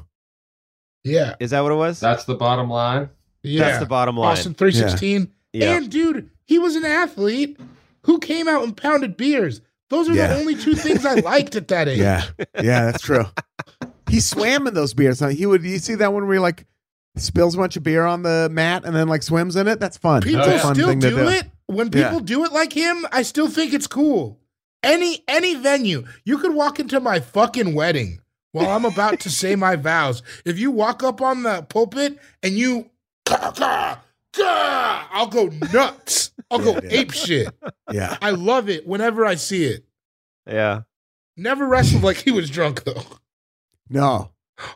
[SPEAKER 4] Yeah.
[SPEAKER 5] Is that what it was?
[SPEAKER 6] That's the bottom line.
[SPEAKER 4] Yeah.
[SPEAKER 5] That's the bottom line.
[SPEAKER 4] Austin 316.
[SPEAKER 5] Yeah.
[SPEAKER 4] And dude, he was an athlete who came out and pounded beers. Those are
[SPEAKER 3] Yeah.
[SPEAKER 4] the only two things I liked at that age.
[SPEAKER 3] Yeah. Yeah, that's true. He swam in those beers. Now, He would you see that one where he like spills a bunch of beer on the mat and then like swims in it? That's fun.
[SPEAKER 4] People
[SPEAKER 3] That's a fun
[SPEAKER 4] still
[SPEAKER 3] thing
[SPEAKER 4] do,
[SPEAKER 3] to do.
[SPEAKER 4] it. When
[SPEAKER 3] Yeah.
[SPEAKER 4] people do it like him, I still think it's cool. Any any venue, you could walk into my fucking wedding while I'm about to say my vows. If you walk up on the pulpit and you, "Ka, ka, ka," I'll go nuts. I'll go
[SPEAKER 3] Yeah, dude.
[SPEAKER 4] ape shit.
[SPEAKER 3] Yeah.
[SPEAKER 4] I love it whenever I see it.
[SPEAKER 5] Yeah.
[SPEAKER 4] Never wrestled like he was drunk though.
[SPEAKER 3] No.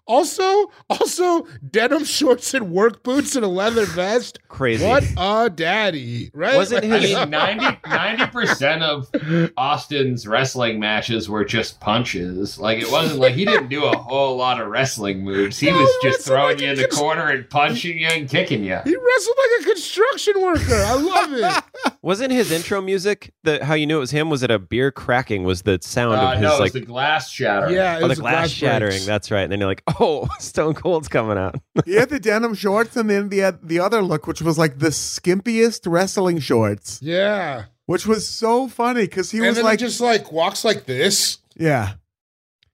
[SPEAKER 4] Also, also denim shorts and work boots and a leather vest.
[SPEAKER 5] Crazy.
[SPEAKER 4] What a daddy, right?
[SPEAKER 5] Wasn't
[SPEAKER 6] I
[SPEAKER 5] his-
[SPEAKER 6] mean, 90 percent of Austin's wrestling matches were just punches. Like it wasn't like he didn't do a whole lot of wrestling moves. He
[SPEAKER 4] No,
[SPEAKER 6] was
[SPEAKER 4] it
[SPEAKER 6] just
[SPEAKER 4] wasn't
[SPEAKER 6] throwing
[SPEAKER 4] like
[SPEAKER 6] you
[SPEAKER 4] he
[SPEAKER 6] in the
[SPEAKER 4] could-
[SPEAKER 6] corner and punching you and kicking you.
[SPEAKER 4] He wrestled like a construction worker. I love it.
[SPEAKER 5] Wasn't his intro music the how you knew it was him? Was it a beer cracking? Was the sound
[SPEAKER 6] Uh,
[SPEAKER 5] of his
[SPEAKER 6] no, it was
[SPEAKER 5] like
[SPEAKER 6] the glass shatter.
[SPEAKER 4] yeah, it
[SPEAKER 5] oh, the
[SPEAKER 4] was
[SPEAKER 5] glass,
[SPEAKER 4] a
[SPEAKER 5] shattering?
[SPEAKER 4] breaks.
[SPEAKER 5] That's right. And then you're like, oh, Stone Cold's coming out.
[SPEAKER 3] He had the denim shorts and then the the other look, which was like the skimpiest wrestling shorts,
[SPEAKER 4] yeah,
[SPEAKER 3] which was so funny because he
[SPEAKER 4] and
[SPEAKER 3] was
[SPEAKER 4] then
[SPEAKER 3] like,
[SPEAKER 4] he just like walks like this.
[SPEAKER 3] yeah,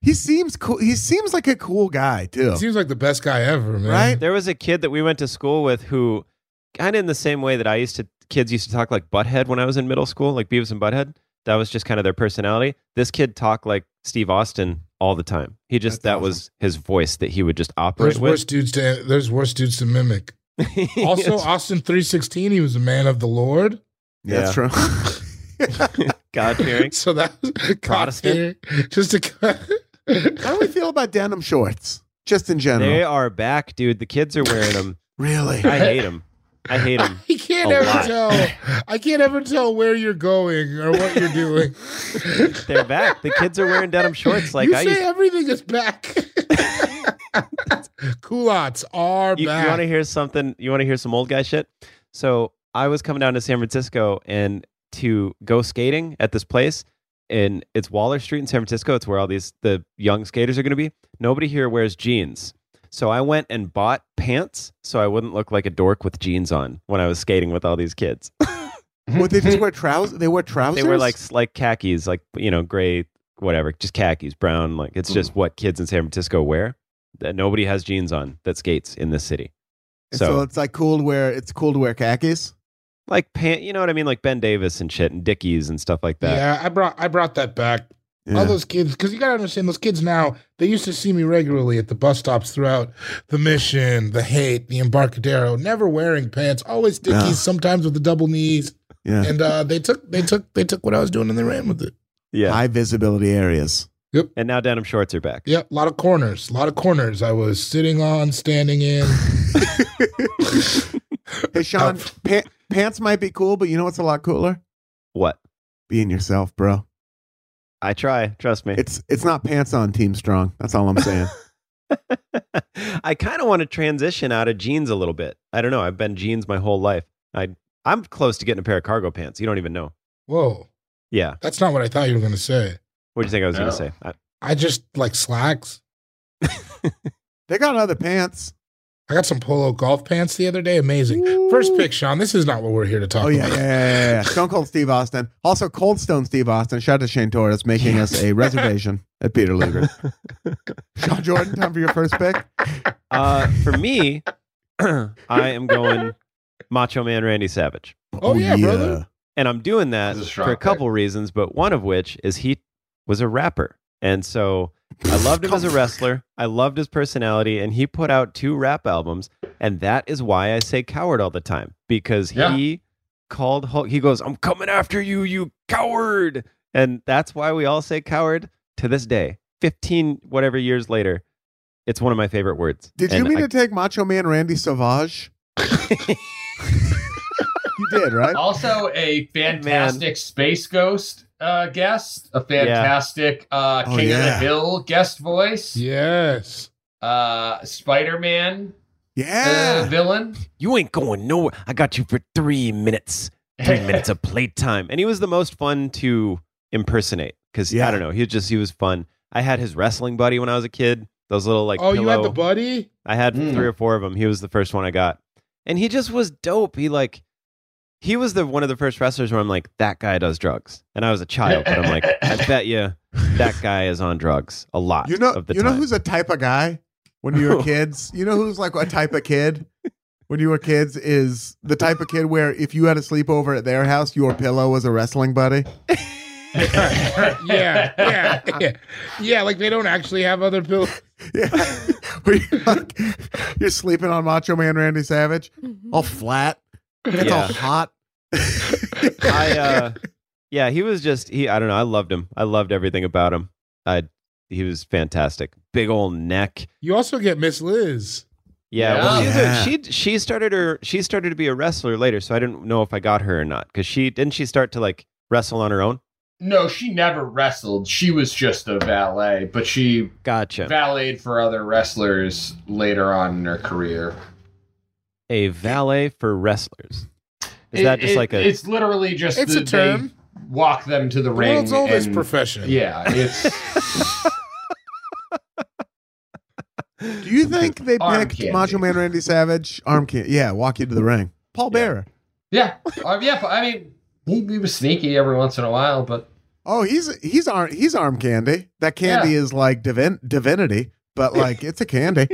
[SPEAKER 3] he seems cool. He seems like a cool guy too.
[SPEAKER 4] Seems like the best guy ever, man.
[SPEAKER 3] Right?
[SPEAKER 5] There was a kid that we went to school with who, kind of in the same way that I used to, kids used to talk like Butthead when I was in middle school, like Beavis and Butthead. That was just kind of their personality. This kid talked like Steve Austin all the time. He just,
[SPEAKER 3] That's
[SPEAKER 5] that was his voice that he would just operate
[SPEAKER 4] There's worse
[SPEAKER 5] with.
[SPEAKER 4] dudes to there's worse dudes to mimic. Also,
[SPEAKER 5] Yes.
[SPEAKER 4] Austin three sixteen. He was a man of the Lord.
[SPEAKER 3] Yeah, that's true.
[SPEAKER 5] God fearing.
[SPEAKER 4] So that was
[SPEAKER 5] Protestant.
[SPEAKER 4] Just
[SPEAKER 3] How
[SPEAKER 4] to
[SPEAKER 3] do we feel about denim shorts, just in general?
[SPEAKER 5] They are back, dude. The kids are wearing them.
[SPEAKER 3] really?
[SPEAKER 5] I hate them. I hate them.
[SPEAKER 4] I can't
[SPEAKER 5] A
[SPEAKER 4] ever
[SPEAKER 5] lot.
[SPEAKER 4] tell. I can't ever tell where you're going or what you're doing.
[SPEAKER 5] They're back. The kids are wearing denim shorts like
[SPEAKER 4] you
[SPEAKER 5] I
[SPEAKER 4] say
[SPEAKER 5] used to.
[SPEAKER 4] everything is back. Culottes are
[SPEAKER 5] You,
[SPEAKER 4] back.
[SPEAKER 5] want to hear something? You want to hear some old guy shit? So I was coming down to San Francisco and to go skating at this place, and it's Waller Street in San Francisco. It's where all these the young skaters are going to be. Nobody here wears jeans, so I went and bought pants so I wouldn't look like a dork with jeans on when I was skating with all these kids.
[SPEAKER 3] What they just wear trousers? They wear trousers.
[SPEAKER 5] they were like like khakis, like you know, gray, whatever, just khakis, brown. Like
[SPEAKER 4] Mm.
[SPEAKER 5] it's just what kids in San Francisco wear. That nobody has jeans on that skates in this city.
[SPEAKER 3] And so, it's like cool to wear. It's cool to wear khakis.
[SPEAKER 5] like pant, you know what I mean, like Ben Davis and shit, and Dickies and stuff like that.
[SPEAKER 4] Yeah, I brought I brought that back. All those kids, because you gotta understand, those kids now they used to see me regularly at the bus stops throughout the Mission, the Hate, the Embarcadero, never wearing pants, always dickies,
[SPEAKER 3] Yeah.
[SPEAKER 4] sometimes with the double knees,
[SPEAKER 3] Yeah.
[SPEAKER 4] and uh, they took they took they took what I was doing and they ran with it.
[SPEAKER 5] Yeah.
[SPEAKER 3] High visibility areas.
[SPEAKER 5] And now denim shorts are back.
[SPEAKER 4] Yeah, a lot of corners, a lot of corners. I was sitting on, standing in.
[SPEAKER 3] Hey Sean, pa- pants might be cool, but you know what's a lot cooler?
[SPEAKER 5] What?
[SPEAKER 3] Being yourself, bro.
[SPEAKER 5] I try, trust me.
[SPEAKER 3] It's it's not pants on team strong. That's all I'm saying.
[SPEAKER 5] I kind of want to transition out of jeans a little bit. I don't know. I've been jeans my whole life. I I'm close to getting a pair of cargo pants. You don't even know.
[SPEAKER 4] Whoa,
[SPEAKER 5] Yeah.
[SPEAKER 4] that's not what I thought you were gonna say.
[SPEAKER 5] What do you think I was
[SPEAKER 6] No.
[SPEAKER 5] going to say? I,
[SPEAKER 4] I just like slacks.
[SPEAKER 3] They got other pants.
[SPEAKER 4] I got some polo golf pants the other day. Amazing. First pick, Sean. This is not what we're here to talk
[SPEAKER 3] Oh yeah, yeah,
[SPEAKER 4] about.
[SPEAKER 3] yeah, yeah, yeah. Stone Cold Steve Austin. Also, Cold Stone Steve Austin. Shout out to Shane Torres making us a reservation at Peter Luger. Sean Jordan, time for your first pick.
[SPEAKER 5] uh, for me, I am going Macho Man Randy Savage.
[SPEAKER 4] Oh, yeah, brother.
[SPEAKER 5] And I'm doing that
[SPEAKER 6] This is a strong
[SPEAKER 5] for a couple reasons, but one of which is he was a rapper. And so I loved him as a wrestler. I loved his personality, and he put out two rap albums, and that is why I say coward all the time because
[SPEAKER 6] Yeah.
[SPEAKER 5] he called Hulk. He goes, "I'm coming after you, you coward," and that's why we all say coward to this day. Fifteen whatever years later, it's one of my favorite words.
[SPEAKER 3] Did you
[SPEAKER 5] And
[SPEAKER 3] mean
[SPEAKER 5] I-
[SPEAKER 3] to take Macho Man Randy Savage? you did, right?
[SPEAKER 6] Also, a fantastic Space Ghost uh, guest, a fantastic uh,
[SPEAKER 3] Oh,
[SPEAKER 6] King of the
[SPEAKER 3] yeah.
[SPEAKER 6] Hill guest voice,
[SPEAKER 4] Yes.
[SPEAKER 6] uh, Spider Man uh,
[SPEAKER 3] Yeah.
[SPEAKER 6] villain.
[SPEAKER 5] you ain't going nowhere. I got you for three minutes. Three minutes of playtime. And he was the most fun to impersonate because
[SPEAKER 3] Yeah.
[SPEAKER 5] I don't know. He was just he was fun. I had his wrestling buddy when I was a kid. Those little like
[SPEAKER 4] oh, you had
[SPEAKER 5] pillow-
[SPEAKER 4] the buddy?
[SPEAKER 5] I had
[SPEAKER 3] Hmm.
[SPEAKER 6] Mm.
[SPEAKER 5] three or four of them. He was the first one I got, and he just was dope. He like he was the one of the first wrestlers where I'm like that guy does drugs, and I was a child, but I'm like I bet you that guy is on drugs a lot.
[SPEAKER 3] You know,
[SPEAKER 5] of the
[SPEAKER 3] you know
[SPEAKER 5] time.
[SPEAKER 3] who's a type of guy when you were
[SPEAKER 5] Who?
[SPEAKER 3] kids. You know who's like a type of kid when you were kids is the type of kid where if you had a sleepover at their house, your pillow was a wrestling buddy.
[SPEAKER 4] yeah, yeah, yeah. Yeah, like they don't actually have other pillows.
[SPEAKER 3] Yeah. Where you're, like, you're sleeping on Macho Man Randy Savage, all flat. It's all
[SPEAKER 5] Yeah.
[SPEAKER 3] hot.
[SPEAKER 5] I uh yeah, he was just he I don't know, I loved him. I loved everything about him. I he was fantastic. Big old neck.
[SPEAKER 4] You also get Miss Liz.
[SPEAKER 5] Yeah, well,
[SPEAKER 6] Yeah.
[SPEAKER 5] she's a-
[SPEAKER 3] Yeah.
[SPEAKER 5] she she started her she started to be a wrestler later, so I didn't know if I got her or not cuz she didn't she start to like wrestle on her own.
[SPEAKER 6] No, she never wrestled. She was just a valet, but she
[SPEAKER 5] Gotcha.
[SPEAKER 6] valeted for other wrestlers later on in her career.
[SPEAKER 5] a valet for wrestlers. Is
[SPEAKER 6] It-
[SPEAKER 5] that just
[SPEAKER 6] it-
[SPEAKER 5] like a
[SPEAKER 6] It's literally just
[SPEAKER 4] It's
[SPEAKER 6] the-
[SPEAKER 4] a term.
[SPEAKER 6] they Walk them to the,
[SPEAKER 4] The
[SPEAKER 6] ring.
[SPEAKER 4] world's oldest
[SPEAKER 6] and-
[SPEAKER 4] profession.
[SPEAKER 6] Yeah, it's
[SPEAKER 3] Do you think they
[SPEAKER 6] Arm
[SPEAKER 3] picked
[SPEAKER 6] candy.
[SPEAKER 3] Macho Man Randy Savage? Arm can yeah, walk you to the ring. Paul
[SPEAKER 5] Yeah.
[SPEAKER 3] Bearer.
[SPEAKER 6] yeah, uh, yeah. but I mean, he, he was sneaky every once in a while, but
[SPEAKER 3] Oh, he's he's arm he's arm candy. That candy
[SPEAKER 6] Yeah.
[SPEAKER 3] is like divin- divinity, but like it's a candy.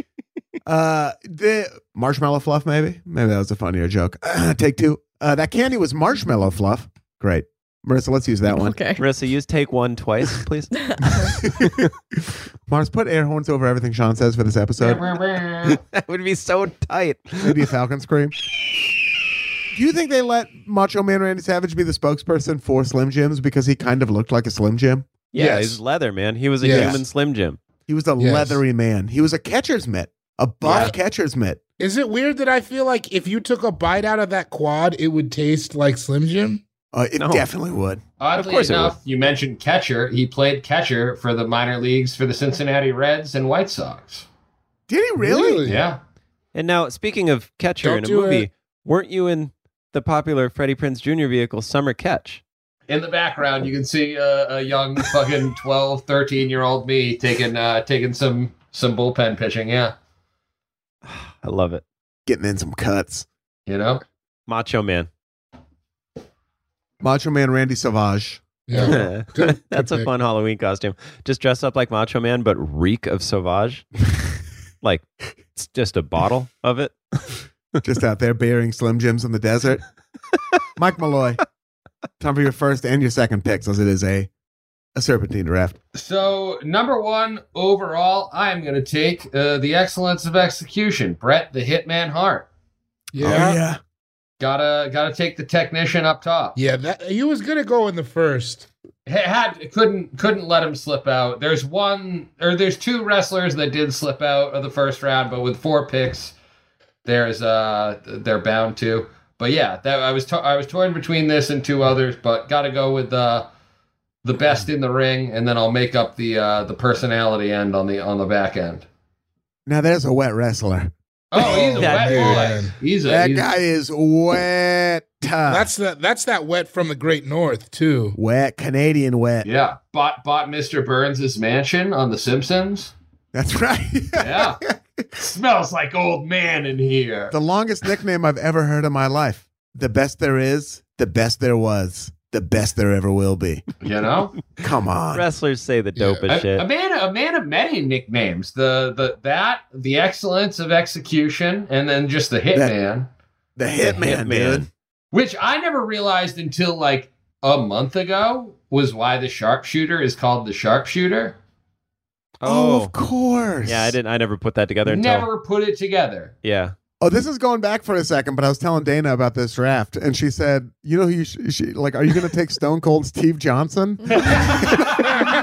[SPEAKER 3] Uh, the marshmallow fluff, maybe maybe that was a funnier joke. take two. Uh, that candy was marshmallow fluff. Great, Marissa. Let's use that one.
[SPEAKER 7] Okay.
[SPEAKER 5] Marissa, use take one twice, please.
[SPEAKER 3] Mars, put air horns over everything Sean says for this episode.
[SPEAKER 5] that would be so tight.
[SPEAKER 3] Maybe a falcon scream. Do you think they let Macho Man Randy Savage be the spokesperson for Slim Jims because he kind of looked like a Slim Jim?
[SPEAKER 5] Yeah,
[SPEAKER 4] Yes.
[SPEAKER 5] he's leather, man. He was a
[SPEAKER 4] Yes.
[SPEAKER 5] human slim jim.
[SPEAKER 3] He was a
[SPEAKER 4] Yes.
[SPEAKER 3] leathery man. He was a catcher's mitt, a buff catcher's mitt.
[SPEAKER 4] Is it weird that I feel like if you took a bite out of that quad, it would taste like Slim Jim?
[SPEAKER 3] Uh, it
[SPEAKER 5] No.
[SPEAKER 3] definitely would.
[SPEAKER 6] Oddly
[SPEAKER 5] course it
[SPEAKER 6] enough, you mentioned catcher. He played catcher for the minor leagues for the Cincinnati Reds and White Sox.
[SPEAKER 3] Did he really?
[SPEAKER 6] Yeah.
[SPEAKER 5] And now, speaking of catcher
[SPEAKER 4] Don't
[SPEAKER 5] in a
[SPEAKER 4] do
[SPEAKER 5] movie,
[SPEAKER 4] it.
[SPEAKER 5] weren't you in the popular Freddie Prince Jr. vehicle Summer Catch?
[SPEAKER 6] In the background, you can see uh, a, a young fucking 12, 13 year old me taking uh, taking some some bullpen pitching. Yeah.
[SPEAKER 5] I love it.
[SPEAKER 3] Getting in some cuts.
[SPEAKER 6] You know?
[SPEAKER 5] Macho Man.
[SPEAKER 3] Macho Man Randy Savage.
[SPEAKER 4] Yeah. Good-
[SPEAKER 5] That's
[SPEAKER 4] good
[SPEAKER 5] a
[SPEAKER 4] pick.
[SPEAKER 5] fun Halloween costume. Just dress up like Macho Man, but reek of Sauvage. like, it's just a bottle of it.
[SPEAKER 3] Just out there burying Slim Jims in the desert. Mike Malloy, time for your first and your second picks, as it is a, a serpentine draft.
[SPEAKER 6] So, number one overall, I'm going to take uh, the excellence of execution, Brett the Hitman Hart.
[SPEAKER 3] Oh,
[SPEAKER 4] Yeah. yeah.
[SPEAKER 6] Gotta gotta take the technician up top.
[SPEAKER 4] that he was gonna go in the first.
[SPEAKER 6] ha- had couldn't couldn't let him slip out. There's one or there's two wrestlers that did slip out of the first round, but with four picks, there's uh they're bound to. But yeah, that I was to- I was torn between this and two others, but got to go with uh, the best in the ring, and then I'll make up the uh, the personality end on the on the back end.
[SPEAKER 3] Now there's a wet wrestler.
[SPEAKER 6] Oh, he's a
[SPEAKER 5] That
[SPEAKER 6] wet
[SPEAKER 4] man.
[SPEAKER 6] boy. He's a
[SPEAKER 3] that
[SPEAKER 6] he's-
[SPEAKER 3] guy is wet.
[SPEAKER 4] That's that. That's that wet from the Great North too.
[SPEAKER 3] wet Canadian wet.
[SPEAKER 6] Yeah, bought bought Mr. Burns' mansion on The Simpsons.
[SPEAKER 3] That's right.
[SPEAKER 6] Yeah, smells like old man in here.
[SPEAKER 3] the longest nickname I've ever heard in my life. The best there is, the best there was, the best there ever will be.
[SPEAKER 6] You know,
[SPEAKER 3] Come on.
[SPEAKER 5] Wrestlers say the dopest
[SPEAKER 6] a,
[SPEAKER 5] shit.
[SPEAKER 6] a man a man of many nicknames. The the that the excellence of execution, and then just the hitman,
[SPEAKER 3] The Hitman,
[SPEAKER 5] Hitman.
[SPEAKER 3] dude.
[SPEAKER 6] which I never realized until like a month ago was why the sharpshooter is called the sharpshooter.
[SPEAKER 3] Oh, of course.
[SPEAKER 5] yeah, I didn't. I never put that together until.
[SPEAKER 6] Never put it together.
[SPEAKER 5] Yeah,
[SPEAKER 3] Oh, this is going back for a second, but I was telling Dana about this draft, and she said, "You know who you sh- she like? Are you going to take Stone Cold Steve Johnson?"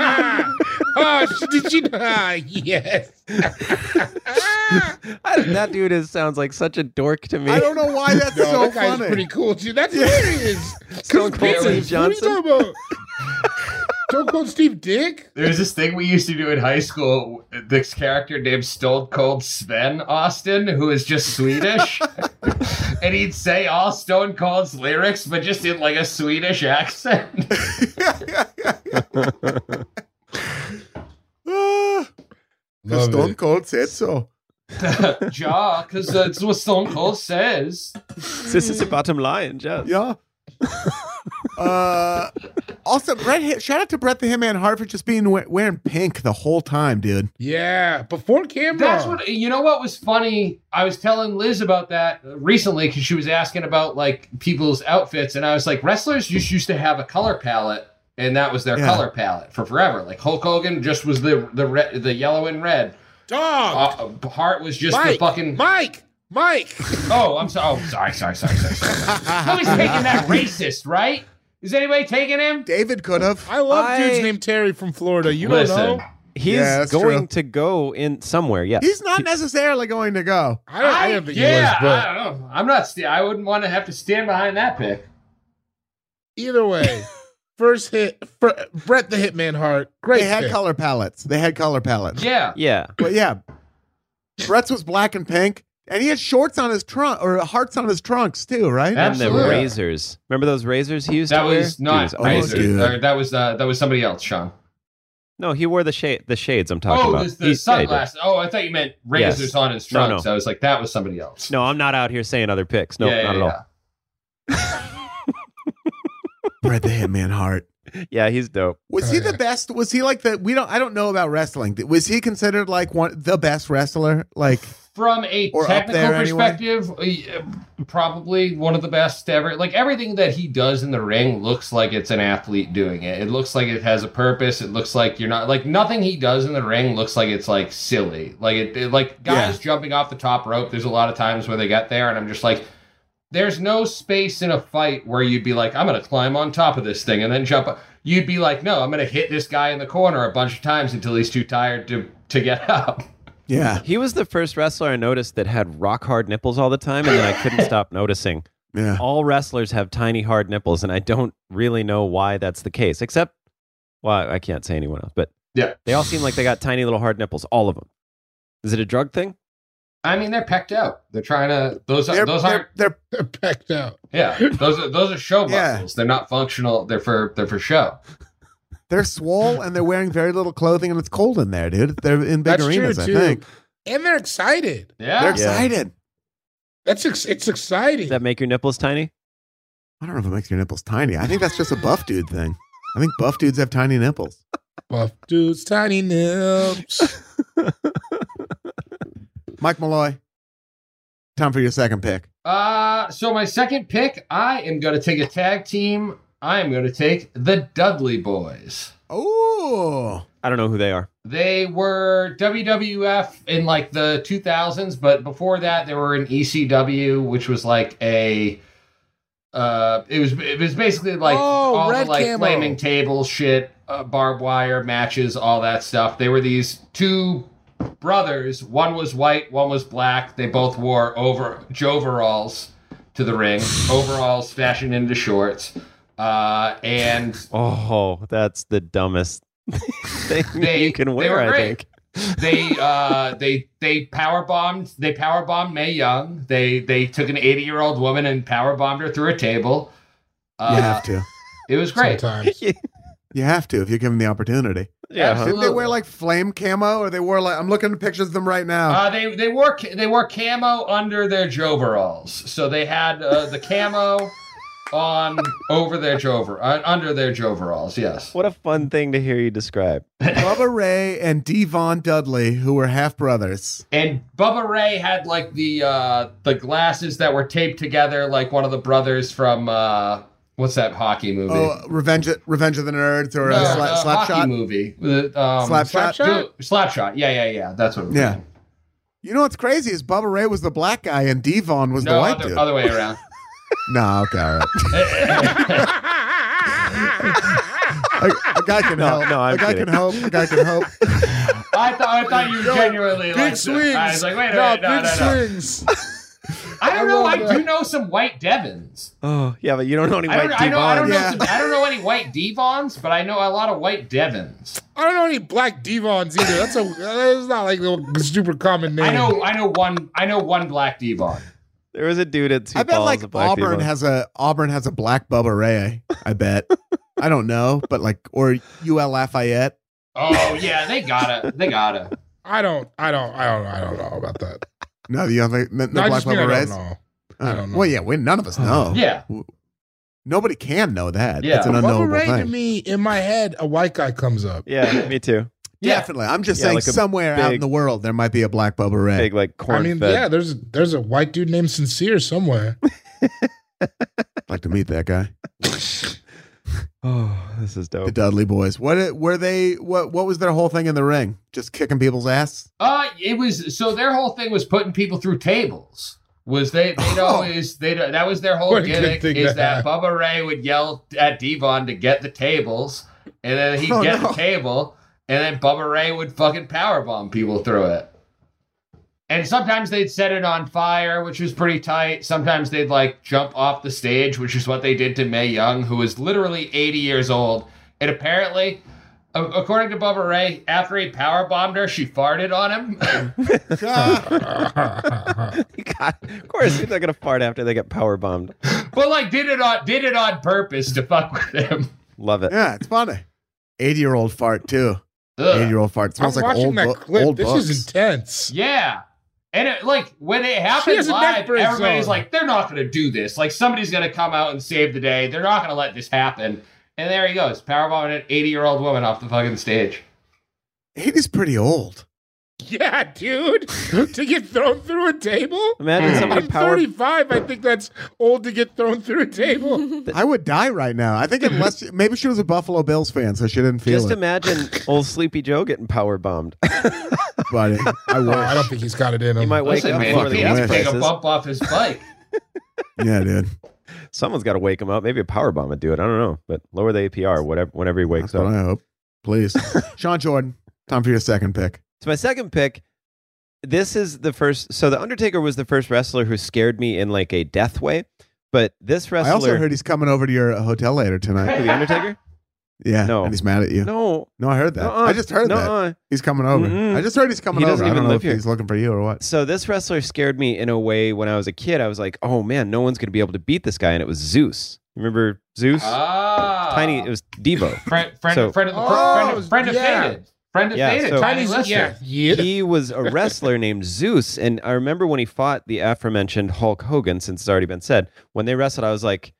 [SPEAKER 4] oh, sh- did you? Ah, yes.
[SPEAKER 5] I, that dude is sounds like such a dork to me.
[SPEAKER 3] I don't know why that's
[SPEAKER 4] No,
[SPEAKER 3] so
[SPEAKER 4] that guy's
[SPEAKER 3] funny.
[SPEAKER 4] pretty cool too. That's hilarious.
[SPEAKER 5] Stone Cold
[SPEAKER 4] Pizza,
[SPEAKER 5] Steve Johnson?
[SPEAKER 4] What are you talking about? Stone Cold Steve Dick.
[SPEAKER 6] There's this thing we used to do in high school. This character named Stone Cold Sven Austin, who is just Swedish, and he'd say all Stone Cold's lyrics, but just in like a Swedish accent.
[SPEAKER 3] Ah, 'cause
[SPEAKER 4] Love
[SPEAKER 3] Stone
[SPEAKER 4] it.
[SPEAKER 3] Cold said so.
[SPEAKER 6] ja, because that's what Stone Cold says.
[SPEAKER 5] This is the bottom line, just.
[SPEAKER 3] Yeah. uh, also, Brett. Hit, shout out to Brett the Hitman Hart for just being we- wearing pink the whole time, dude.
[SPEAKER 4] Yeah, before Cameron.
[SPEAKER 6] That's what you know. What was funny? I was telling Liz about that recently because she was asking about like people's outfits, and I was like, wrestlers just used to have a color palette, and that was their
[SPEAKER 3] Yeah.
[SPEAKER 6] color palette for forever. Like Hulk Hogan just was the the red, the yellow and red.
[SPEAKER 4] dog.
[SPEAKER 6] Uh, uh, Hart was just
[SPEAKER 4] Mike,
[SPEAKER 6] the fucking.
[SPEAKER 4] Mike, Mike.
[SPEAKER 6] Oh, I'm sorry. Oh, sorry, sorry, sorry, sorry. sorry. Who's taking that racist? Right? Is anybody taking him?
[SPEAKER 3] David could have.
[SPEAKER 4] I love
[SPEAKER 5] I-
[SPEAKER 4] dudes named Terry from Florida. You don't know.
[SPEAKER 5] He's
[SPEAKER 3] Yeah, that's
[SPEAKER 5] going
[SPEAKER 3] true.
[SPEAKER 5] to go in somewhere. Yes.
[SPEAKER 3] He's not necessarily going to go.
[SPEAKER 4] I don't, I, don't think he was,
[SPEAKER 6] yeah,
[SPEAKER 4] but
[SPEAKER 6] I don't know. I'm not. St- I wouldn't want to have to stand behind that pick.
[SPEAKER 4] either way, first hit, fir- Brett the Hitman Hart. Great.
[SPEAKER 3] They had
[SPEAKER 4] pick.
[SPEAKER 3] color palettes. They had color palettes.
[SPEAKER 6] Yeah.
[SPEAKER 5] yeah.
[SPEAKER 3] But yeah, Brett's was black and pink, and he had shorts on his trunk or hearts on his trunks too, right?
[SPEAKER 6] That-
[SPEAKER 5] And the
[SPEAKER 6] Absolutely.
[SPEAKER 5] razors. Remember those razors he used
[SPEAKER 6] That
[SPEAKER 5] to wear?
[SPEAKER 6] was
[SPEAKER 5] Dude,
[SPEAKER 6] not
[SPEAKER 5] he's
[SPEAKER 3] oh,
[SPEAKER 5] awesome.
[SPEAKER 6] Razor.
[SPEAKER 3] dude.
[SPEAKER 6] Or that was uh, that was somebody else, Sean.
[SPEAKER 5] No, he wore the shade. The shades I'm talking
[SPEAKER 6] Oh,
[SPEAKER 5] about.
[SPEAKER 6] this, the
[SPEAKER 5] He's- yeah, he did.
[SPEAKER 6] sunglasses. Oh, I thought you meant razors
[SPEAKER 5] Yes.
[SPEAKER 6] on his
[SPEAKER 5] No,
[SPEAKER 6] trunks.
[SPEAKER 5] no.
[SPEAKER 6] I was like, that was somebody else.
[SPEAKER 5] No, I'm not out here saying other picks. No,
[SPEAKER 6] Yeah,
[SPEAKER 5] not
[SPEAKER 6] yeah,
[SPEAKER 5] at
[SPEAKER 3] Brett the Hitman Hart.
[SPEAKER 5] all. Yeah, he's dope.
[SPEAKER 3] Was
[SPEAKER 4] Oh,
[SPEAKER 3] he
[SPEAKER 4] yeah.
[SPEAKER 3] the best? Was he like the we don't I don't know about wrestling. Was he considered like one the best wrestler? Like
[SPEAKER 6] From a
[SPEAKER 3] Or up
[SPEAKER 6] technical
[SPEAKER 3] there anyway.
[SPEAKER 6] perspective, uh, probably one of the best ever. Like everything that he does in the ring looks like it's an athlete doing it. It looks like it has a purpose. It looks like you're not like nothing he does in the ring looks like it's like silly. Like it, it- like guys jumping off the top rope. There's a lot of times where they get there, and I'm just like. There's no space in a fight where you'd be like, I'm going to climb on top of this thing and then jump. Up. You'd be like, no, I'm going to hit this guy in the corner a bunch of times until he's too tired to, to get up.
[SPEAKER 3] yeah.
[SPEAKER 5] He was the first wrestler I noticed that had rock hard nipples all the time, and then I couldn't stop noticing.
[SPEAKER 3] Yeah.
[SPEAKER 5] All wrestlers have tiny hard nipples, and I don't really know why that's the case. Except, well, I can't say anyone else, but
[SPEAKER 6] Yeah.
[SPEAKER 5] they all seem like they got tiny little hard nipples. All of them. Is it a drug thing?
[SPEAKER 6] I mean, they're pecked out. They're trying to. Those are
[SPEAKER 3] They're,
[SPEAKER 6] those
[SPEAKER 3] they're,
[SPEAKER 6] aren't.
[SPEAKER 3] they're
[SPEAKER 4] They're packed out.
[SPEAKER 6] Yeah, those are those are show
[SPEAKER 3] Yeah.
[SPEAKER 6] muscles. They're not functional. They're for they're for show.
[SPEAKER 3] they're swole and they're wearing very little clothing and it's cold in there, dude. They're in big
[SPEAKER 4] That's true
[SPEAKER 3] arenas,
[SPEAKER 4] too.
[SPEAKER 3] I think.
[SPEAKER 4] And they're excited.
[SPEAKER 6] Yeah,
[SPEAKER 3] They're excited.
[SPEAKER 4] That's ex- it's exciting.
[SPEAKER 5] Does that make your nipples tiny?
[SPEAKER 3] I don't know if it makes your nipples tiny. I think that's just a buff dude thing. I think buff dudes have tiny nipples.
[SPEAKER 4] Buff dudes, tiny nips.
[SPEAKER 3] Mike Malloy. Time for your second pick.
[SPEAKER 6] Uh, so my second pick, I am going to take a tag team. I am going to take the Dudley Boys.
[SPEAKER 3] Oh.
[SPEAKER 5] I don't know who they are.
[SPEAKER 6] They were WWF in like the 2000s, but before that, they were in ECW, which was like a. Uh, it was it was basically like
[SPEAKER 4] Oh,
[SPEAKER 6] all the
[SPEAKER 4] red
[SPEAKER 6] like
[SPEAKER 4] camo.
[SPEAKER 6] flaming table shit, uh, barbed wire matches, all that stuff. They were these two brothers. One was white, one was black. They both wore over joveralls to the ring, overalls fashioned into shorts, uh, and
[SPEAKER 5] Oh, that's the dumbest thing
[SPEAKER 6] They-
[SPEAKER 5] you can
[SPEAKER 6] they
[SPEAKER 5] wear,
[SPEAKER 6] were
[SPEAKER 5] I
[SPEAKER 6] great.
[SPEAKER 5] think.
[SPEAKER 6] they uh they they power bombed they power bombed May Young. They they took an 80 year old woman and power bombed her through a table. Uh,
[SPEAKER 3] you have to.
[SPEAKER 6] It was great.
[SPEAKER 4] Sometimes.
[SPEAKER 3] You have to if you're given the opportunity.
[SPEAKER 5] yeah. huh?
[SPEAKER 3] Did they wear like flame camo, or they wore like I'm looking at pictures of them right now?
[SPEAKER 6] Uh, they they wore ca- they wore camo under their joveralls, so they had uh, the camo on over their jover uh, under their joveralls. Yes,
[SPEAKER 5] What a fun thing to hear you describe.
[SPEAKER 3] Bubba Ray and Devon Dudley, who were half brothers.
[SPEAKER 6] and Bubba Ray had like the uh, the glasses that were taped together, like one of the brothers from uh, what's that hockey movie?
[SPEAKER 3] Oh, Revenge, Revenge of the Nerds, or
[SPEAKER 6] No,
[SPEAKER 3] uh,
[SPEAKER 6] the
[SPEAKER 3] Sla-
[SPEAKER 6] hockey
[SPEAKER 3] Slapshot.
[SPEAKER 6] movie. The, Um,
[SPEAKER 3] Slapshot?
[SPEAKER 6] Dude, Slapshot. Yeah, yeah, yeah. That's what. It was
[SPEAKER 3] Yeah. You know what's crazy is Bubba Ray was the black guy and Devon was the
[SPEAKER 6] No,
[SPEAKER 3] white
[SPEAKER 6] other,
[SPEAKER 3] dude.
[SPEAKER 6] other way around.
[SPEAKER 3] Nah, okay, all right. a, a guy can
[SPEAKER 5] No,
[SPEAKER 3] help.
[SPEAKER 5] no, I'm
[SPEAKER 3] a guy
[SPEAKER 5] kidding.
[SPEAKER 3] can help. A guy can help.
[SPEAKER 6] I thought I thought you genuinely
[SPEAKER 4] Big
[SPEAKER 6] liked
[SPEAKER 4] swings.
[SPEAKER 6] it. I was like, wait a
[SPEAKER 4] no,
[SPEAKER 6] minute, no,
[SPEAKER 4] big
[SPEAKER 6] no, no.
[SPEAKER 4] swings.
[SPEAKER 6] I don't
[SPEAKER 4] I
[SPEAKER 6] know.
[SPEAKER 4] love
[SPEAKER 6] I do
[SPEAKER 4] that.
[SPEAKER 6] know some white Devons.
[SPEAKER 5] Oh, yeah, but you don't know any
[SPEAKER 6] I
[SPEAKER 5] white
[SPEAKER 6] don't, I, know, I, don't
[SPEAKER 5] Devons.
[SPEAKER 3] Yeah.
[SPEAKER 6] know some, I don't know any white Devons, but I know a lot of white Devons.
[SPEAKER 4] I don't know any black Devons either. That's a that's not like a super common name.
[SPEAKER 6] I know I know one I know one black Devon.
[SPEAKER 5] There was a dude at two
[SPEAKER 3] I bet
[SPEAKER 5] Falls,
[SPEAKER 3] like
[SPEAKER 5] a black
[SPEAKER 3] Auburn
[SPEAKER 5] Devon.
[SPEAKER 3] has a Auburn has a black Bubba Ray. I bet. I don't know, but like or UL Lafayette.
[SPEAKER 6] Oh yeah, they gotta they gotta.
[SPEAKER 4] I don't. I don't. I don't. I don't know about that.
[SPEAKER 3] No, you have like, no,
[SPEAKER 4] No, I
[SPEAKER 3] black
[SPEAKER 4] just mean I
[SPEAKER 3] Bubba
[SPEAKER 4] don't
[SPEAKER 3] Rays.
[SPEAKER 4] know.
[SPEAKER 3] Uh,
[SPEAKER 4] I don't know.
[SPEAKER 3] Well, yeah, we none of us know.
[SPEAKER 6] Yeah.
[SPEAKER 3] Nobody can know that.
[SPEAKER 6] Yeah.
[SPEAKER 3] It's an
[SPEAKER 4] Bubba
[SPEAKER 3] unknowable
[SPEAKER 4] Ray to
[SPEAKER 3] thing.
[SPEAKER 4] me in my head, a white guy comes up.
[SPEAKER 5] Yeah, me too.
[SPEAKER 6] Yeah.
[SPEAKER 3] Definitely. I'm just
[SPEAKER 5] Yeah,
[SPEAKER 3] saying
[SPEAKER 5] like a
[SPEAKER 3] somewhere out in
[SPEAKER 5] big-
[SPEAKER 3] the world there might be a black Bubba Ray.
[SPEAKER 5] Big like corn
[SPEAKER 4] I mean,
[SPEAKER 5] fed.
[SPEAKER 4] yeah, there's there's a white dude named Sincere somewhere.
[SPEAKER 3] I'd like to meet that guy.
[SPEAKER 5] Oh, this is dope.
[SPEAKER 3] The Dudley boys. What were they what what was their whole thing in the ring? Just kicking people's ass?
[SPEAKER 6] Uh it was so their whole thing was putting people through tables. Was they they'd
[SPEAKER 3] Oh.
[SPEAKER 6] always they that was their whole
[SPEAKER 4] What a good
[SPEAKER 6] gimmick
[SPEAKER 4] thing
[SPEAKER 6] is
[SPEAKER 4] to
[SPEAKER 6] that
[SPEAKER 4] have.
[SPEAKER 6] Bubba Ray would yell at Devon to get the tables, and then he'd
[SPEAKER 3] Oh,
[SPEAKER 6] get
[SPEAKER 3] no.
[SPEAKER 6] the table, and then Bubba Ray would fucking powerbomb people through it. And sometimes they'd set it on fire, which was pretty tight. Sometimes they'd like jump off the stage, which is what they did to May Young, who was literally 80 years old. And apparently, a- according to Bubba Ray, after he powerbombed her, she farted on him.
[SPEAKER 5] God, of course, you're not gonna fart after they get power bombed.
[SPEAKER 6] but like did it on did it on purpose to fuck with him.
[SPEAKER 5] Love it.
[SPEAKER 3] Yeah, it's funny. Eighty year old fart too.
[SPEAKER 6] Ugh.
[SPEAKER 3] Eighty year old fart
[SPEAKER 4] I'm
[SPEAKER 3] smells like
[SPEAKER 4] watching
[SPEAKER 3] old,
[SPEAKER 4] that
[SPEAKER 3] book.
[SPEAKER 4] clip.
[SPEAKER 3] old
[SPEAKER 4] this
[SPEAKER 3] books.
[SPEAKER 4] is intense.
[SPEAKER 6] Yeah. And it, like when it
[SPEAKER 4] She
[SPEAKER 6] happened
[SPEAKER 4] has a neck
[SPEAKER 6] live,
[SPEAKER 4] brace
[SPEAKER 6] everybody's
[SPEAKER 4] on.
[SPEAKER 6] like, they're not going to do this. Like somebody's going to come out and save the day. They're not going to let this happen. And there he goes, powerbombing an 80 year old woman off the fucking stage.
[SPEAKER 3] Eighty's pretty old.
[SPEAKER 4] Yeah, dude, to get thrown through a table. Hmm.
[SPEAKER 5] Imagine somebody
[SPEAKER 4] I'm
[SPEAKER 5] power.
[SPEAKER 4] 35. I think that's old to get thrown through a table.
[SPEAKER 3] I would die right now. I think unless maybe she was a Buffalo Bills fan, so she didn't feel
[SPEAKER 5] Just
[SPEAKER 3] it.
[SPEAKER 5] imagine old Sleepy Joe getting power bombed.
[SPEAKER 3] buddy. I
[SPEAKER 4] Oh, I
[SPEAKER 3] wish.
[SPEAKER 4] don't think he's got it in him.
[SPEAKER 5] He might wake
[SPEAKER 6] Listen,
[SPEAKER 5] up
[SPEAKER 6] man,
[SPEAKER 5] before
[SPEAKER 6] if
[SPEAKER 5] the
[SPEAKER 6] he
[SPEAKER 3] gas
[SPEAKER 6] has to
[SPEAKER 5] gas
[SPEAKER 6] take a
[SPEAKER 5] prices.
[SPEAKER 6] bump off his bike.
[SPEAKER 3] yeah, dude.
[SPEAKER 5] Someone's got to wake him up. Maybe a power bomb would do it. I don't know, but lower the APR. Whatever. Whenever he wakes
[SPEAKER 3] That's what
[SPEAKER 5] up.
[SPEAKER 3] I hope. Please. Sean Jordan, time for your second pick.
[SPEAKER 5] So my second pick. This is the first. So the Undertaker was the first wrestler who scared me in like a death way. But this wrestler,
[SPEAKER 3] I also heard he's coming over to your uh, hotel later tonight.
[SPEAKER 5] Who, the Undertaker.
[SPEAKER 3] Yeah.
[SPEAKER 5] No.
[SPEAKER 3] And he's mad at you. No,
[SPEAKER 5] No,
[SPEAKER 3] I heard that.
[SPEAKER 5] nuh-uh,
[SPEAKER 4] Uh-uh.
[SPEAKER 3] I just heard that.
[SPEAKER 5] nuh-uh.
[SPEAKER 3] He's coming over.
[SPEAKER 5] Mm-mm.
[SPEAKER 3] I just heard he's coming
[SPEAKER 5] Mm-hmm. He
[SPEAKER 3] over.
[SPEAKER 5] doesn't
[SPEAKER 3] I don't
[SPEAKER 5] even
[SPEAKER 3] know
[SPEAKER 5] live
[SPEAKER 3] if
[SPEAKER 5] here.
[SPEAKER 3] he's looking for you or what.
[SPEAKER 5] So this wrestler scared me in a way when I was a kid. I was like, oh man, no one's going to be able to beat this guy. And it was Zeus. Remember Zeus?
[SPEAKER 6] Ah.
[SPEAKER 5] Tiny. It was Devo.
[SPEAKER 6] Friend, friend,
[SPEAKER 5] So-
[SPEAKER 6] friend, of the
[SPEAKER 4] Oh,
[SPEAKER 6] friend, of- friend of
[SPEAKER 4] yeah.
[SPEAKER 6] Faded. Friend of
[SPEAKER 5] Yeah,
[SPEAKER 6] Faded.
[SPEAKER 5] so-
[SPEAKER 6] Tiny
[SPEAKER 4] Tiny's-
[SPEAKER 6] Lister.
[SPEAKER 4] yeah.
[SPEAKER 5] he was a wrestler named Zeus. And I remember when he fought the aforementioned Hulk Hogan, since it's already been said, when they wrestled, I was like,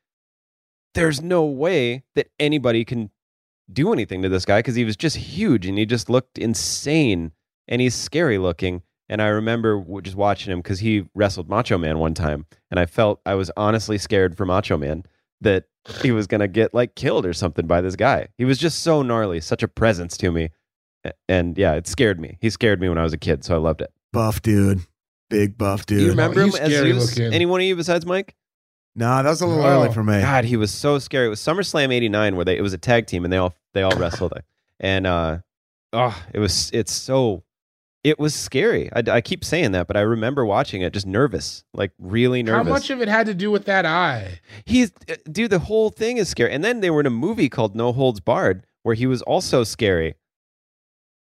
[SPEAKER 5] there's no way that anybody can do anything to this guy because he was just huge and he just looked insane and he's scary looking. And I remember w- just watching him because he wrestled Macho Man one time. And I felt I was honestly scared for Macho Man that he was going to get like killed or something by this guy. He was just so gnarly, such a presence to me. A- And yeah, it scared me. He scared me when I was a kid, so I loved it.
[SPEAKER 3] Buff dude. Big buff dude.
[SPEAKER 5] Do you remember him
[SPEAKER 4] he's
[SPEAKER 5] as
[SPEAKER 4] scary
[SPEAKER 5] Zeus?
[SPEAKER 4] looking.
[SPEAKER 5] Anyone of you besides Mike?
[SPEAKER 3] Nah, that was a little
[SPEAKER 4] Oh,
[SPEAKER 3] early for me.
[SPEAKER 5] God, he was so scary. It was SummerSlam '89 where they it was a tag team and they all they all wrestled, and uh, oh, it was it's so it was scary. I, I keep saying that, but I remember watching it just nervous, like really
[SPEAKER 4] How
[SPEAKER 5] nervous.
[SPEAKER 4] much of it had to do with that eye?
[SPEAKER 5] He's uh, dude, the whole thing is scary. And then they were in a movie called No Holds Barred where he was also scary.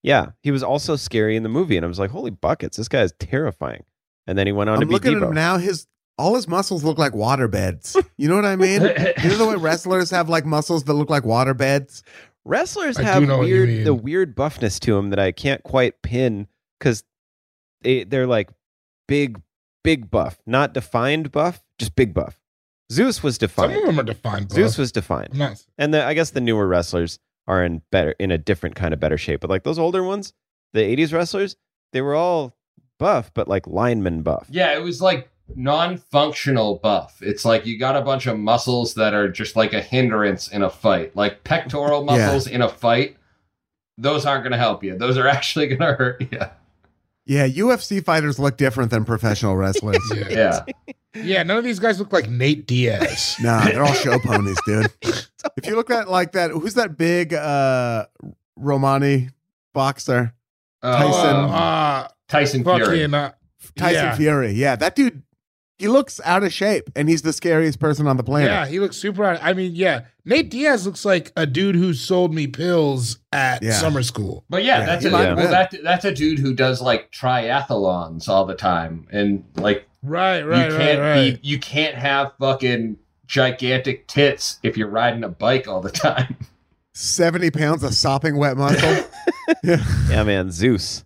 [SPEAKER 5] Yeah, he was also scary in the movie, and I was like, "Holy buckets, this guy is terrifying." And then he went on
[SPEAKER 3] I'm
[SPEAKER 5] to be
[SPEAKER 3] looking at
[SPEAKER 5] Debo.
[SPEAKER 3] him now. His all his muscles look like water beds. You know what I mean? you know the way wrestlers have like muscles that look like water beds.
[SPEAKER 5] Wrestlers
[SPEAKER 4] I do
[SPEAKER 5] have
[SPEAKER 4] know what you
[SPEAKER 5] weird the
[SPEAKER 4] mean.
[SPEAKER 5] weird buffness to them that I can't quite pin because they they're like big big buff, not defined buff, just big buff. Zeus was
[SPEAKER 4] Some of
[SPEAKER 5] defined.
[SPEAKER 4] them are defined. Buff.
[SPEAKER 5] Zeus
[SPEAKER 4] Zeus was.
[SPEAKER 5] was defined,
[SPEAKER 4] Nice.
[SPEAKER 5] and the, I guess the newer wrestlers are in better in a different kind of better shape. But like those older ones, the '80s wrestlers, they were all buff, but like lineman buff.
[SPEAKER 6] Yeah, it was like non-functional buff. It's like you got a bunch of muscles that are just like a hindrance in a fight, like pectoral
[SPEAKER 3] Yeah.
[SPEAKER 6] muscles in a fight. Those aren't going to help you. Those are actually going to hurt you.
[SPEAKER 3] Yeah, UFC fighters look different than professional wrestlers.
[SPEAKER 4] Yeah.
[SPEAKER 6] Yeah.
[SPEAKER 4] yeah. None of these guys look like Nate Diaz.
[SPEAKER 3] nah, they're all show ponies, dude. If you look at like that, who's that big uh Romani boxer? Tyson.
[SPEAKER 4] Oh,
[SPEAKER 6] Uh,
[SPEAKER 4] uh,
[SPEAKER 6] Tyson Fury.
[SPEAKER 4] fucking. Uh,
[SPEAKER 3] Tyson
[SPEAKER 4] yeah.
[SPEAKER 3] Fury. Yeah, that dude. He looks out of shape, and he's the scariest person on the planet.
[SPEAKER 4] Yeah, he looks super. out- I mean, yeah, Nate Diaz looks like a dude who sold me pills at
[SPEAKER 3] Yeah.
[SPEAKER 4] summer school.
[SPEAKER 6] But yeah,
[SPEAKER 3] Yeah,
[SPEAKER 6] that's
[SPEAKER 3] he
[SPEAKER 6] a,
[SPEAKER 3] might have
[SPEAKER 6] well,
[SPEAKER 3] been.
[SPEAKER 6] that, that's a dude who does like triathlons all the time, and like
[SPEAKER 4] Right, right,
[SPEAKER 6] you can't
[SPEAKER 4] right, right.
[SPEAKER 6] Be, you can't have fucking gigantic tits if you're riding a bike all the time.
[SPEAKER 3] Seventy pounds of sopping wet muscle. yeah.
[SPEAKER 5] Yeah, man, Zeus,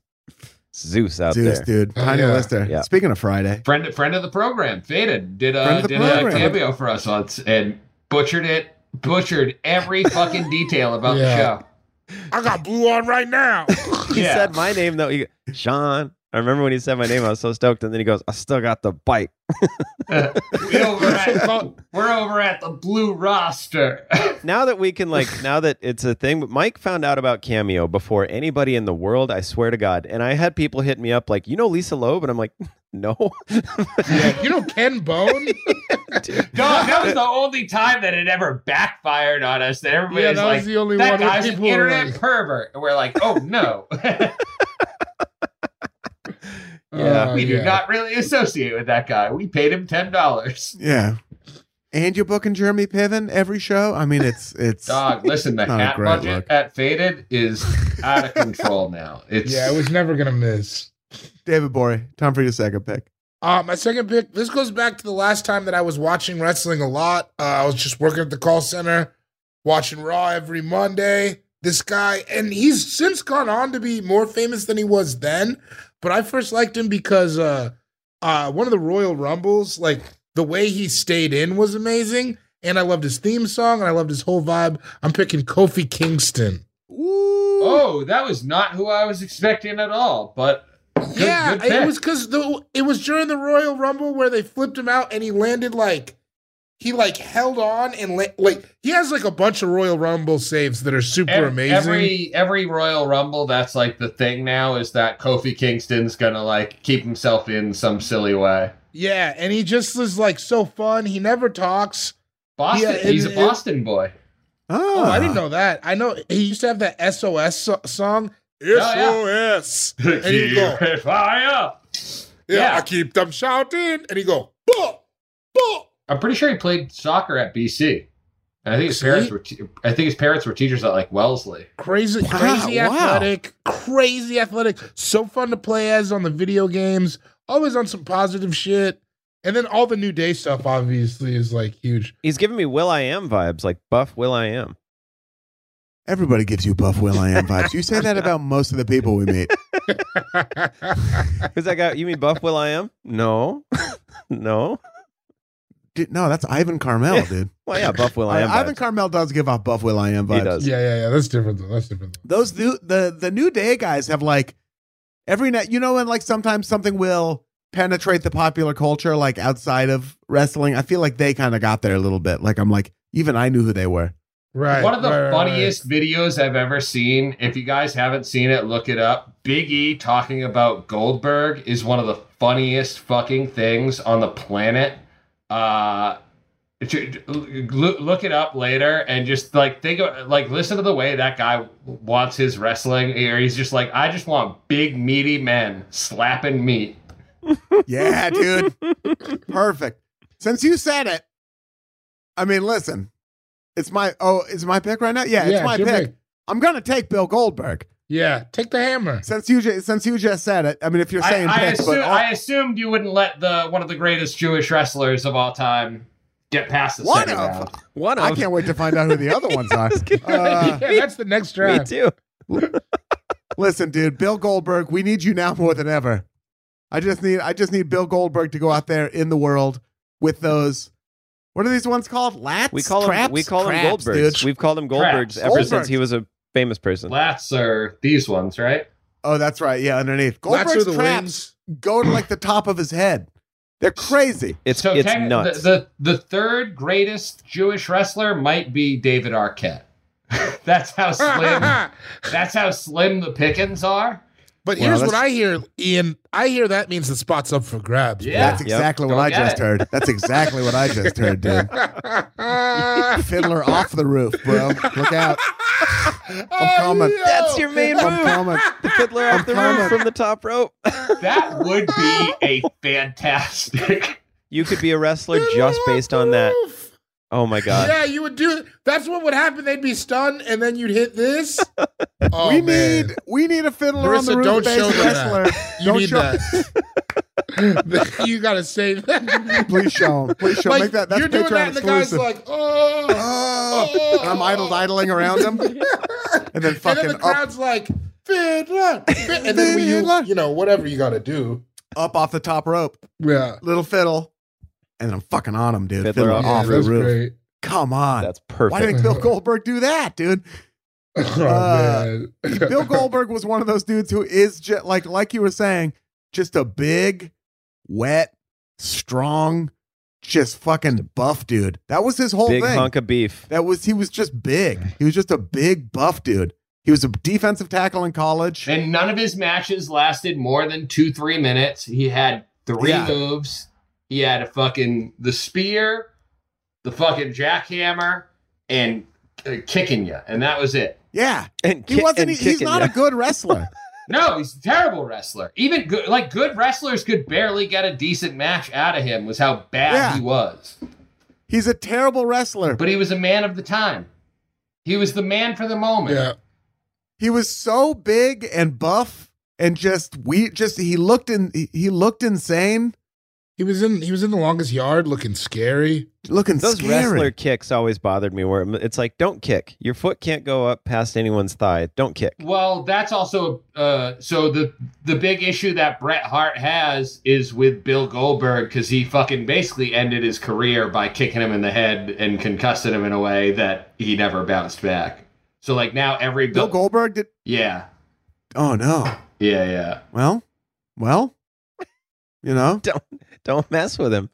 [SPEAKER 5] Zeus out
[SPEAKER 3] Zeus,
[SPEAKER 5] there.
[SPEAKER 3] dude.
[SPEAKER 4] Oh,
[SPEAKER 3] Tiny
[SPEAKER 4] yeah.
[SPEAKER 3] Lister.
[SPEAKER 5] Yeah.
[SPEAKER 3] Speaking of Friday,
[SPEAKER 6] friend friend of the program, Faded did
[SPEAKER 3] Friend of
[SPEAKER 6] a
[SPEAKER 3] the
[SPEAKER 6] did a
[SPEAKER 3] program.
[SPEAKER 6] cameo for us once and butchered it, butchered every fucking detail about
[SPEAKER 4] Yeah.
[SPEAKER 6] the show.
[SPEAKER 4] I got blue on right now.
[SPEAKER 5] He
[SPEAKER 6] Yeah.
[SPEAKER 5] said my name though. He, Sean. I remember when he said my name, I was so stoked, and then he goes, "I still got the bike."
[SPEAKER 6] We over at, we're over at the blue roster.
[SPEAKER 5] now that we can like now that it's a thing but mike found out about cameo before anybody in the world i swear to god and i had people hit me up like you know lisa loeb and i'm like no
[SPEAKER 4] yeah, you know Ken Bone.
[SPEAKER 6] Dog, that was the only time that it ever backfired on us. That everybody
[SPEAKER 4] yeah,
[SPEAKER 6] was
[SPEAKER 4] that
[SPEAKER 6] like,
[SPEAKER 4] was the only
[SPEAKER 6] that
[SPEAKER 4] one. where
[SPEAKER 6] guy's an
[SPEAKER 4] people were
[SPEAKER 6] internet
[SPEAKER 4] like,
[SPEAKER 6] pervert. And we're like, oh no,
[SPEAKER 5] Yeah.
[SPEAKER 4] uh,
[SPEAKER 6] we do
[SPEAKER 4] yeah.
[SPEAKER 6] not really associate with that guy. We paid him ten dollars.
[SPEAKER 3] yeah. And you're booking Jeremy Piven every show. I mean, it's it's
[SPEAKER 6] Dog, listen, the
[SPEAKER 3] Not a
[SPEAKER 6] hat
[SPEAKER 3] great
[SPEAKER 6] budget
[SPEAKER 3] look.
[SPEAKER 6] at Faded is out of control now. It's
[SPEAKER 4] Yeah, it was never gonna miss.
[SPEAKER 3] David Bory. Time for your second pick.
[SPEAKER 4] Uh, my second pick. This goes back to the last time that I was watching wrestling a lot. Uh, I was just working at the call center, watching Raw every Monday. This guy, and he's since gone on to be more famous than he was then. But I first liked him because uh, uh, one of the Royal Rumbles, like the way he stayed in was amazing. And I loved his theme song and I loved his whole vibe. I'm picking Kofi Kingston.
[SPEAKER 6] Oh, that was not who I was expecting at all. But good-
[SPEAKER 4] yeah,
[SPEAKER 6] good pick.
[SPEAKER 4] it was because the it was during the Royal Rumble where they flipped him out and he landed like he like held on and la- like he has like a bunch of Royal Rumble saves that are super
[SPEAKER 6] Ev-
[SPEAKER 4] amazing.
[SPEAKER 6] Every every Royal Rumble, that's like the thing now is that Kofi Kingston's gonna like keep himself in some silly way.
[SPEAKER 4] yeah, and he just is like so fun. He never talks.
[SPEAKER 6] Boston,
[SPEAKER 4] Yeah, it-
[SPEAKER 6] he's a
[SPEAKER 4] it-
[SPEAKER 6] Boston boy.
[SPEAKER 3] Ah,
[SPEAKER 4] Oh, I
[SPEAKER 6] Uh-huh.
[SPEAKER 4] didn't know that. I know he used to have that SOS so- song. SOS. And he'd go, yeah,
[SPEAKER 6] Fire! Yeah.
[SPEAKER 4] I keep them shouting. And he go, "Bah, bah."
[SPEAKER 6] I'm pretty sure he played soccer at BC. And I think his
[SPEAKER 4] See?
[SPEAKER 6] parents were. Te- I think his parents were teachers at like Wellesley.
[SPEAKER 4] crazy
[SPEAKER 3] Wow,
[SPEAKER 4] crazy
[SPEAKER 3] wow.
[SPEAKER 4] athletic crazy athletic so fun to play as on the video games always on some positive shit and then all the new day stuff obviously is like huge
[SPEAKER 5] he's giving me will i am vibes like buff will i am
[SPEAKER 3] Everybody gives you Buff Will I Am vibes. You say that about most of the people we meet.
[SPEAKER 5] who's that guy you mean buff will i am no no
[SPEAKER 3] Dude, no, that's Ivan Carmel, dude.
[SPEAKER 5] well yeah buff will i am
[SPEAKER 3] Uh, Ivan
[SPEAKER 5] vibes.
[SPEAKER 3] Carmel does give off Buff Will I Am vibes.
[SPEAKER 5] he does
[SPEAKER 4] yeah yeah yeah that's different though that's different though.
[SPEAKER 3] Those new the the new day guys have like every night. You know, when like sometimes something will penetrate the popular culture, like outside of wrestling. I feel like they kind of got there a little bit. Like I'm like even I knew who they were.
[SPEAKER 4] right
[SPEAKER 6] One of the
[SPEAKER 4] right, right, right.
[SPEAKER 6] funniest videos I've ever seen. If you guys haven't seen it, look it up. Big E talking about Goldberg is one of the funniest fucking things on the planet. Uh, j- j- look look it up later and just like think of like listen to the way that guy wants his wrestling. Or he's just like, I just want big meaty men slapping meat.
[SPEAKER 3] Yeah, dude. Perfect. Since you said it, I mean, listen, it's my oh, it's my pick right now. Yeah, it's my pick.
[SPEAKER 4] Jim Rick.
[SPEAKER 3] I'm gonna take Bill Goldberg.
[SPEAKER 4] Yeah, take the hammer.
[SPEAKER 3] Since you ju- since you just said it, I mean, if you're
[SPEAKER 6] I,
[SPEAKER 3] saying
[SPEAKER 6] I,
[SPEAKER 3] picks,
[SPEAKER 6] assume,
[SPEAKER 3] but all-
[SPEAKER 6] I assumed you wouldn't let the one of the greatest Jewish wrestlers of all time get past the
[SPEAKER 3] One
[SPEAKER 6] second
[SPEAKER 3] of-
[SPEAKER 6] round.
[SPEAKER 5] One
[SPEAKER 3] I can't wait to find out who the other ones are. Uh,
[SPEAKER 4] yeah, that's the next
[SPEAKER 5] Me
[SPEAKER 4] draft.
[SPEAKER 5] too.
[SPEAKER 3] Listen, dude, Bill Goldberg, we need you now more than ever. I just need I just need Bill Goldberg to go out there in the world with those what are these ones called? Lats?
[SPEAKER 5] We call him.
[SPEAKER 3] Traps?
[SPEAKER 5] We call him
[SPEAKER 3] Traps,
[SPEAKER 5] Goldbergs.
[SPEAKER 3] dude.
[SPEAKER 5] We've called him Goldbergs
[SPEAKER 6] Traps.
[SPEAKER 5] ever
[SPEAKER 3] Goldbergs.
[SPEAKER 5] since he was a famous person.
[SPEAKER 6] Lats are these ones, right?
[SPEAKER 3] Oh, that's right. Yeah, underneath.
[SPEAKER 4] That's
[SPEAKER 3] Goldberg's
[SPEAKER 4] the
[SPEAKER 3] traps
[SPEAKER 4] wings.
[SPEAKER 3] go to like the top of his head. They're crazy.
[SPEAKER 5] It's it's
[SPEAKER 6] tec-
[SPEAKER 5] nuts.
[SPEAKER 6] The, the the third greatest Jewish wrestler might be David Arquette. that's how slim. that's how slim the pickings are.
[SPEAKER 4] but
[SPEAKER 3] Wow,
[SPEAKER 4] here's what
[SPEAKER 3] that's-
[SPEAKER 4] I hear, Ian. I hear that means the spot's up for grabs.
[SPEAKER 6] Yeah.
[SPEAKER 3] That's exactly
[SPEAKER 6] Don't
[SPEAKER 3] what I
[SPEAKER 6] get
[SPEAKER 3] just
[SPEAKER 6] it.
[SPEAKER 3] heard. That's exactly what I just heard, dude.
[SPEAKER 4] Oh,
[SPEAKER 3] Fiddler off the roof, bro. Look out.
[SPEAKER 5] Oh,
[SPEAKER 3] I'm coming.
[SPEAKER 5] That's your main
[SPEAKER 3] I'm
[SPEAKER 5] move.
[SPEAKER 3] coming.
[SPEAKER 5] The fiddler off the
[SPEAKER 3] coming.
[SPEAKER 5] roof from the top rope.
[SPEAKER 6] That would be a fantastic.
[SPEAKER 5] You could be a wrestler just based on that. Oh my god.
[SPEAKER 4] Yeah, you would do. That's what would happen. They'd be stunned, and then you'd hit this. Oh,
[SPEAKER 3] we
[SPEAKER 4] man.
[SPEAKER 3] need we need a fiddler on the
[SPEAKER 4] Marissa,
[SPEAKER 3] roof
[SPEAKER 4] don't
[SPEAKER 3] based
[SPEAKER 4] show them
[SPEAKER 3] wrestler.
[SPEAKER 4] that. You
[SPEAKER 3] Don't
[SPEAKER 4] need
[SPEAKER 3] show-
[SPEAKER 4] that. you gotta save that.
[SPEAKER 3] Please show him. Please show him.
[SPEAKER 4] Like,
[SPEAKER 3] Make that. That's
[SPEAKER 4] you're doing
[SPEAKER 3] Patreon
[SPEAKER 4] that, and the guy's
[SPEAKER 3] exclusive.
[SPEAKER 4] like, oh,
[SPEAKER 3] oh, and I'm idle idling around him, and then
[SPEAKER 4] and
[SPEAKER 3] fucking
[SPEAKER 4] then the
[SPEAKER 3] up,
[SPEAKER 4] crowd's like, fiddler, fid-" and then we,
[SPEAKER 3] Fiddler.
[SPEAKER 4] you, you know, whatever you gotta do.
[SPEAKER 3] up off the top rope,
[SPEAKER 4] Yeah,
[SPEAKER 3] little fiddle, and then I'm fucking on him, dude.
[SPEAKER 5] Fiddler
[SPEAKER 3] Fiddler
[SPEAKER 5] off
[SPEAKER 3] off,
[SPEAKER 5] the
[SPEAKER 3] the
[SPEAKER 4] yeah, that's
[SPEAKER 3] roof.
[SPEAKER 4] great.
[SPEAKER 3] Come on.
[SPEAKER 5] That's
[SPEAKER 3] Why did
[SPEAKER 5] perfect.
[SPEAKER 3] Bill Goldberg do that, dude?
[SPEAKER 4] Oh,
[SPEAKER 3] Uh,
[SPEAKER 4] man.
[SPEAKER 3] Bill Goldberg was one of those dudes who is just like like you were saying, just a big, wet, strong, just fucking buff dude. That was his whole
[SPEAKER 5] Big
[SPEAKER 3] thing.
[SPEAKER 5] hunk of beef.
[SPEAKER 3] That was he was just big. He was just a big buff dude. He was a defensive tackle in college.
[SPEAKER 6] and none of his matches lasted more than two, three minutes. He had three
[SPEAKER 3] Yeah.
[SPEAKER 6] moves. He had a fucking the spear, the fucking jackhammer, and uh, kicking you, and that was it.
[SPEAKER 3] Yeah,
[SPEAKER 5] And
[SPEAKER 3] he
[SPEAKER 5] ki-
[SPEAKER 3] wasn't.
[SPEAKER 5] and
[SPEAKER 3] he- he's
[SPEAKER 5] kicking
[SPEAKER 3] not
[SPEAKER 5] ya.
[SPEAKER 3] a good wrestler.
[SPEAKER 6] No, he's a terrible wrestler. Even good, like good wrestlers could barely get a decent match out of him. Was how bad
[SPEAKER 3] Yeah.
[SPEAKER 6] he was.
[SPEAKER 3] He's a terrible wrestler.
[SPEAKER 6] But he was a man of the time. He was the man for the moment.
[SPEAKER 4] yeah.
[SPEAKER 3] He was so big and buff and just we just he looked in he- he looked insane,
[SPEAKER 4] He was in. He was in the longest yard, looking scary.
[SPEAKER 3] looking
[SPEAKER 5] Those
[SPEAKER 3] scary.
[SPEAKER 5] wrestler kicks always bothered me. Where it's like, don't kick. Your foot can't go up past anyone's thigh. Don't kick.
[SPEAKER 6] Well, that's also uh, so the the big issue that Bret Hart has is with Bill Goldberg because he fucking basically ended his career by kicking him in the head and concussing him in a way that he never bounced back. So like now every
[SPEAKER 3] Bill Goldberg did.
[SPEAKER 6] yeah,
[SPEAKER 3] Oh no.
[SPEAKER 6] yeah, yeah.
[SPEAKER 3] Well, well, you know,
[SPEAKER 5] Don't mess with him.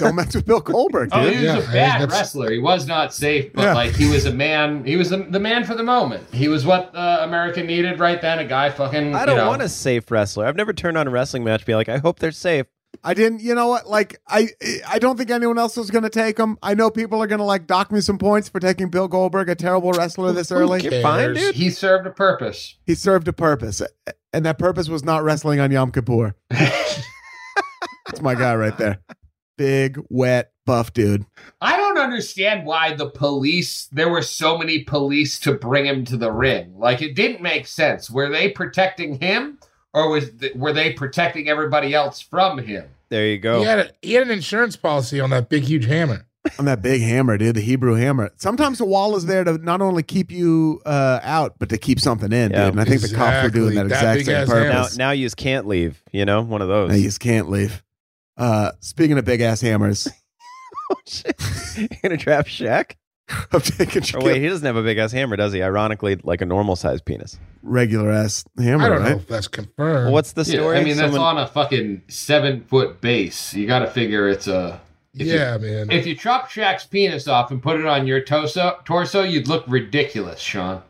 [SPEAKER 3] don't mess with Bill Goldberg,
[SPEAKER 6] Oh,
[SPEAKER 3] dude.
[SPEAKER 6] he was
[SPEAKER 4] Yeah,
[SPEAKER 6] a
[SPEAKER 4] I-
[SPEAKER 6] bad
[SPEAKER 4] that's-
[SPEAKER 6] wrestler. He was not safe, but
[SPEAKER 3] Yeah.
[SPEAKER 6] like he was a man. He was the, the man for the moment. He was what uh, America needed right then. A guy fucking.
[SPEAKER 5] I
[SPEAKER 6] you
[SPEAKER 5] don't
[SPEAKER 6] know.
[SPEAKER 5] want a safe wrestler. I've never turned on a wrestling match. and Be like, I hope they're safe.
[SPEAKER 3] I didn't, you know what? Like, I, I don't think anyone else was going to take him. I know people are going to like dock me some points for taking Bill Goldberg, a terrible wrestler, this early.
[SPEAKER 5] You're fine,
[SPEAKER 4] cares?
[SPEAKER 5] dude.
[SPEAKER 6] He served a purpose.
[SPEAKER 3] He served a purpose, and that purpose was not wrestling on Yom Kippur. That's my guy right there. Big, wet, buff dude.
[SPEAKER 6] I don't understand why the police, there were so many police to bring him to the ring. Like, it didn't make sense. Were they protecting him or was th- were they protecting everybody else from him?
[SPEAKER 5] There you go.
[SPEAKER 4] He had a, he had an insurance policy on that big, huge hammer.
[SPEAKER 3] On that big hammer, dude, the Hebrew hammer. Sometimes the wall is there to not only keep you uh, out, but to keep something in,
[SPEAKER 5] Yeah.
[SPEAKER 3] dude. And I think the cops were doing that
[SPEAKER 4] Exactly.
[SPEAKER 3] exact
[SPEAKER 4] That big
[SPEAKER 3] same
[SPEAKER 4] ass hammer.
[SPEAKER 3] purpose.
[SPEAKER 5] Now, now you just can't leave. You know, one of those.
[SPEAKER 3] No, you just can't leave. Uh, speaking of big ass hammers,
[SPEAKER 5] Oh, shit. You're gonna draft Shaq?
[SPEAKER 3] I'm taking
[SPEAKER 5] Or Oh, wait, he doesn't have a big ass hammer, does he? Ironically, like a normal sized penis.
[SPEAKER 3] regular ass hammer,
[SPEAKER 4] I don't
[SPEAKER 3] right?
[SPEAKER 4] know if that's confirmed.
[SPEAKER 5] Well, what's the
[SPEAKER 6] Yeah,
[SPEAKER 5] story?
[SPEAKER 6] I mean, that's
[SPEAKER 5] Someone-
[SPEAKER 6] on a fucking seven foot base. You got to figure it's a. If you-
[SPEAKER 4] yeah, man.
[SPEAKER 6] If you chop Shaq's penis off and put it on your torso, torso you'd look ridiculous, Sean.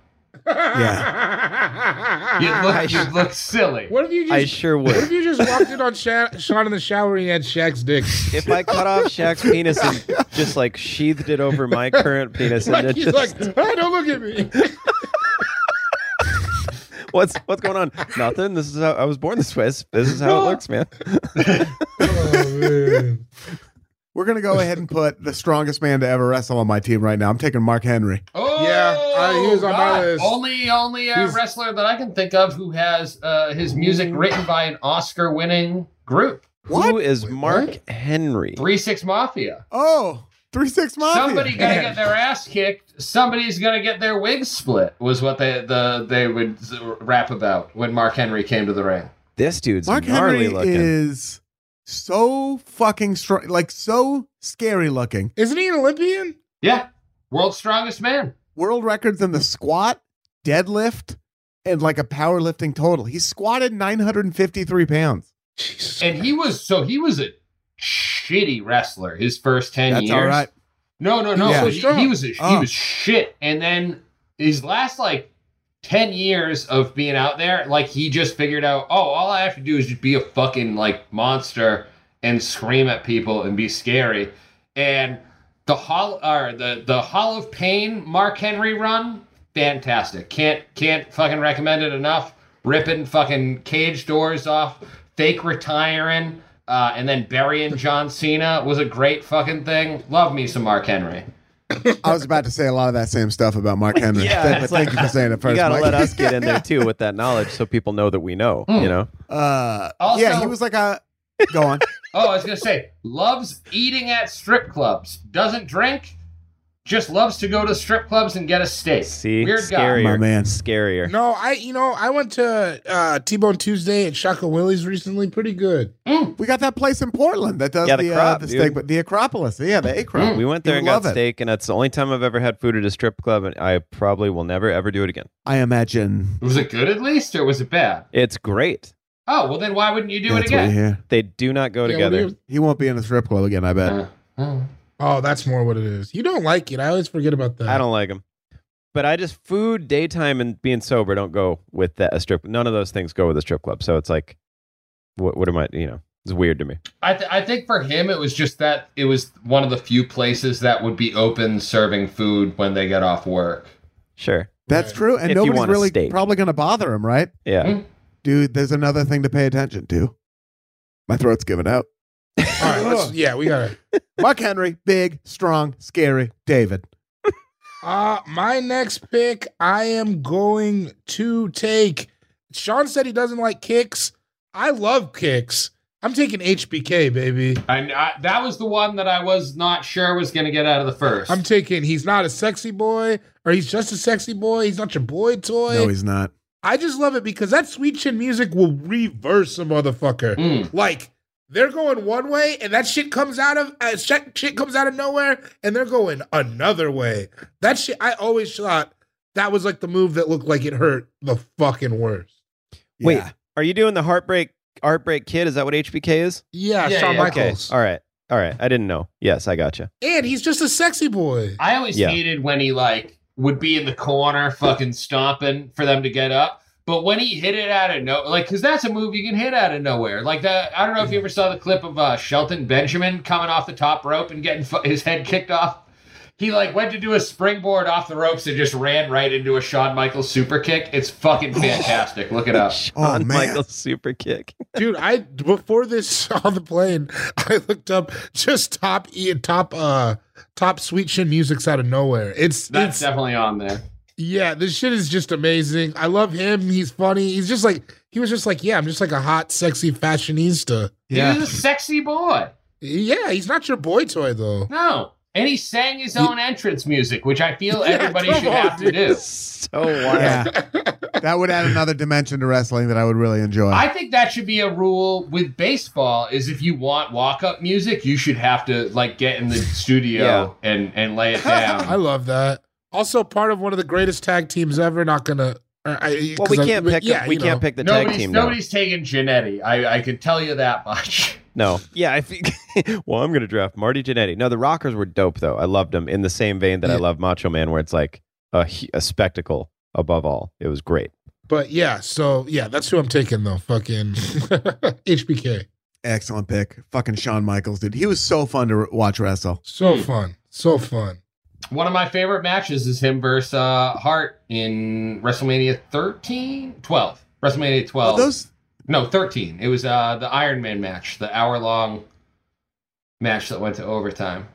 [SPEAKER 4] yeah.
[SPEAKER 6] You'd look, you'd look silly.
[SPEAKER 4] What if you just?
[SPEAKER 5] I sure
[SPEAKER 4] what if
[SPEAKER 5] would.
[SPEAKER 4] you just walked in on Sha- Sean in the shower and he had Shaq's dick?
[SPEAKER 5] if I cut off Shaq's penis and just like sheathed it over my current penis, and
[SPEAKER 4] like,
[SPEAKER 5] it
[SPEAKER 4] he's
[SPEAKER 5] just,
[SPEAKER 4] like, oh, don't look at me.
[SPEAKER 5] what's what's going on? Nothing. This is how I was born this way. This is how it looks, man.
[SPEAKER 4] oh man.
[SPEAKER 3] We're gonna go ahead and put the strongest man to ever wrestle on my team right now. I'm taking Mark Henry.
[SPEAKER 6] Oh,
[SPEAKER 4] Yeah, uh, he was on my list.
[SPEAKER 6] Only, only uh,
[SPEAKER 4] He's-
[SPEAKER 6] wrestler that I can think of who has uh, his music written by an Oscar-winning group,
[SPEAKER 5] Who is Mark Henry?
[SPEAKER 6] Three Six Mafia.
[SPEAKER 3] Oh, three six mafia.
[SPEAKER 6] Somebody gonna get their ass kicked. Somebody's gonna get their wig split. Was what they the they would rap about when Mark Henry came to the ring.
[SPEAKER 5] This dude's
[SPEAKER 3] Mark
[SPEAKER 5] gnarly
[SPEAKER 3] Henry
[SPEAKER 5] looking.
[SPEAKER 3] is so fucking strong, like so scary looking.
[SPEAKER 4] Isn't he an Olympian?
[SPEAKER 6] Yeah, world's strongest man.
[SPEAKER 3] World records in the squat, deadlift, and like a powerlifting total. He squatted 953 pounds.
[SPEAKER 4] Jesus.
[SPEAKER 6] And he was so he was a shitty wrestler his first ten
[SPEAKER 3] That's
[SPEAKER 6] years.
[SPEAKER 3] all right.
[SPEAKER 6] No, no, no.
[SPEAKER 3] Yeah.
[SPEAKER 6] He, he was a, he
[SPEAKER 3] Oh.
[SPEAKER 6] was shit, and then his last like ten years of being out there, like he just figured out, oh, all I have to do is just be a fucking like monster and scream at people and be scary. And the hall or the the Hall of Pain Mark Henry run, fantastic. Can't can't fucking recommend it enough. Ripping fucking cage doors off, fake retiring, uh, and then burying John Cena was a great fucking thing. Love me some Mark Henry.
[SPEAKER 3] I was about to say a lot of that same stuff about Mark Henry.
[SPEAKER 5] Yeah,
[SPEAKER 3] but, but
[SPEAKER 5] it's
[SPEAKER 3] thank
[SPEAKER 5] like-
[SPEAKER 3] you for saying it first.
[SPEAKER 5] you gotta
[SPEAKER 3] Mike.
[SPEAKER 5] let us get in there too with that knowledge, so people know that we know. You know,
[SPEAKER 3] Uh,
[SPEAKER 6] Also-
[SPEAKER 3] yeah, he was like a. Go on.
[SPEAKER 6] Oh, I was gonna say, loves eating at strip clubs. Doesn't drink, just loves to go to strip clubs and get a steak.
[SPEAKER 5] see,
[SPEAKER 6] Weird
[SPEAKER 5] scarier,
[SPEAKER 3] My man.
[SPEAKER 5] scarier.
[SPEAKER 4] No, I you know I went to uh, T-Bone Tuesday and Shaka Willie's recently. Pretty good.
[SPEAKER 3] We got that place in Portland that does
[SPEAKER 5] Yeah,
[SPEAKER 3] the,
[SPEAKER 5] the
[SPEAKER 3] uh,
[SPEAKER 5] crop,
[SPEAKER 3] the
[SPEAKER 5] dude.
[SPEAKER 3] steak, but the Acropolis. Yeah, the Acro.
[SPEAKER 5] We went there
[SPEAKER 3] You
[SPEAKER 5] and
[SPEAKER 3] love
[SPEAKER 5] got
[SPEAKER 3] it.
[SPEAKER 5] steak, and that's the only time I've ever had food at a strip club, and I probably will never ever do it again.
[SPEAKER 3] I imagine.
[SPEAKER 6] guy. Was it good at least, or was it bad?
[SPEAKER 5] It's great.
[SPEAKER 6] Oh well, then why wouldn't you do it
[SPEAKER 3] That's what you
[SPEAKER 6] again?
[SPEAKER 3] hear.
[SPEAKER 5] They do not go
[SPEAKER 4] Yeah, what
[SPEAKER 5] together.
[SPEAKER 4] do you-
[SPEAKER 3] He won't be in a strip club again. I bet.
[SPEAKER 6] Uh, uh.
[SPEAKER 4] oh, that's more what it is. You don't like it. I always forget about that.
[SPEAKER 5] I don't like them. But I just food, daytime, and being sober don't go with that a strip. None of those things go with a strip club. So it's like, what? What am I? You know, it's weird to me.
[SPEAKER 6] I, th- I think for him it was just that it was one of the few places that would be open serving food when they get off work.
[SPEAKER 5] Sure.
[SPEAKER 3] That's
[SPEAKER 4] Right.
[SPEAKER 3] true. And
[SPEAKER 5] If you
[SPEAKER 3] nobody's
[SPEAKER 5] want a
[SPEAKER 3] really
[SPEAKER 5] steak.
[SPEAKER 3] probably going to bother him, right?
[SPEAKER 5] Yeah.
[SPEAKER 6] Mm.
[SPEAKER 3] Dude, there's another thing to pay attention to. My throat's giving out.
[SPEAKER 4] All right, let's, yeah, we gotta.
[SPEAKER 3] Mark Henry, big, strong, scary, David.
[SPEAKER 4] Uh, my next pick, I am going to take. Sean said he doesn't like kicks. I love kicks. I'm taking HBK, baby.
[SPEAKER 6] And I, that was the one that I was not sure was gonna get out of the 1st
[SPEAKER 4] I'm taking. He's not a sexy boy, or he's just a sexy boy. He's not your boy toy.
[SPEAKER 3] No, he's not.
[SPEAKER 4] I just love it because that sweet chin music will reverse a motherfucker.
[SPEAKER 6] Mm.
[SPEAKER 4] Like they're going one way, and that shit comes out of uh, shit, shit comes out of nowhere, and they're going another way. That shit, I always thought that was like the move that looked like it hurt the fucking worst.
[SPEAKER 5] Wait,
[SPEAKER 3] Yeah.
[SPEAKER 5] are you doing the heartbreak heartbreak kid? Is that what HBK is?
[SPEAKER 4] Yeah,
[SPEAKER 6] Yeah,
[SPEAKER 4] Shawn
[SPEAKER 6] yeah,
[SPEAKER 5] Okay.
[SPEAKER 4] Michaels.
[SPEAKER 5] All right. All right. I didn't know. Yes, I got you.
[SPEAKER 4] And he's just a sexy boy.
[SPEAKER 6] I always
[SPEAKER 5] Yeah.
[SPEAKER 6] hated when he like would be in the corner fucking stomping for them to get up. But when he hit it out of no, like, cause that's a move you can hit out of nowhere. Like that, I don't know if you ever saw the clip of uh, Shelton Benjamin coming off the top rope and getting fu- his head kicked off. He like went to do a springboard off the ropes and just ran right into a Shawn Michaels super kick. It's fucking fantastic. Look it up.
[SPEAKER 4] Oh,
[SPEAKER 5] Shawn
[SPEAKER 3] man.
[SPEAKER 5] Michaels super kick.
[SPEAKER 4] Dude, I before this on the plane, I looked up just top e top uh top sweet chin music's out of nowhere. It's
[SPEAKER 6] That's
[SPEAKER 4] it's
[SPEAKER 6] definitely on there.
[SPEAKER 4] yeah, this shit is just amazing. I love him. He's funny. He's just like he was just like yeah, I'm just like a hot, sexy fashionista.
[SPEAKER 6] He
[SPEAKER 3] Yeah.
[SPEAKER 6] was a sexy boy.
[SPEAKER 4] Yeah, he's not your boy toy though.
[SPEAKER 6] No. And he sang his own entrance music, which I feel
[SPEAKER 4] Yeah,
[SPEAKER 6] everybody
[SPEAKER 4] come
[SPEAKER 6] should
[SPEAKER 4] on,
[SPEAKER 6] have to
[SPEAKER 4] dude.
[SPEAKER 6] do.
[SPEAKER 5] So wild.
[SPEAKER 3] Yeah. that would add another dimension to wrestling that I would really enjoy.
[SPEAKER 6] I think that should be a rule with baseball is if you want walk up music, you should have to like get in the studio and, and lay it
[SPEAKER 4] I
[SPEAKER 6] down.
[SPEAKER 4] love that. Also, part of one of the greatest tag teams ever. Not gonna. Uh, I,
[SPEAKER 5] Well, we
[SPEAKER 4] 'cause I-
[SPEAKER 5] can't
[SPEAKER 4] but
[SPEAKER 5] pick.
[SPEAKER 4] yeah,
[SPEAKER 5] we
[SPEAKER 4] you
[SPEAKER 5] can't
[SPEAKER 4] know.
[SPEAKER 5] pick the tag
[SPEAKER 6] nobody's
[SPEAKER 5] team. now.
[SPEAKER 6] nobody's taking Janetti. I, I can tell you that much.
[SPEAKER 5] No. Yeah, I think. well, I'm going to draft Marty Jannetty. No, the Rockers were dope though. I loved them in the same vein that I
[SPEAKER 4] Yeah.
[SPEAKER 5] love Macho Man, where it's like a, hu- a spectacle above all. It was great.
[SPEAKER 4] But yeah, so yeah, that's who I'm taking though. Fucking HBK.
[SPEAKER 3] Excellent pick. Fucking Shawn Michaels, dude. He was so fun to re- watch wrestle.
[SPEAKER 4] So fun. So fun.
[SPEAKER 6] One of my favorite matches is him versus uh, Hart in WrestleMania 13, 12. WrestleMania 12.
[SPEAKER 3] But those
[SPEAKER 6] no, 13. It was uh, the Iron Man match, the hour long match that went to overtime.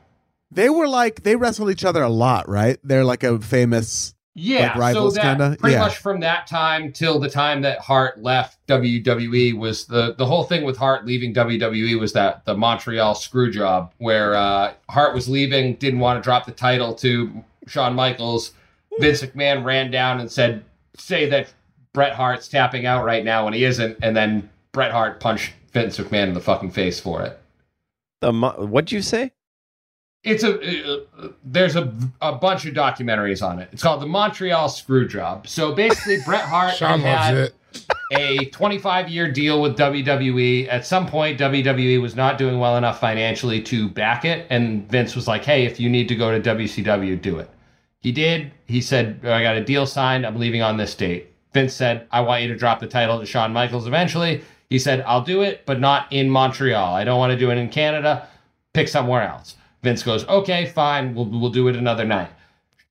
[SPEAKER 3] They were like they wrestled each other a lot, right? They're like a famous.
[SPEAKER 6] Yeah,
[SPEAKER 3] Like rivals
[SPEAKER 6] so that,
[SPEAKER 3] kinda?
[SPEAKER 6] pretty
[SPEAKER 3] Yeah.
[SPEAKER 6] much from that time till the time that Hart left WWE was the the whole thing with Hart leaving WWE was that the Montreal screw job where uh, Hart was leaving, didn't want to drop the title to Shawn Michaels.
[SPEAKER 3] Hmm.
[SPEAKER 6] Vince McMahon ran down and said, "Say that Bret Hart's tapping out right now, and he isn't." And then Bret Hart punched Vince McMahon in the fucking face for it.
[SPEAKER 5] The mo- what'd you say?
[SPEAKER 6] It's a uh, there's a, a bunch of documentaries on it. It's called the Montreal Screw Job. So basically, Bret Hart
[SPEAKER 4] Sean
[SPEAKER 6] had
[SPEAKER 4] loves it.
[SPEAKER 6] a 25 year deal with WWE. At some point, WWE was not doing well enough financially to back it, and Vince was like, "Hey, if you need to go to WCW, do it." He did. He said, "I got a deal signed. I'm leaving on this date." Vince said, "I want you to drop the title to Shawn Michaels eventually." He said, "I'll do it, but not in Montreal. I don't want to do it in Canada. Pick somewhere else." Vince goes, "Okay, fine. We'll we'll do it another night."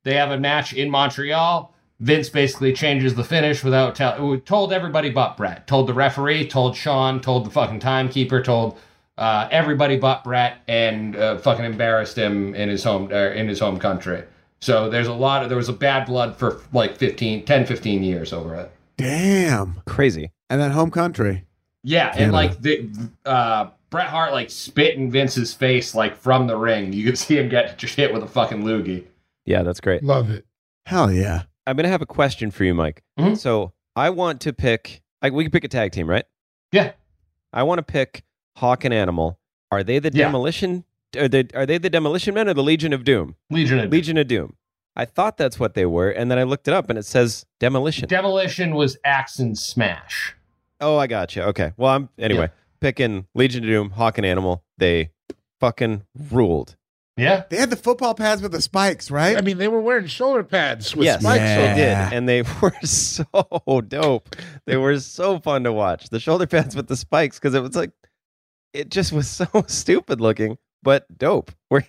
[SPEAKER 6] They have a match in Montreal. Vince basically changes the finish without tell told everybody but Brett. Told the referee, told Sean, told the fucking timekeeper, told uh, everybody but Brett, and uh, fucking embarrassed him in his home er, in his home country. So there's a lot of there was a bad blood for like 15, 10, 15 years over it.
[SPEAKER 3] Damn.
[SPEAKER 5] Crazy.
[SPEAKER 3] And then home country.
[SPEAKER 6] Yeah,
[SPEAKER 3] Canada.
[SPEAKER 6] and like the uh, Bret Hart like spit in Vince's face like from the ring. You could see him get hit with a fucking loogie.
[SPEAKER 5] Yeah, that's great.
[SPEAKER 4] Love it.
[SPEAKER 3] Hell yeah.
[SPEAKER 5] I'm gonna have a question for you, Mike.
[SPEAKER 6] Mhm.
[SPEAKER 5] So I want to pick. Like we can pick a tag team, right?
[SPEAKER 6] Yeah.
[SPEAKER 5] I want to pick Hawk and Animal. Are they the
[SPEAKER 6] Yeah.
[SPEAKER 5] demolition? Are they are they the demolition men or the Legion of Doom?
[SPEAKER 6] Legion of
[SPEAKER 5] Legion of Doom. I thought that's what they were, and then I looked it up, and it says demolition.
[SPEAKER 6] Demolition was Axe and Smash.
[SPEAKER 5] oh, I got you. Okay. Well, I'm anyway picking Legion of Doom, Hawk and Animal. They fucking ruled.
[SPEAKER 6] Yeah.
[SPEAKER 3] They had the football pads with the spikes, right?
[SPEAKER 4] I mean, they were wearing shoulder pads with
[SPEAKER 5] yes,
[SPEAKER 4] spikes on
[SPEAKER 5] they
[SPEAKER 4] them.
[SPEAKER 3] Yeah.
[SPEAKER 5] did, and they were so dope. They were so fun to watch. The shoulder pads with the spikes, because it was like, it just was so stupid looking, but dope. Where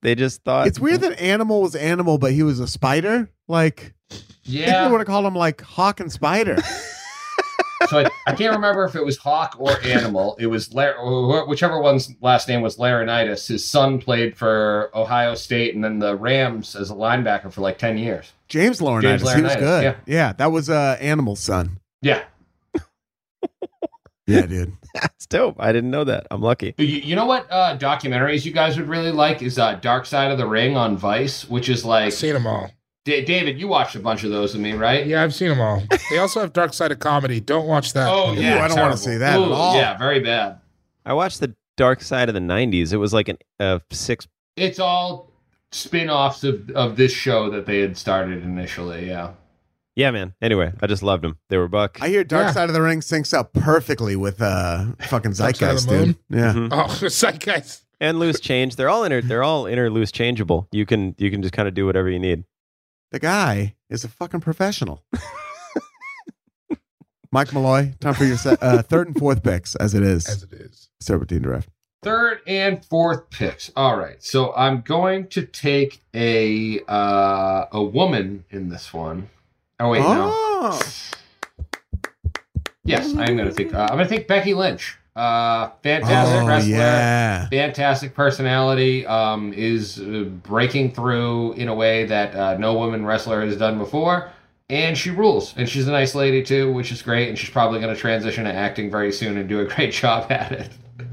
[SPEAKER 5] they just thought
[SPEAKER 3] it's weird that animal was animal, but he was a spider. Like I think they would
[SPEAKER 6] Yeah.
[SPEAKER 3] have called him like hawk and spider.
[SPEAKER 6] so I, I can't remember if it was Hawk or Animal. It was Lar- or wh- whichever one's last name was Laronitis. His son played for Ohio State and then the Rams as a linebacker for like 10 years.
[SPEAKER 3] James Laurinaitis.
[SPEAKER 6] James
[SPEAKER 3] he was
[SPEAKER 6] Laurinaitis,
[SPEAKER 3] good.
[SPEAKER 6] yeah.
[SPEAKER 3] that was uh animal's son.
[SPEAKER 6] Yeah.
[SPEAKER 3] Yeah, dude.
[SPEAKER 5] that's dope. I didn't know that. I'm lucky.
[SPEAKER 6] You, you know what uh, documentaries you guys would really like is uh, Dark Side of the Ring on Vice, which is like.
[SPEAKER 4] I've seen them all.
[SPEAKER 6] Da- David, you watched a bunch of those with me, right?
[SPEAKER 4] Yeah, I've seen them all. They also have Dark Side of Comedy. Don't watch that.
[SPEAKER 6] Oh,
[SPEAKER 3] Ooh,
[SPEAKER 6] yeah.
[SPEAKER 3] I don't want to see that
[SPEAKER 6] Ooh,
[SPEAKER 3] at all.
[SPEAKER 6] Yeah, very bad.
[SPEAKER 5] I watched the Dark Side of the '90s. It was like an a six.
[SPEAKER 6] It's all spin offs of, of this show that they had started initially. Yeah.
[SPEAKER 5] Yeah, man. Anyway, I just loved them. They were buck.
[SPEAKER 3] I hear Dark
[SPEAKER 4] Yeah.
[SPEAKER 3] Side of the Ring syncs up perfectly with uh fucking
[SPEAKER 4] Dark Side of the
[SPEAKER 3] Zeitgeist, dude.
[SPEAKER 4] Moon?
[SPEAKER 3] Yeah.
[SPEAKER 5] Mhm.
[SPEAKER 4] Oh, Zeitgeist.
[SPEAKER 5] and loose change. They're all inner. They're all inner loose changeable. You can you can just kind of do whatever you need.
[SPEAKER 3] The guy is a fucking professional. Mike Malloy, time for your se- uh, third and fourth picks, as it
[SPEAKER 4] As
[SPEAKER 3] is.
[SPEAKER 4] it is.
[SPEAKER 3] Serpentine draft.
[SPEAKER 6] Third and fourth picks. All right. So I'm going to take a uh, a woman in this one. Oh wait, no.
[SPEAKER 3] oh,
[SPEAKER 6] Yes, I'm going to take. Uh, I'm going to take Becky Lynch. Uh, fantastic
[SPEAKER 3] Oh,
[SPEAKER 6] wrestler.
[SPEAKER 3] yeah.
[SPEAKER 6] Fantastic personality um, is uh, breaking through in a way that uh, no woman wrestler has done before, and she rules. And she's a nice lady too, which is great. And she's probably going to transition to acting very soon and do a great job at it.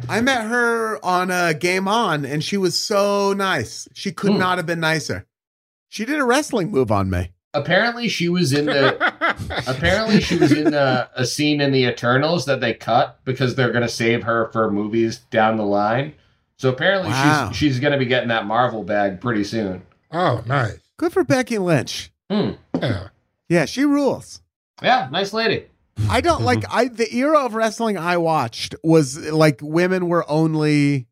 [SPEAKER 3] I met her on uh, Game On, and she was so nice. She could
[SPEAKER 6] Hmm.
[SPEAKER 3] not have been nicer. She did a wrestling move on me.
[SPEAKER 6] Apparently, she was in the Apparently, she was in a, a scene in the Eternals that they cut because they're going to save her for movies down the line. So apparently,
[SPEAKER 3] Wow.
[SPEAKER 6] she's she's going to be getting that Marvel bag pretty soon.
[SPEAKER 4] oh, nice.
[SPEAKER 3] Good for Becky Lynch.
[SPEAKER 4] Yeah.
[SPEAKER 3] Yeah, she rules.
[SPEAKER 6] Yeah, nice lady.
[SPEAKER 3] I don't like I the era of wrestling I watched was like women were only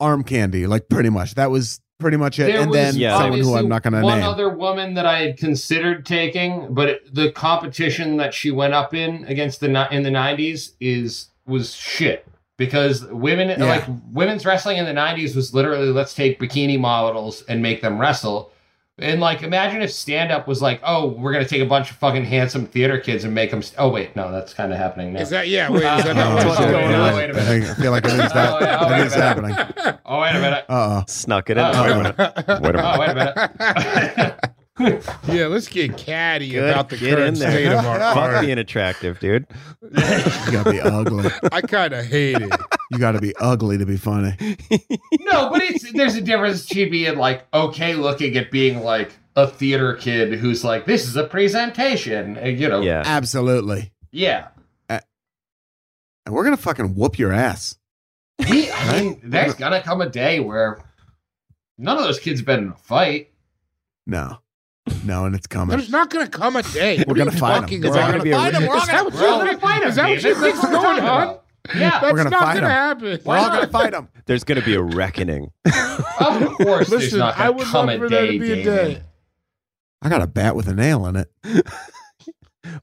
[SPEAKER 3] arm candy, like pretty much. That was pretty much it.
[SPEAKER 6] There
[SPEAKER 3] and
[SPEAKER 6] was
[SPEAKER 3] then
[SPEAKER 5] Yeah.
[SPEAKER 3] someone who I'm
[SPEAKER 6] obviously
[SPEAKER 3] not gonna
[SPEAKER 6] one
[SPEAKER 3] name.
[SPEAKER 6] other woman that I had considered taking, but it- the competition that she went up in against the ni- in the nineties is was shit because women
[SPEAKER 3] Yeah.
[SPEAKER 6] like women's wrestling in the nineties was literally let's take bikini models and make them wrestle. And like, imagine if stand up was like, oh, we're gonna take a bunch of fucking handsome theater kids and make them. St- oh wait, no, that's kind of happening now.
[SPEAKER 4] Is that yeah? Wait, is
[SPEAKER 6] Uh,
[SPEAKER 4] that not
[SPEAKER 6] what's
[SPEAKER 4] what it's
[SPEAKER 6] going
[SPEAKER 4] doing?
[SPEAKER 6] on?
[SPEAKER 3] I,
[SPEAKER 6] Wait a minute.
[SPEAKER 3] think- I feel Oh, like everything's that,
[SPEAKER 6] Oh, yeah, oh, wait a
[SPEAKER 3] everything's
[SPEAKER 6] minute.
[SPEAKER 3] happening.
[SPEAKER 6] oh wait a minute.
[SPEAKER 3] Uh oh.
[SPEAKER 5] Snuck it in.
[SPEAKER 6] Oh.
[SPEAKER 5] Wait a minute. Wait a
[SPEAKER 6] Oh
[SPEAKER 5] minute.
[SPEAKER 6] wait a minute.
[SPEAKER 4] Yeah, let's get catty
[SPEAKER 5] Good,
[SPEAKER 4] about the
[SPEAKER 5] get in
[SPEAKER 4] current state
[SPEAKER 5] there.
[SPEAKER 4] of our
[SPEAKER 5] Fuck
[SPEAKER 4] art.
[SPEAKER 5] being attractive, dude.
[SPEAKER 3] You gotta be ugly.
[SPEAKER 4] I kind of hate it.
[SPEAKER 3] You gotta be ugly to be funny.
[SPEAKER 6] no, but it's there's a difference between being like okay looking at being like a theater kid who's like, this is a presentation. and, you know.
[SPEAKER 5] Yeah.
[SPEAKER 3] Absolutely.
[SPEAKER 6] Yeah.
[SPEAKER 3] And we're gonna fucking whoop your ass.
[SPEAKER 6] We, I mean, there's gonna come a day where none of those kids have been in a fight.
[SPEAKER 3] No. No, and it's coming.
[SPEAKER 4] There's not gonna come a day.
[SPEAKER 3] We're gonna find
[SPEAKER 4] fucking
[SPEAKER 3] him. We're
[SPEAKER 4] about?
[SPEAKER 3] gonna
[SPEAKER 5] be a-
[SPEAKER 3] find him. We're all
[SPEAKER 4] Is that
[SPEAKER 3] gonna,
[SPEAKER 4] what
[SPEAKER 6] We're all
[SPEAKER 4] you
[SPEAKER 6] gonna fight 'em,
[SPEAKER 4] Is that what
[SPEAKER 6] David.
[SPEAKER 4] you
[SPEAKER 6] That's
[SPEAKER 4] think's
[SPEAKER 6] what we're
[SPEAKER 4] going
[SPEAKER 6] talking
[SPEAKER 4] on?
[SPEAKER 6] about. Yeah,
[SPEAKER 4] That's
[SPEAKER 3] gonna
[SPEAKER 4] not
[SPEAKER 3] fight
[SPEAKER 4] gonna
[SPEAKER 3] 'em.
[SPEAKER 4] happen.
[SPEAKER 3] we're all gonna fight him.
[SPEAKER 5] There's going to be a reckoning.
[SPEAKER 6] of course. there's
[SPEAKER 4] Listen,
[SPEAKER 6] not
[SPEAKER 4] I
[SPEAKER 6] gonna
[SPEAKER 4] would
[SPEAKER 6] come
[SPEAKER 4] love
[SPEAKER 6] a
[SPEAKER 4] for there
[SPEAKER 6] day,
[SPEAKER 4] to be a
[SPEAKER 6] David.
[SPEAKER 4] day.
[SPEAKER 3] I got a bat with a nail in it.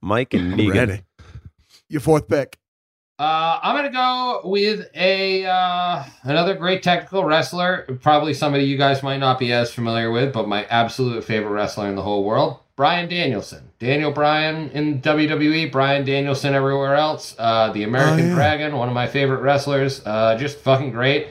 [SPEAKER 5] Mike and
[SPEAKER 3] I'm
[SPEAKER 5] Negan.
[SPEAKER 3] ready. Your fourth pick.
[SPEAKER 6] Uh, I'm gonna go with a uh, another great technical wrestler, probably somebody you guys might not be as familiar with, but my absolute favorite wrestler in the whole world, Brian Danielson. Daniel Bryan in WWE, Brian Danielson everywhere else. Uh, the American
[SPEAKER 3] Oh, yeah.
[SPEAKER 6] Dragon, one of my favorite wrestlers. Uh, just fucking great.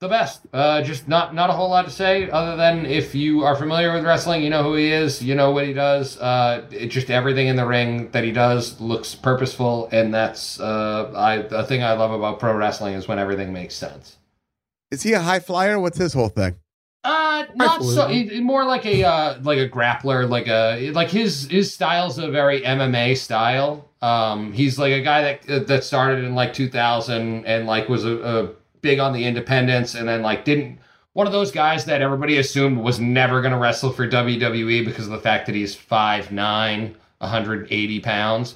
[SPEAKER 6] The best. Uh, just not not a whole lot to say other than if you are familiar with wrestling, you know who he is, you know what he does. Uh, it, just everything in the ring that he does looks purposeful, and that's uh, I the thing I love about pro wrestling is when everything makes sense.
[SPEAKER 3] Is he a high flyer? What's his whole thing?
[SPEAKER 6] Uh, not so.
[SPEAKER 4] Absolutely.
[SPEAKER 6] he- More like a uh, like a grappler, like a like his his style's a very MMA style. Um, he's like a guy that that started in like 2000 and like was a, a big on the independents, and then like didn't one of those guys that everybody assumed was never going to wrestle for WWE because of the fact that he's 5'9", 180 pounds.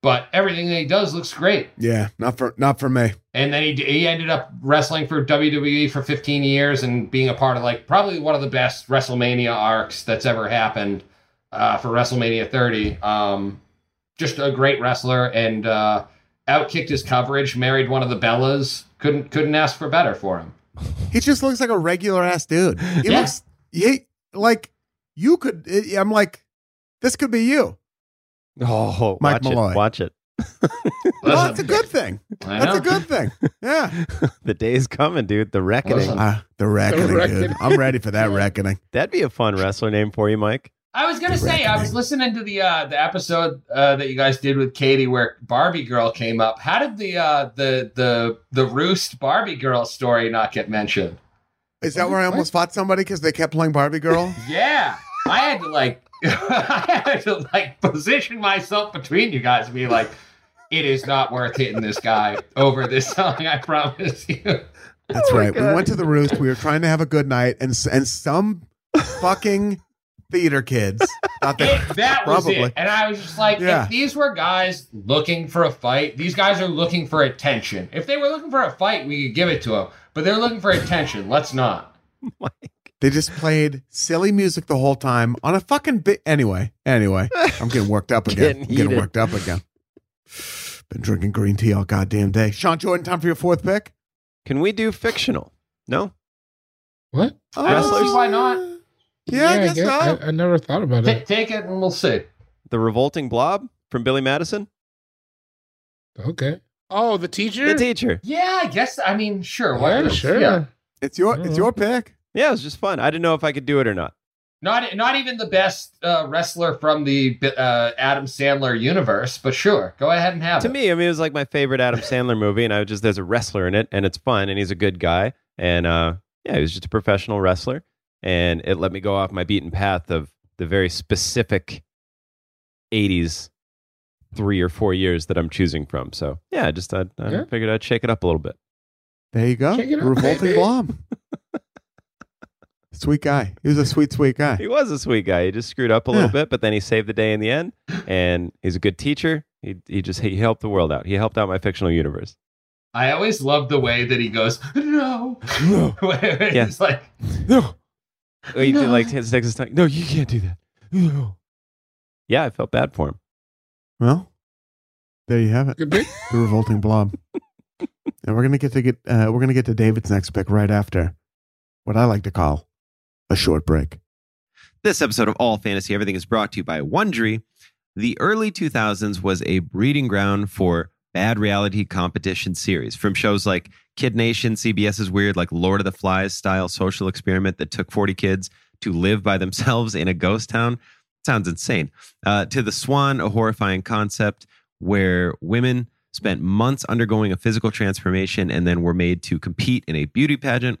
[SPEAKER 6] But everything that he does looks great.
[SPEAKER 3] Yeah, not for not for me.
[SPEAKER 6] And then he, he ended up wrestling for WWE for 15 years and being a part of like probably one of the best WrestleMania arcs that's ever happened uh, for WrestleMania 30. Um, just a great wrestler and uh, outkicked his coverage. Married one of the Bellas. Couldn't couldn't ask for better for him.
[SPEAKER 3] He just looks like a regular ass dude. He
[SPEAKER 6] Yeah.
[SPEAKER 3] looks he like you could. I- I'm like, this could be you.
[SPEAKER 5] Oh,
[SPEAKER 3] Mike
[SPEAKER 5] watch
[SPEAKER 3] Malloy.
[SPEAKER 5] it. Watch it.
[SPEAKER 3] Well, that's a good thing.
[SPEAKER 6] I
[SPEAKER 3] That's
[SPEAKER 6] know.
[SPEAKER 3] a good thing. Yeah.
[SPEAKER 5] the day's coming, dude. The reckoning.
[SPEAKER 6] Listen.
[SPEAKER 3] Ah, the reckoning, dude.
[SPEAKER 4] reckoning.
[SPEAKER 3] I'm ready for that reckoning.
[SPEAKER 5] That'd be a fun wrestler name for you, Mike.
[SPEAKER 6] I was gonna say I was listening to the uh, the episode uh, that you guys did with Katie where Barbie Girl came up. How did the uh, the the the roost Barbie Girl story not get mentioned?
[SPEAKER 3] Is that where I almost fought somebody because they kept playing Barbie Girl?
[SPEAKER 6] Yeah, I had to like, I had to like position myself between you guys and be like, it is not worth hitting this guy over this song. I promise you. Oh
[SPEAKER 3] That's right. We went to the roost. We were trying to have a good night, and s- and some fucking theater kids thought they
[SPEAKER 6] It, that was
[SPEAKER 3] Probably.
[SPEAKER 6] it, and I was just like,
[SPEAKER 3] Yeah.
[SPEAKER 6] if these were guys looking for a fight, these guys are looking for attention. If they were looking for a fight, we could give it to them, but they're looking for attention. Let's not.
[SPEAKER 3] They just played silly music the whole time on a fucking bit. Anyway, anyway, I'm getting worked up again.
[SPEAKER 5] Getting
[SPEAKER 3] I'm getting
[SPEAKER 5] heated.
[SPEAKER 3] worked up again. Been drinking green tea all goddamn day. Sean Jordan, time for your fourth pick.
[SPEAKER 5] Can we do fictional? No?
[SPEAKER 4] What?
[SPEAKER 3] Oh,
[SPEAKER 6] I don't see why not.
[SPEAKER 3] Yeah, I guess not.
[SPEAKER 4] I, I never thought about
[SPEAKER 6] Ta-
[SPEAKER 4] it.
[SPEAKER 6] take it and we'll see.
[SPEAKER 5] The Revolting Blob from Billy Madison?
[SPEAKER 4] Okay. Oh, the teacher.
[SPEAKER 5] The teacher.
[SPEAKER 6] Yeah, I guess. I mean, sure. What
[SPEAKER 4] Yeah,
[SPEAKER 6] else?
[SPEAKER 4] sure.
[SPEAKER 6] Yeah.
[SPEAKER 3] It's your it's your pick.
[SPEAKER 5] Yeah, it was just fun. I didn't know if I could do it or not.
[SPEAKER 6] Not not even the best uh, wrestler from the uh, Adam Sandler universe, but sure, go ahead and have
[SPEAKER 5] To
[SPEAKER 6] it.
[SPEAKER 5] me, I mean, it was like my favorite Adam Sandler movie, and I was just, there's a wrestler in it, and it's fun, and he's a good guy. And uh, yeah, he was just a professional wrestler, and it let me go off my beaten path of the very specific 80s three or four years that I'm choosing from. So yeah, I just I, I
[SPEAKER 4] Yeah.
[SPEAKER 5] figured I'd shake it up a little bit.
[SPEAKER 3] There you go.
[SPEAKER 4] Check it out,
[SPEAKER 3] Revolting
[SPEAKER 4] baby.
[SPEAKER 3] Blom. sweet guy. He was a sweet, sweet guy.
[SPEAKER 5] He was a sweet guy. He just screwed up a little
[SPEAKER 3] Yeah.
[SPEAKER 5] bit, but then he saved the day in the end. And he's a good teacher. He he just he helped the world out. He helped out my fictional universe.
[SPEAKER 6] I always love the way that he goes, no.
[SPEAKER 5] No, Yeah.
[SPEAKER 6] It's like,
[SPEAKER 5] no. He Oh, did, like takes his time. No, you can't do that. No. Yeah, I felt bad for him.
[SPEAKER 3] Well, there you have it.
[SPEAKER 4] Good pick.
[SPEAKER 3] The Revolting Blob. and we're gonna get to get uh, we're gonna get to David's next pick right after what I like to call a short break.
[SPEAKER 5] This episode of All Fantasy Everything is brought to you by Wondery. The early 2000s was a breeding ground for bad reality competition series from shows like Kid Nation, CBS's weird, like Lord of the Flies style social experiment that took 40 kids to live by themselves in a ghost town. Sounds insane. Uh, to The Swan, a horrifying concept where women spent months undergoing a physical transformation and then were made to compete in a beauty pageant.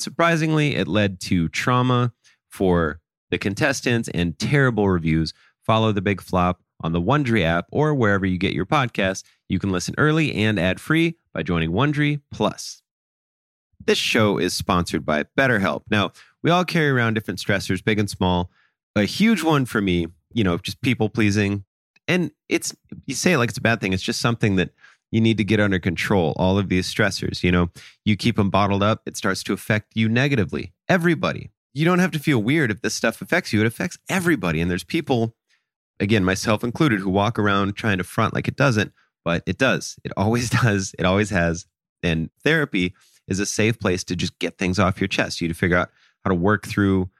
[SPEAKER 5] Unsurprisingly, it led to trauma for the contestants and terrible reviews. Follow the big flop on the Wondry app or wherever you get your podcasts. You can listen early and ad free by joining Wondry Plus. This show is sponsored by BetterHelp. Now, we all carry around different stressors, big and small. A huge one for me, you know, just people pleasing, and it's you say it like it's a bad thing it's just something that you need to get under control all of these stressors you know you keep them bottled up it starts to affect you negatively everybody you don't have to feel weird if this stuff affects you it affects everybody and there's people again myself included who walk around trying to front like it doesn't but it does it always does it always has and therapy is a safe place to just get things off your chest you to figure out how to work through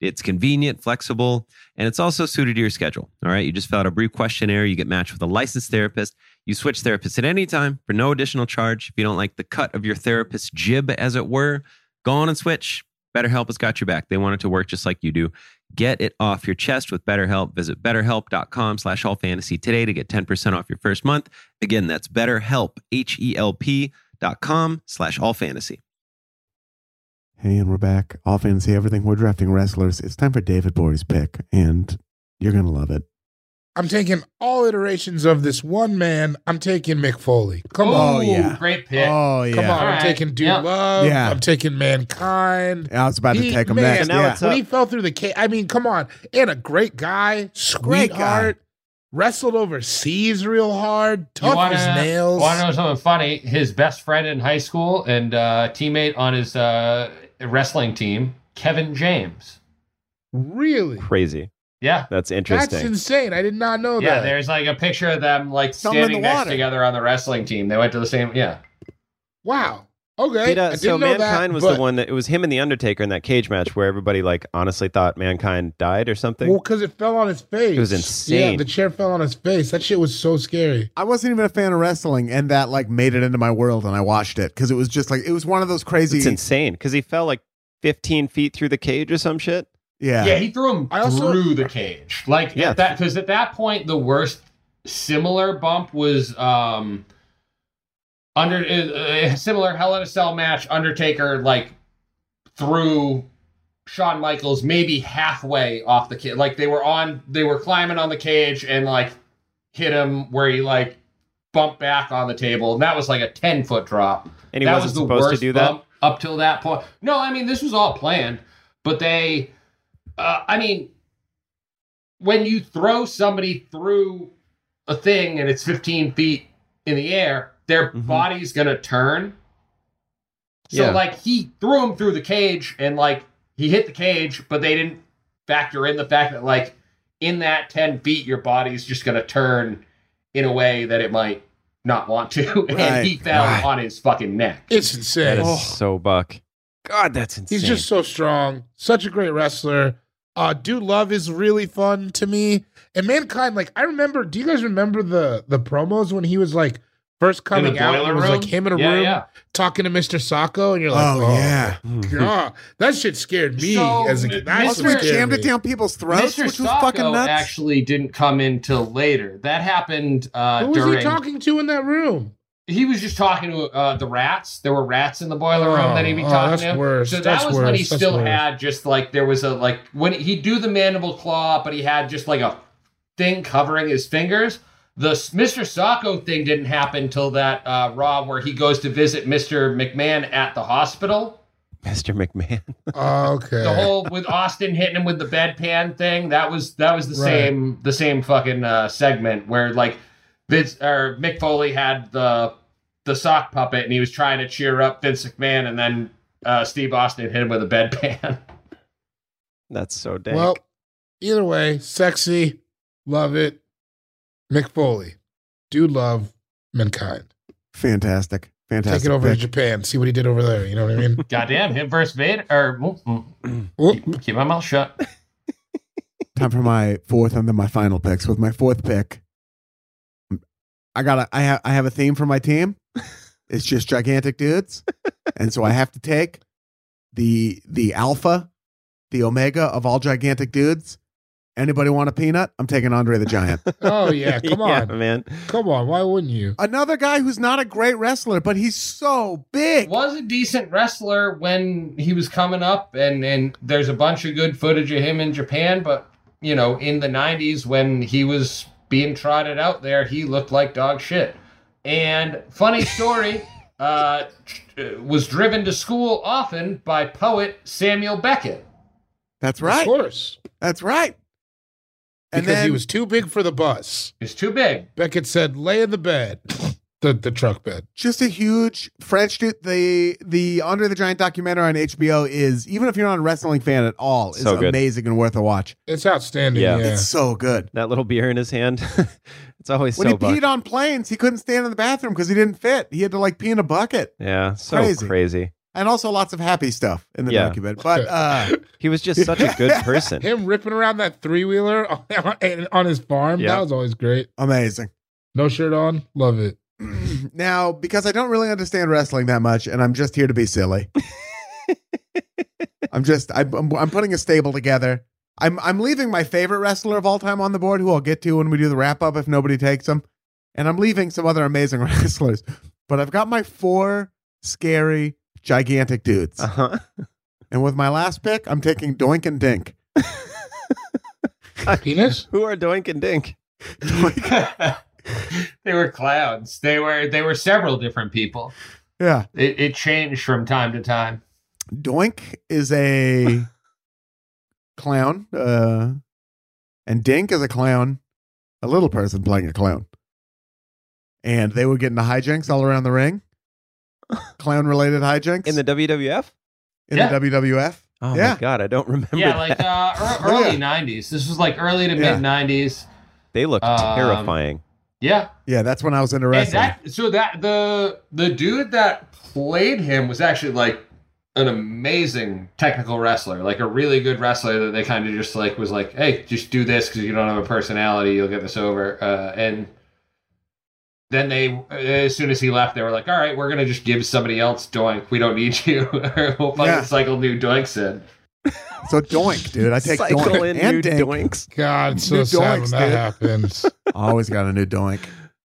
[SPEAKER 5] It's convenient, flexible, and it's also suited to your schedule. All right. You just fill out a brief questionnaire. You get matched with a licensed therapist. You switch therapists at any time for no additional charge. If you don't like the cut of your therapist's jib, as it were, go on and switch. BetterHelp has got your back. They want it to work just like you do. Get it off your chest with BetterHelp. Visit betterhelp.com slash all fantasy today to get 10% off your first month. Again, that's betterhelp, H-E-L-P dot com slash all fantasy.
[SPEAKER 3] Hey, and we're back. All fantasy everything. We're drafting wrestlers. It's time for David Bory's pick, and you're gonna love it.
[SPEAKER 4] I'm taking all iterations of this one man. I'm taking Mick Foley. Come
[SPEAKER 8] Oh,
[SPEAKER 6] Ooh,
[SPEAKER 4] on.
[SPEAKER 3] yeah.
[SPEAKER 6] Great pick.
[SPEAKER 3] Oh
[SPEAKER 4] Come on.
[SPEAKER 3] yeah,
[SPEAKER 6] All
[SPEAKER 4] I'm
[SPEAKER 6] right.
[SPEAKER 4] taking Dude
[SPEAKER 6] Yeah.
[SPEAKER 4] Love.
[SPEAKER 3] Yeah.
[SPEAKER 4] I'm taking Mankind.
[SPEAKER 3] I was about to
[SPEAKER 4] He-
[SPEAKER 3] take him
[SPEAKER 4] man,
[SPEAKER 3] next.
[SPEAKER 8] now
[SPEAKER 3] yeah.
[SPEAKER 8] it's-
[SPEAKER 4] When
[SPEAKER 8] up.
[SPEAKER 4] he fell through the cage, I mean, come on. And a great guy,
[SPEAKER 3] Great
[SPEAKER 4] sweetheart,
[SPEAKER 3] guy.
[SPEAKER 4] wrestled overseas real hard,
[SPEAKER 6] You
[SPEAKER 4] tough
[SPEAKER 6] wanna-
[SPEAKER 4] as nails.
[SPEAKER 6] Want to know something funny? His best friend in high school and uh, teammate on his uh, wrestling team, Kevin James.
[SPEAKER 4] really?
[SPEAKER 8] Crazy.
[SPEAKER 6] Yeah.
[SPEAKER 8] That's
[SPEAKER 4] That's
[SPEAKER 8] interesting.
[SPEAKER 4] insane. I did not know
[SPEAKER 6] Yeah,
[SPEAKER 4] that.
[SPEAKER 6] there's like a picture of them like
[SPEAKER 3] Something in
[SPEAKER 6] standing
[SPEAKER 3] the
[SPEAKER 6] next
[SPEAKER 3] water.
[SPEAKER 6] together on the wrestling team. They went to the same. Yeah.
[SPEAKER 4] Wow. Okay.
[SPEAKER 8] Did, uh,
[SPEAKER 4] I didn't
[SPEAKER 8] so
[SPEAKER 4] know that,
[SPEAKER 8] mankind was
[SPEAKER 4] but-
[SPEAKER 8] the one that it was him and the Undertaker in that cage match where everybody like honestly thought mankind died or something.
[SPEAKER 4] Well, because it fell on his face.
[SPEAKER 8] It was
[SPEAKER 4] Yeah,
[SPEAKER 8] insane.
[SPEAKER 4] the chair fell on his face. That shit was so scary.
[SPEAKER 3] I wasn't even a fan of wrestling, and that like made it into my world, and I watched it because it was just like it was one of those crazy.
[SPEAKER 8] it's insane because he fell like 15 feet through the cage or some shit.
[SPEAKER 3] yeah,
[SPEAKER 6] Yeah, he threw him
[SPEAKER 4] I also-
[SPEAKER 6] through the cage. Like
[SPEAKER 8] Yeah.
[SPEAKER 6] at that because at that point the worst similar bump was um under uh, uh, similar Hell in a Cell match. Undertaker like threw Shawn Michaels maybe halfway off the cage. Like they were on they were climbing on the cage and like hit him where he like bumped back on the table. And that was like a ten foot drop
[SPEAKER 8] And he
[SPEAKER 6] that
[SPEAKER 8] wasn't
[SPEAKER 6] was the
[SPEAKER 8] supposed to
[SPEAKER 6] worst
[SPEAKER 8] do that.
[SPEAKER 6] bump up till that point. No, I mean this was all planned, but they, uh, I mean, when you throw somebody through a thing and it's 15 feet in the air, their
[SPEAKER 8] Mhm.
[SPEAKER 6] body's gonna turn. So
[SPEAKER 8] Yeah.
[SPEAKER 6] like he threw him through the cage and like he hit the cage, but they didn't factor in the fact that like in that 10 feet your body's just gonna turn in a way that it might not want to and
[SPEAKER 3] Right.
[SPEAKER 6] he fell
[SPEAKER 3] Right.
[SPEAKER 6] on his fucking neck
[SPEAKER 4] It's
[SPEAKER 8] That
[SPEAKER 4] insane.
[SPEAKER 8] is
[SPEAKER 3] Oh.
[SPEAKER 8] so buck. God, that's insane.
[SPEAKER 4] He's just so strong. Such a great wrestler. Uh, Dude Love is really fun to me. And Mankind, like, I remember, do you guys remember the the promos when he was like First coming out
[SPEAKER 6] boiler
[SPEAKER 4] it was
[SPEAKER 6] room?
[SPEAKER 4] like him in a
[SPEAKER 6] yeah,
[SPEAKER 4] room
[SPEAKER 6] yeah. Mm-hmm.
[SPEAKER 4] talking to Mr. Sacco, and you're like,
[SPEAKER 3] Oh,
[SPEAKER 4] oh,
[SPEAKER 3] yeah.
[SPEAKER 4] God, that shit scared me
[SPEAKER 6] So,
[SPEAKER 4] as a
[SPEAKER 6] Mr.
[SPEAKER 4] kid. That
[SPEAKER 3] Also,
[SPEAKER 4] shit
[SPEAKER 3] we
[SPEAKER 6] Mr.
[SPEAKER 4] scared
[SPEAKER 3] jammed
[SPEAKER 4] me.
[SPEAKER 3] it down people's throats,
[SPEAKER 6] Mr.
[SPEAKER 3] which was
[SPEAKER 6] Sacco
[SPEAKER 3] fucking nuts.
[SPEAKER 6] actually didn't come in till later. That happened uh,
[SPEAKER 4] Who was
[SPEAKER 6] during.
[SPEAKER 4] he talking to in that room?
[SPEAKER 6] he was just talking to uh, the rats. There were rats in the boiler room that he'd be
[SPEAKER 4] Oh, oh,
[SPEAKER 6] talking
[SPEAKER 4] that's
[SPEAKER 6] to.
[SPEAKER 4] worse.
[SPEAKER 6] So that
[SPEAKER 4] That's
[SPEAKER 6] was when he
[SPEAKER 4] worse. That's
[SPEAKER 6] still
[SPEAKER 4] worse.
[SPEAKER 6] had just like there was a like when he'd do the mandible claw, but he had just like a thing covering his fingers. The s- Mr. Sacco thing didn't happen till that uh, Raw where he goes to visit Mr. McMahon at the hospital.
[SPEAKER 5] Mr. McMahon.
[SPEAKER 4] Oh, okay.
[SPEAKER 6] The whole with Austin hitting him with the bedpan thing that was that was the
[SPEAKER 4] Right.
[SPEAKER 6] same the same fucking uh, segment where like Vince or Mick Foley had the the sock puppet and he was trying to cheer up Vince McMahon and then uh, Steve Austin hit him with a bedpan.
[SPEAKER 5] That's so dank.
[SPEAKER 4] Well, either way, sexy, love it. Mick Foley, do love mankind.
[SPEAKER 3] Fantastic. Fantastic.
[SPEAKER 4] Take it over to
[SPEAKER 3] pick.
[SPEAKER 4] Japan. See what he did over there. You know what I mean?
[SPEAKER 6] Goddamn him versus Vader. Or mm, mm,
[SPEAKER 4] Whoop.
[SPEAKER 6] keep- keep my mouth shut.
[SPEAKER 3] Time for my fourth and then my final picks. With my fourth pick, I got I have I have a theme for my team. It's just gigantic dudes, and so I have to take the the alpha, the omega of all gigantic dudes. Anybody want a peanut? I'm taking Andre the Giant.
[SPEAKER 4] Oh yeah, come
[SPEAKER 5] Yeah,
[SPEAKER 4] on,
[SPEAKER 5] man.
[SPEAKER 4] come on. Why wouldn't you?
[SPEAKER 3] Another guy who's not a great wrestler, but he's so big.
[SPEAKER 6] Was a decent wrestler when he was coming up, and and there's a bunch of good footage of him in Japan. But you know, in the '90s when he was being trotted out there, he looked like dog shit. And funny story, uh, tr- was driven to school often by poet Samuel Beckett.
[SPEAKER 3] That's
[SPEAKER 4] Of
[SPEAKER 3] right.
[SPEAKER 4] course,
[SPEAKER 3] That's right. And
[SPEAKER 4] because
[SPEAKER 3] then
[SPEAKER 4] he was too big for the bus.
[SPEAKER 6] He's too big.
[SPEAKER 4] Beckett said, "Lay in the bed, the the truck bed."
[SPEAKER 3] just a huge French dude. The the Andre the Giant documentary on HBO is even if you're not a wrestling fan at all, is
[SPEAKER 5] So good.
[SPEAKER 3] amazing and worth a watch.
[SPEAKER 4] It's outstanding.
[SPEAKER 5] Yeah.
[SPEAKER 4] Yeah,
[SPEAKER 3] It's so good.
[SPEAKER 5] That little beer in his hand. it's always
[SPEAKER 3] When
[SPEAKER 5] so
[SPEAKER 3] he
[SPEAKER 5] buck-
[SPEAKER 3] peed on planes, he couldn't stand in the bathroom because he didn't fit. He had to like pee in a bucket,
[SPEAKER 5] Yeah, so
[SPEAKER 3] Crazy.
[SPEAKER 5] crazy.
[SPEAKER 3] and also lots of happy stuff in the
[SPEAKER 5] Yeah.
[SPEAKER 3] document. But uh,
[SPEAKER 5] He was just such a good person.
[SPEAKER 4] him ripping around that three wheeler on, on his farm.
[SPEAKER 5] Yeah.
[SPEAKER 4] That was always great.
[SPEAKER 3] amazing.
[SPEAKER 4] No shirt on, love it.
[SPEAKER 3] now, because I don't really understand wrestling that much, and I'm just here to be silly. I'm just I'm, I'm I'm putting a stable together. I'm I'm leaving my favorite wrestler of all time on the board, who I'll get to when we do the wrap up if nobody takes him, and I'm leaving some other amazing wrestlers. But I've got my four scary gigantic dudes,
[SPEAKER 5] Uh-huh.
[SPEAKER 3] and with my last pick, I'm taking Doink and Dink.
[SPEAKER 4] Penis.
[SPEAKER 5] Who are Doink and Dink?
[SPEAKER 3] Doink-
[SPEAKER 6] they were clowns. They were they were several different people.
[SPEAKER 3] yeah,
[SPEAKER 6] It, it changed from time to time.
[SPEAKER 3] Doink is a clown, uh, and Dink is a clown, a little person playing a clown. And they would get into hijinks all around the ring, clown related hijinks
[SPEAKER 5] In the WWF?
[SPEAKER 3] in
[SPEAKER 6] Yeah.
[SPEAKER 3] the WWF.
[SPEAKER 5] Oh
[SPEAKER 3] Yeah.
[SPEAKER 5] my god, I don't remember.
[SPEAKER 6] yeah, like
[SPEAKER 5] that.
[SPEAKER 6] uh, ear-
[SPEAKER 3] Yeah.
[SPEAKER 6] early '90s. This was like early to
[SPEAKER 3] Yeah.
[SPEAKER 6] mid '90s.
[SPEAKER 5] they look
[SPEAKER 6] um,
[SPEAKER 5] terrifying.
[SPEAKER 6] Yeah,
[SPEAKER 3] Yeah, that's when I was into
[SPEAKER 6] and
[SPEAKER 3] wrestling.
[SPEAKER 6] that so that the the dude that played him was actually like an amazing technical wrestler, like a really good wrestler that they kind of just like was like, hey, just do this because you don't have a personality, you'll get this over. Uh, and then they, as soon as he left, they were like, all right, we're gonna just give somebody else Doink. We don't need you. we'll fucking
[SPEAKER 3] Yeah.
[SPEAKER 6] cycle new Doinks in.
[SPEAKER 3] so Doink, dude, I take
[SPEAKER 5] Cycle
[SPEAKER 3] Doink
[SPEAKER 5] in
[SPEAKER 3] and
[SPEAKER 5] new
[SPEAKER 3] Dink.
[SPEAKER 5] doinks.
[SPEAKER 4] God, it's so
[SPEAKER 3] New
[SPEAKER 4] sad
[SPEAKER 3] doinks,
[SPEAKER 4] when that
[SPEAKER 3] dude.
[SPEAKER 4] happens.
[SPEAKER 3] Always got a new Doink.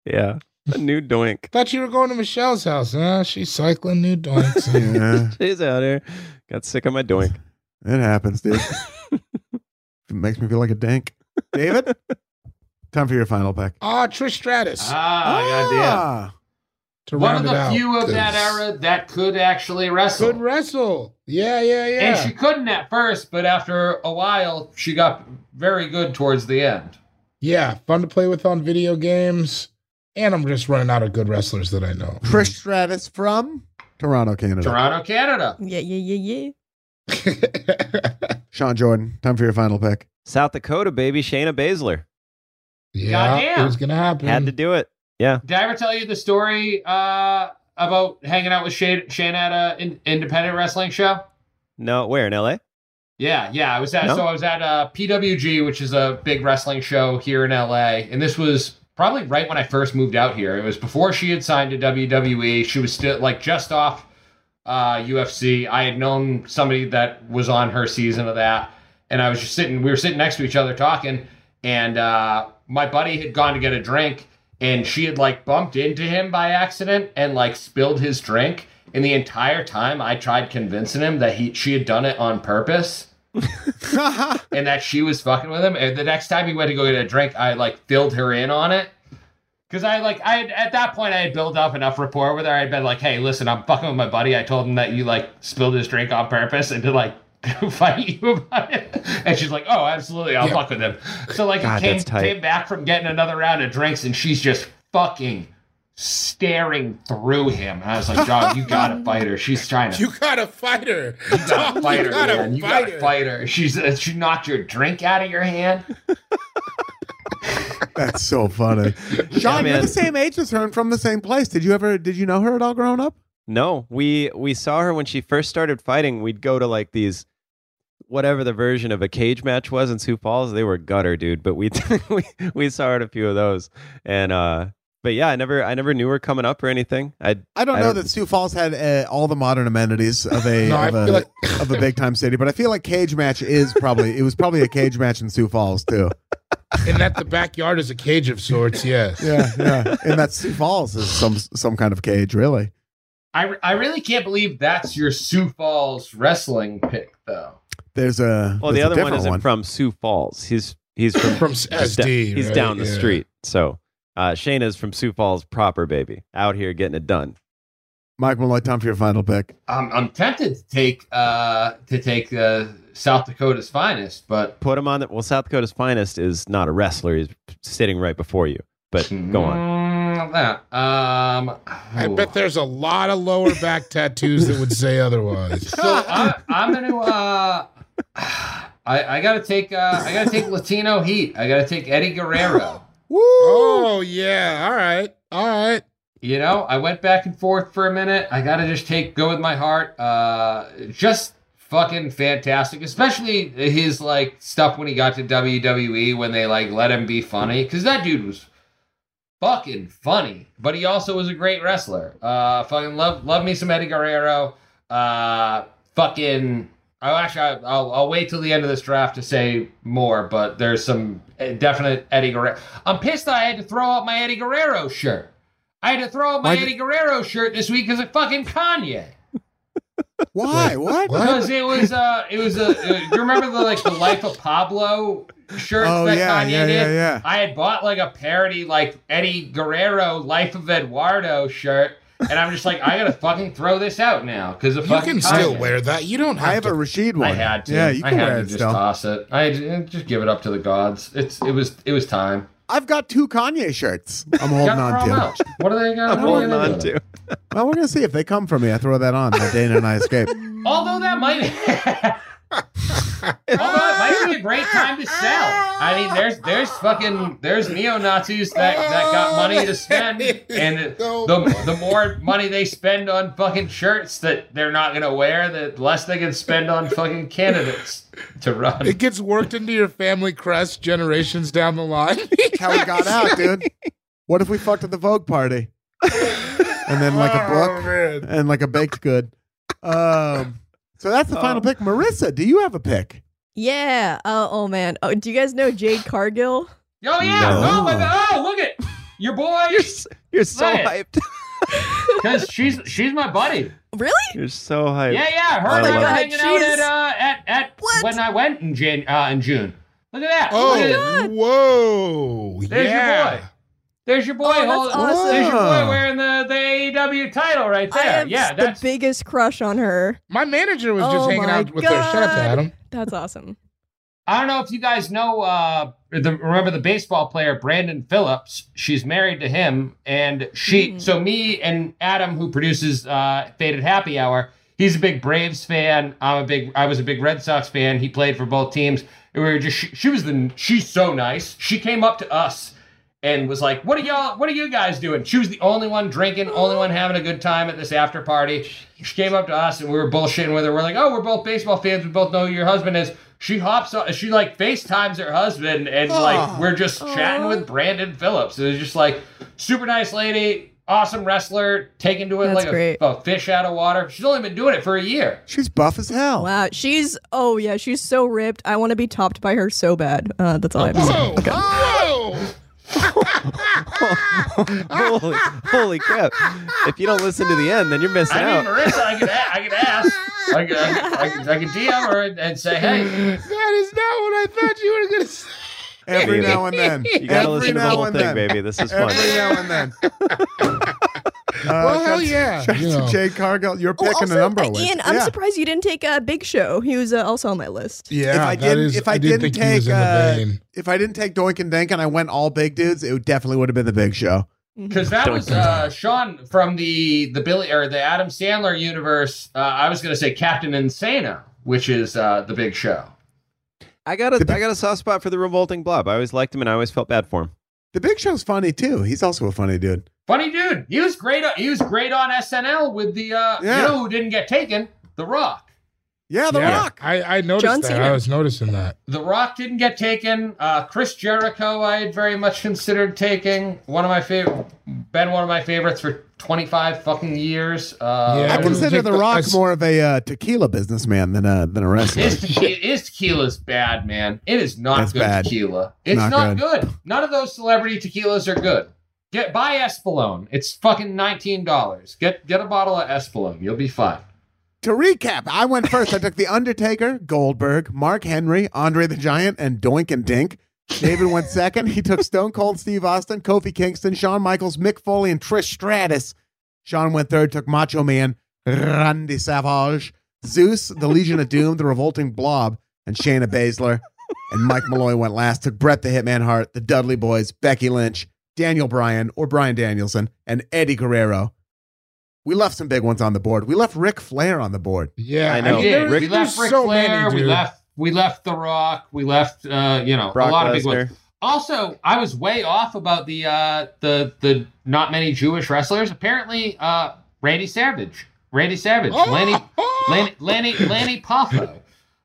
[SPEAKER 5] Yeah. A new doink.
[SPEAKER 4] Thought you were going to Michelle's house. Nah, she's cycling new doinks.
[SPEAKER 3] Yeah,
[SPEAKER 5] She's out here. Got sick of my doink.
[SPEAKER 3] it happens, dude. it makes me feel like a Dink. David, time for your final pick.
[SPEAKER 4] Ah, Trish Stratus.
[SPEAKER 6] Ah, goddamn.
[SPEAKER 3] Ah.
[SPEAKER 4] to
[SPEAKER 6] One of
[SPEAKER 4] round it
[SPEAKER 6] the
[SPEAKER 4] out,
[SPEAKER 6] few of
[SPEAKER 4] 'cause
[SPEAKER 6] that era that could actually wrestle.
[SPEAKER 4] could wrestle. Yeah, yeah, yeah.
[SPEAKER 6] And she couldn't at first, but after a while, she got very good towards the end.
[SPEAKER 4] yeah, fun to play with on video games. And I'm just running out of good wrestlers that I know.
[SPEAKER 3] Trish Stratus from Toronto, Canada.
[SPEAKER 6] Toronto, Canada.
[SPEAKER 7] Yeah, yeah, yeah, yeah.
[SPEAKER 3] Sean Jordan, time for your final pick.
[SPEAKER 5] South Dakota, baby, Shayna Baszler.
[SPEAKER 4] yeah,
[SPEAKER 6] Goddamn.
[SPEAKER 4] it was gonna happen.
[SPEAKER 5] Had to
[SPEAKER 6] Hmm.
[SPEAKER 5] do it. Yeah.
[SPEAKER 6] Did I ever tell you the story uh, about hanging out with Shane, Shane at an in, independent wrestling show?
[SPEAKER 5] No, where in LA?
[SPEAKER 6] Yeah, yeah. I was at
[SPEAKER 5] No?
[SPEAKER 6] so I was at uh, PWG, which is a big wrestling show here in LA, and this was probably right when I first moved out here. It was before she had signed to WWE. She was still like just off uh, UFC. I had known somebody that was on her season of that, and I was just sitting. We were sitting next to each other talking, and uh, my buddy had gone to get a drink, and she had like bumped into him by accident and like spilled his drink. And the entire time, I tried convincing him that he she had done it on purpose and that she was fucking with him. And the next time he went to go get a drink, I like filled her in on it. Cause I like I had, at that point I had built up enough rapport with her. I'd been like, hey, listen, I'm fucking with my buddy. I told him that you like spilled his drink on purpose and to like fight you about it. And she's like, oh, absolutely, I'll
[SPEAKER 4] Yeah.
[SPEAKER 6] fuck with him. So like
[SPEAKER 5] God,
[SPEAKER 6] it came
[SPEAKER 5] that's tight.
[SPEAKER 6] came back from getting another round of drinks and she's just fucking staring through him. And I was like, John, you gotta fight her. She's trying to
[SPEAKER 4] You gotta fight her. You
[SPEAKER 6] gotta fight her,
[SPEAKER 4] You gotta
[SPEAKER 6] man. You
[SPEAKER 4] fight
[SPEAKER 6] gotta
[SPEAKER 4] her.
[SPEAKER 6] fight her. She's uh, she knocked your drink out of your hand.
[SPEAKER 3] That's so funny. Sean, you're
[SPEAKER 5] man.
[SPEAKER 3] the same age as her and from the same place. Did you ever did you know her at all growing up?
[SPEAKER 5] No, we we saw her when she first started fighting. We'd go to like these whatever the version of a cage match was in Sioux Falls. They were gutter, dude. But we we we saw her at a few of those. And uh but yeah, I never I never knew her coming up or anything. I
[SPEAKER 3] I don't
[SPEAKER 5] I
[SPEAKER 3] know
[SPEAKER 5] don't-
[SPEAKER 3] that Sioux Falls had uh, all the modern amenities of a,
[SPEAKER 4] No, I
[SPEAKER 3] of, a
[SPEAKER 4] feel like
[SPEAKER 3] of a big time city, but I feel like cage match is probably it was probably a cage match in Sioux Falls too.
[SPEAKER 4] and that the backyard is a cage of sorts. Yeah.
[SPEAKER 3] Yeah, yeah, and that Sioux Falls is some some kind of cage, really.
[SPEAKER 6] I, re- I really can't believe that's your Sioux Falls wrestling pick though.
[SPEAKER 3] There's a
[SPEAKER 5] well,
[SPEAKER 3] there's
[SPEAKER 5] the
[SPEAKER 3] a
[SPEAKER 5] other one
[SPEAKER 3] different
[SPEAKER 5] isn't from Sioux Falls. He's he's from
[SPEAKER 4] From
[SPEAKER 5] he's da-
[SPEAKER 4] SD.
[SPEAKER 5] he's
[SPEAKER 4] right?
[SPEAKER 5] down the
[SPEAKER 4] Yeah.
[SPEAKER 5] street. So uh Shayna's from Sioux Falls proper, baby. Out here getting it done.
[SPEAKER 3] Mike Malloy. Time for your final pick.
[SPEAKER 6] I'm, I'm tempted to take uh to take uh, South Dakota's finest, but
[SPEAKER 5] Put him on the well, South Dakota's finest is not a wrestler. He's sitting right before you. But Mm-hmm. go on.
[SPEAKER 6] Mm, that um.
[SPEAKER 4] I
[SPEAKER 6] ooh.
[SPEAKER 4] bet there's a lot of lower back tattoos that would say otherwise.
[SPEAKER 6] So I, I'm gonna uh. I, I gotta take uh, I gotta take Latino Heat. I gotta take Eddie Guerrero.
[SPEAKER 4] Oh yeah. All right. All right.
[SPEAKER 6] You know, I went back and forth for a minute. I gotta just take go with my heart. Uh, just fucking fantastic, especially his like stuff when he got to WWE when they like let him be funny because that dude was fucking funny, but he also was a great wrestler. Uh, fucking love love me some Eddie Guerrero. Uh, fucking. Oh, actually, I- I'll, I'll wait till the end of this draft to say more, but there's some eh, definite Eddie Guerrero. I'm pissed that I had to throw out my Eddie Guerrero shirt. I had to throw out my
[SPEAKER 3] Why'd you-
[SPEAKER 6] Eddie Guerrero shirt this week because of fucking Kanye.
[SPEAKER 3] Why? What?
[SPEAKER 6] Because it was uh, it was a. Uh, do you remember the like the Life of Pablo shirts
[SPEAKER 3] Oh
[SPEAKER 6] that
[SPEAKER 3] yeah,
[SPEAKER 6] Kanye
[SPEAKER 3] yeah,
[SPEAKER 6] did?
[SPEAKER 3] yeah, yeah.
[SPEAKER 6] I had bought like a parody like Eddie Guerrero Life of Eduardo shirt, and I'm just like, I gotta fucking throw this out now because
[SPEAKER 4] You can still wear that. You don't have,
[SPEAKER 3] I have
[SPEAKER 4] to.
[SPEAKER 3] a Rashid one.
[SPEAKER 6] I had to.
[SPEAKER 3] Yeah, you
[SPEAKER 6] I
[SPEAKER 3] can
[SPEAKER 6] had
[SPEAKER 3] wear
[SPEAKER 6] to
[SPEAKER 3] it
[SPEAKER 6] just
[SPEAKER 3] still.
[SPEAKER 6] toss it. I had to- eh, just give it up to the gods. It's it was it was time.
[SPEAKER 3] I've got two Kanye shirts. I'm holding
[SPEAKER 6] Gotta
[SPEAKER 3] on
[SPEAKER 6] throw 'em
[SPEAKER 3] to.
[SPEAKER 6] out. What are they gonna?
[SPEAKER 5] I'm
[SPEAKER 6] what are
[SPEAKER 5] holding
[SPEAKER 6] they gonna
[SPEAKER 5] on
[SPEAKER 6] do?
[SPEAKER 5] to.
[SPEAKER 3] Well, we're gonna see if they come for me. I throw that on. That Dana and I escape.
[SPEAKER 6] Although that might. Although it might be a great time to sell. I mean, there's there's fucking there's neo Nazis that, that got money to spend, and
[SPEAKER 4] So-
[SPEAKER 6] the the more money they spend on fucking shirts that they're not gonna wear, the less they can spend on fucking candidates to run.
[SPEAKER 4] It gets worked into your family crest generations down the line.
[SPEAKER 3] How we got out, dude. What if we fucked at the Vogue party? And then like a
[SPEAKER 4] Oh,
[SPEAKER 3] book
[SPEAKER 4] man.
[SPEAKER 3] and like a baked good. Um, so that's the final pick. Marissa, do you have a pick?
[SPEAKER 7] Yeah. Uh, oh man. Oh, do you guys know Jade Cargill?
[SPEAKER 6] Oh yeah!
[SPEAKER 5] No.
[SPEAKER 6] Oh my god! Oh look at your boy,
[SPEAKER 5] You're so, you're so
[SPEAKER 6] Say it.
[SPEAKER 5] hyped.
[SPEAKER 6] because she's she's my buddy.
[SPEAKER 7] Really?
[SPEAKER 5] You're so hyped.
[SPEAKER 6] Yeah, yeah, her
[SPEAKER 5] I
[SPEAKER 6] and I
[SPEAKER 5] love
[SPEAKER 6] were
[SPEAKER 5] it.
[SPEAKER 6] hanging out
[SPEAKER 7] She's-
[SPEAKER 6] at uh, at at
[SPEAKER 7] What?
[SPEAKER 6] when I went in Jan uh, in June. Look at that! Look at it.
[SPEAKER 4] Oh, whoa.
[SPEAKER 6] There's
[SPEAKER 4] yeah.
[SPEAKER 6] your boy. There's your boy.
[SPEAKER 7] Oh, that's
[SPEAKER 6] holding-
[SPEAKER 7] awesome.
[SPEAKER 6] There's your boy wearing the, the AEW title right
[SPEAKER 7] I
[SPEAKER 6] there.
[SPEAKER 7] have
[SPEAKER 6] yeah,
[SPEAKER 7] the
[SPEAKER 6] that's
[SPEAKER 7] biggest crush on her.
[SPEAKER 4] My manager was just
[SPEAKER 7] Oh
[SPEAKER 4] hanging
[SPEAKER 7] my
[SPEAKER 4] out with her. Shut up,
[SPEAKER 7] God.
[SPEAKER 4] Adam.
[SPEAKER 7] That's awesome.
[SPEAKER 6] I don't know if you guys know. Uh, the, remember the baseball player Brandon Phillips? She's married to him, and she.
[SPEAKER 7] Mhm.
[SPEAKER 6] So me and Adam, who produces uh, Faded Happy Hour, he's a big Braves fan. I'm a big. I was a big Red Sox fan. He played for both teams. And we were just. She, she was the. She's so nice. She came up to us and was like, "What are y'all? What are you guys doing?" She was the only one drinking, only one having a good time at this after party. She came up to us and we were bullshitting with her. We're like, "Oh, we're both baseball fans. We both know who your husband is." She hops on. She like FaceTimes her husband and like we're just chatting with Brandon Phillips. It was just like super nice lady, awesome wrestler, taken to it
[SPEAKER 7] That's
[SPEAKER 6] like a,
[SPEAKER 7] great.
[SPEAKER 6] a fish out of water. She's only been doing it for a year.
[SPEAKER 3] She's buff as hell.
[SPEAKER 7] Wow, she's oh yeah, she's so ripped. I want to be topped by her so bad. Uh, that's all I have to say.
[SPEAKER 4] Whoa! Whoa!
[SPEAKER 5] holy, holy crap! If you don't listen to the end, then you're missing
[SPEAKER 6] I mean,
[SPEAKER 5] out.
[SPEAKER 6] Marissa, I could a- I could ask, I could I could, I could, I could DM her and, and say, "Hey,
[SPEAKER 4] That is not what I thought you were going to say.
[SPEAKER 3] Every
[SPEAKER 5] Baby.
[SPEAKER 3] now and then.
[SPEAKER 5] You gotta
[SPEAKER 3] Every
[SPEAKER 5] listen to the
[SPEAKER 3] now
[SPEAKER 5] whole
[SPEAKER 3] and
[SPEAKER 5] thing,
[SPEAKER 3] then.
[SPEAKER 5] baby. This is fun.
[SPEAKER 3] Every now and then. uh,
[SPEAKER 4] Well, hell
[SPEAKER 3] shouts-
[SPEAKER 4] yeah,
[SPEAKER 3] shouts
[SPEAKER 4] you
[SPEAKER 3] to
[SPEAKER 4] know.
[SPEAKER 3] Jay Cargill. You're
[SPEAKER 7] Oh,
[SPEAKER 3] picking
[SPEAKER 7] also,
[SPEAKER 3] a number.
[SPEAKER 7] uh,
[SPEAKER 3] with.
[SPEAKER 7] Ian, I'm
[SPEAKER 3] Yeah.
[SPEAKER 7] surprised you didn't take uh, Big Show. He was uh, also on my list.
[SPEAKER 4] Yeah,
[SPEAKER 3] if I
[SPEAKER 4] that
[SPEAKER 3] didn't,
[SPEAKER 4] is-
[SPEAKER 3] if I,
[SPEAKER 4] did
[SPEAKER 3] didn't
[SPEAKER 4] think
[SPEAKER 3] take,
[SPEAKER 4] he was in
[SPEAKER 3] uh,
[SPEAKER 4] the vein.
[SPEAKER 3] if I didn't take Doink and Dank and I went all big dudes, it would definitely would have been the Big Show.
[SPEAKER 6] Because that
[SPEAKER 5] Don't
[SPEAKER 6] was
[SPEAKER 5] do
[SPEAKER 6] uh, Sean from the the Billy or the Adam Sandler universe. Uh, I was going to say Captain Insano, which is uh, the Big Show.
[SPEAKER 5] I got a I got a soft spot for the revolting blob. I always liked him, and I always felt bad for him.
[SPEAKER 3] The Big Show's funny too. He's also a funny dude.
[SPEAKER 6] Funny dude, he was great. On, he was great on SNL with the uh,
[SPEAKER 3] Yeah.
[SPEAKER 6] you know who didn't get taken, The Rock.
[SPEAKER 3] Yeah, The
[SPEAKER 4] Yeah,
[SPEAKER 3] Rock.
[SPEAKER 4] I, I noticed
[SPEAKER 7] John
[SPEAKER 4] that.
[SPEAKER 7] Cena.
[SPEAKER 4] I was noticing that.
[SPEAKER 6] The Rock didn't get taken. Uh, Chris Jericho, I had very much considered taking. One of my favorite, been one of my favorites for twenty five fucking years. Uh,
[SPEAKER 4] Yeah,
[SPEAKER 3] I
[SPEAKER 4] I would've
[SPEAKER 3] consider
[SPEAKER 4] picked
[SPEAKER 3] The
[SPEAKER 4] the- I
[SPEAKER 3] Rock
[SPEAKER 4] s-
[SPEAKER 3] more of a uh, tequila businessman than a than a wrestler.
[SPEAKER 6] His, tequila, his tequila's bad, man. It is not
[SPEAKER 3] That's
[SPEAKER 6] good
[SPEAKER 3] bad.
[SPEAKER 6] tequila. It's
[SPEAKER 3] Not
[SPEAKER 6] not, good. None of those celebrity tequilas are good. Get buy Espolone. It's fucking nineteen dollars. Get get a bottle of Espolone. You'll be fine.
[SPEAKER 3] to recap, I went first. I took The Undertaker, Goldberg, Mark Henry, Andre the Giant, and Doink and Dink. David went second. He took Stone Cold Steve Austin, Kofi Kingston, Shawn Michaels, Mick Foley, and Trish Stratus. Sean went third, took Macho Man, Randy Savage, Zeus, The Legion of Doom, The Revolting Blob, and Shayna Baszler. And Mike Malloy went last, took Brett the Hitman Hart, The Dudley Boys, Becky Lynch, Daniel Bryan, or Brian Danielson, and Eddie Guerrero. We left some big ones on the board. We left Ric Flair on the board.
[SPEAKER 4] Yeah,
[SPEAKER 5] I know.
[SPEAKER 6] we,
[SPEAKER 5] mean,
[SPEAKER 6] did.
[SPEAKER 4] there-
[SPEAKER 5] Ric-
[SPEAKER 6] we
[SPEAKER 4] there's
[SPEAKER 6] left Ric
[SPEAKER 4] so many,
[SPEAKER 6] Flair. We
[SPEAKER 4] dude.
[SPEAKER 6] left we left The Rock. We left uh, you know
[SPEAKER 5] Brock
[SPEAKER 6] a lot of big ones.
[SPEAKER 5] Lesnar.
[SPEAKER 6] Also, I was way off about the uh, the the not many Jewish wrestlers. Apparently, uh, Randy Savage, Randy Savage,
[SPEAKER 4] Oh!
[SPEAKER 6] Lanny, Lanny, Lanny, Lanny Poffo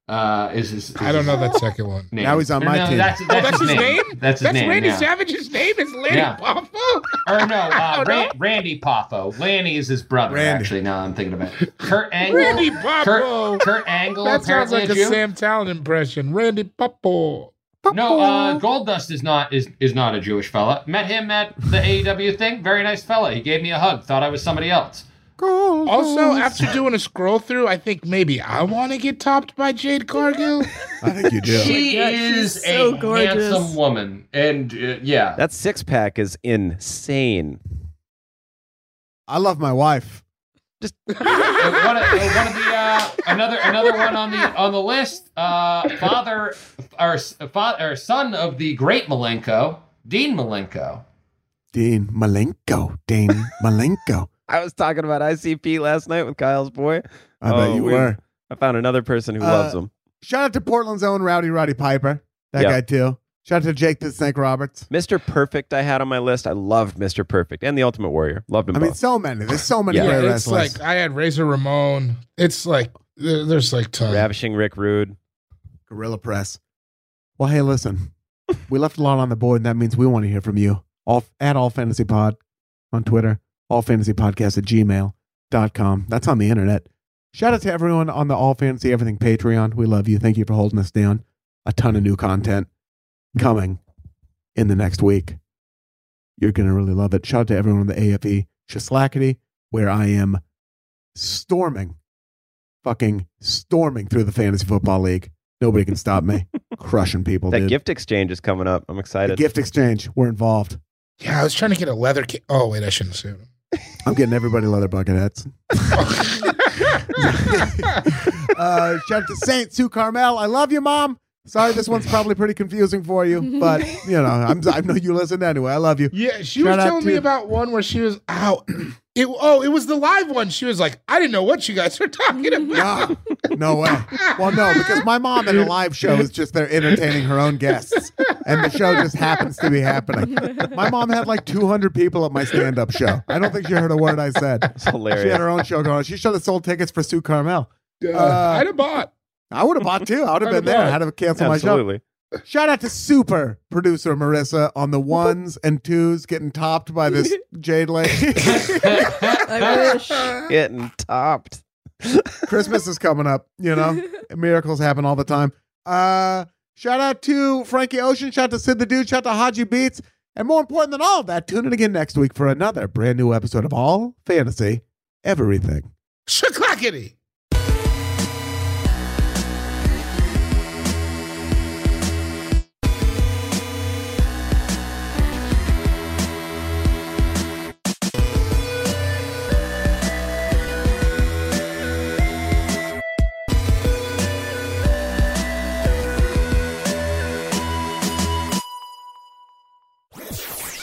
[SPEAKER 6] uh, is his. is
[SPEAKER 4] I don't
[SPEAKER 6] his
[SPEAKER 4] know that second one.
[SPEAKER 6] Name.
[SPEAKER 3] Now he's on
[SPEAKER 6] No,
[SPEAKER 3] my
[SPEAKER 6] no,
[SPEAKER 3] team.
[SPEAKER 6] That's,
[SPEAKER 4] Oh,
[SPEAKER 6] that's, his, name. That's his
[SPEAKER 4] That's
[SPEAKER 6] name.
[SPEAKER 4] Randy
[SPEAKER 6] yeah.
[SPEAKER 4] Savage's name is Lady
[SPEAKER 6] Yeah.
[SPEAKER 4] Poffo.
[SPEAKER 6] Or no, uh,
[SPEAKER 4] Oh, no?
[SPEAKER 6] Ran- Randy Poffo. Lanny is his brother.
[SPEAKER 3] Randy.
[SPEAKER 6] Actually, now I'm thinking about it. Kurt Angle.
[SPEAKER 4] Randy
[SPEAKER 6] Kurt,
[SPEAKER 4] Poffo.
[SPEAKER 6] Kurt Angle.
[SPEAKER 4] That sounds
[SPEAKER 6] apparently
[SPEAKER 4] like
[SPEAKER 6] a
[SPEAKER 4] a
[SPEAKER 6] Jew.
[SPEAKER 4] Sam Talent impression. Randy Poffo.
[SPEAKER 6] No, uh, Goldust is not is is not a Jewish fella. Met him at the AEW thing. Very nice fella. He gave me a hug. Thought I was somebody else.
[SPEAKER 4] Also, after doing a scroll through, I think maybe I want to get topped by Jade Cargill.
[SPEAKER 3] I think you do.
[SPEAKER 6] She
[SPEAKER 7] God, she's
[SPEAKER 6] is
[SPEAKER 7] so
[SPEAKER 6] a
[SPEAKER 7] gorgeous.
[SPEAKER 6] handsome woman, and uh, yeah,
[SPEAKER 5] That six pack is insane.
[SPEAKER 3] I love my wife.
[SPEAKER 6] And one, of, and one of the uh, another another one on the on the list. Uh, father or father or son of the great Malenko, Dean Malenko.
[SPEAKER 3] Dean Malenko. Dean Malenko.
[SPEAKER 5] I was talking about ICP last night with Kyle's boy.
[SPEAKER 3] I
[SPEAKER 5] Oh,
[SPEAKER 3] bet you
[SPEAKER 5] we-
[SPEAKER 3] were.
[SPEAKER 5] I found another person who
[SPEAKER 3] Uh,
[SPEAKER 5] loves him.
[SPEAKER 3] Shout out to Portland's own Rowdy Roddy Piper. That
[SPEAKER 5] Yeah.
[SPEAKER 3] guy too. Shout out to Jake the Snake Roberts.
[SPEAKER 5] Mr. Perfect, I had on my list. I loved Mr. Perfect and the Ultimate Warrior. Loved him
[SPEAKER 3] I mean,
[SPEAKER 5] both.
[SPEAKER 3] so many. There's so many
[SPEAKER 5] Yeah.
[SPEAKER 3] great
[SPEAKER 4] it's
[SPEAKER 3] wrestlers.
[SPEAKER 4] like I had Razor Ramon. It's like there- there's like tons.
[SPEAKER 5] Ravishing Rick Rude.
[SPEAKER 3] Gorilla Press. Well, hey, listen. we left a lot on the board, and that means we want to hear from you. All at All Fantasy Pod on Twitter, All Fantasy Podcast at gmail.com. That's on the internet. Shout out to everyone on the All Fantasy Everything Patreon. We love you. Thank you for holding us down. A ton of new content coming in the next week. You're going to really love it. Shout out to everyone on the AFE Shislackity, where I am storming, fucking storming through the Fantasy Football League. Nobody can stop me. Crushing people,
[SPEAKER 5] That
[SPEAKER 3] dude.
[SPEAKER 5] gift exchange is coming up. I'm
[SPEAKER 3] The
[SPEAKER 5] excited.
[SPEAKER 3] gift exchange. We're involved.
[SPEAKER 4] Yeah, I was trying to get a leather. Ca- oh wait, I shouldn't say. it.
[SPEAKER 3] I'm getting everybody leather bucket hats. uh, shout out to Saint Sue Carmel. I love you, Mom. Sorry, this one's probably pretty confusing for you, but you know, I'm, I know you listen anyway. I love you.
[SPEAKER 4] Yeah, she
[SPEAKER 3] Shout
[SPEAKER 4] was
[SPEAKER 3] out
[SPEAKER 4] telling me
[SPEAKER 3] to-
[SPEAKER 4] about one where she was out. It, oh, it was the live one. She was like, I didn't know what you guys were talking about.
[SPEAKER 3] Ah, no way. Well, no, because my mom in a live show is just there entertaining her own guests, and the show just happens to be happening. My mom had like 200 people at my stand up show. I don't think she heard a word I said.
[SPEAKER 5] It's hilarious.
[SPEAKER 3] She had her own show going on. She should have sold tickets for Sue Carmel.
[SPEAKER 4] Uh,
[SPEAKER 3] Uh,
[SPEAKER 4] I'd have bought.
[SPEAKER 3] I would have bought two. I would have been
[SPEAKER 4] I'd have
[SPEAKER 3] there. I
[SPEAKER 4] bought.
[SPEAKER 3] had to cancel my show.
[SPEAKER 5] Absolutely.
[SPEAKER 3] Shout out to super producer Marissa on the ones and twos getting topped by this Jade lady.
[SPEAKER 7] I wish.
[SPEAKER 5] Getting topped.
[SPEAKER 3] Christmas is coming up, you know. Miracles happen all the time. Uh shout out to Frankie Ocean, shout out to Sid the Dude, shout out to Haji Beats. And more important than all of that, tune in again next week for another brand new episode of All Fantasy Everything.
[SPEAKER 4] Shaklackety.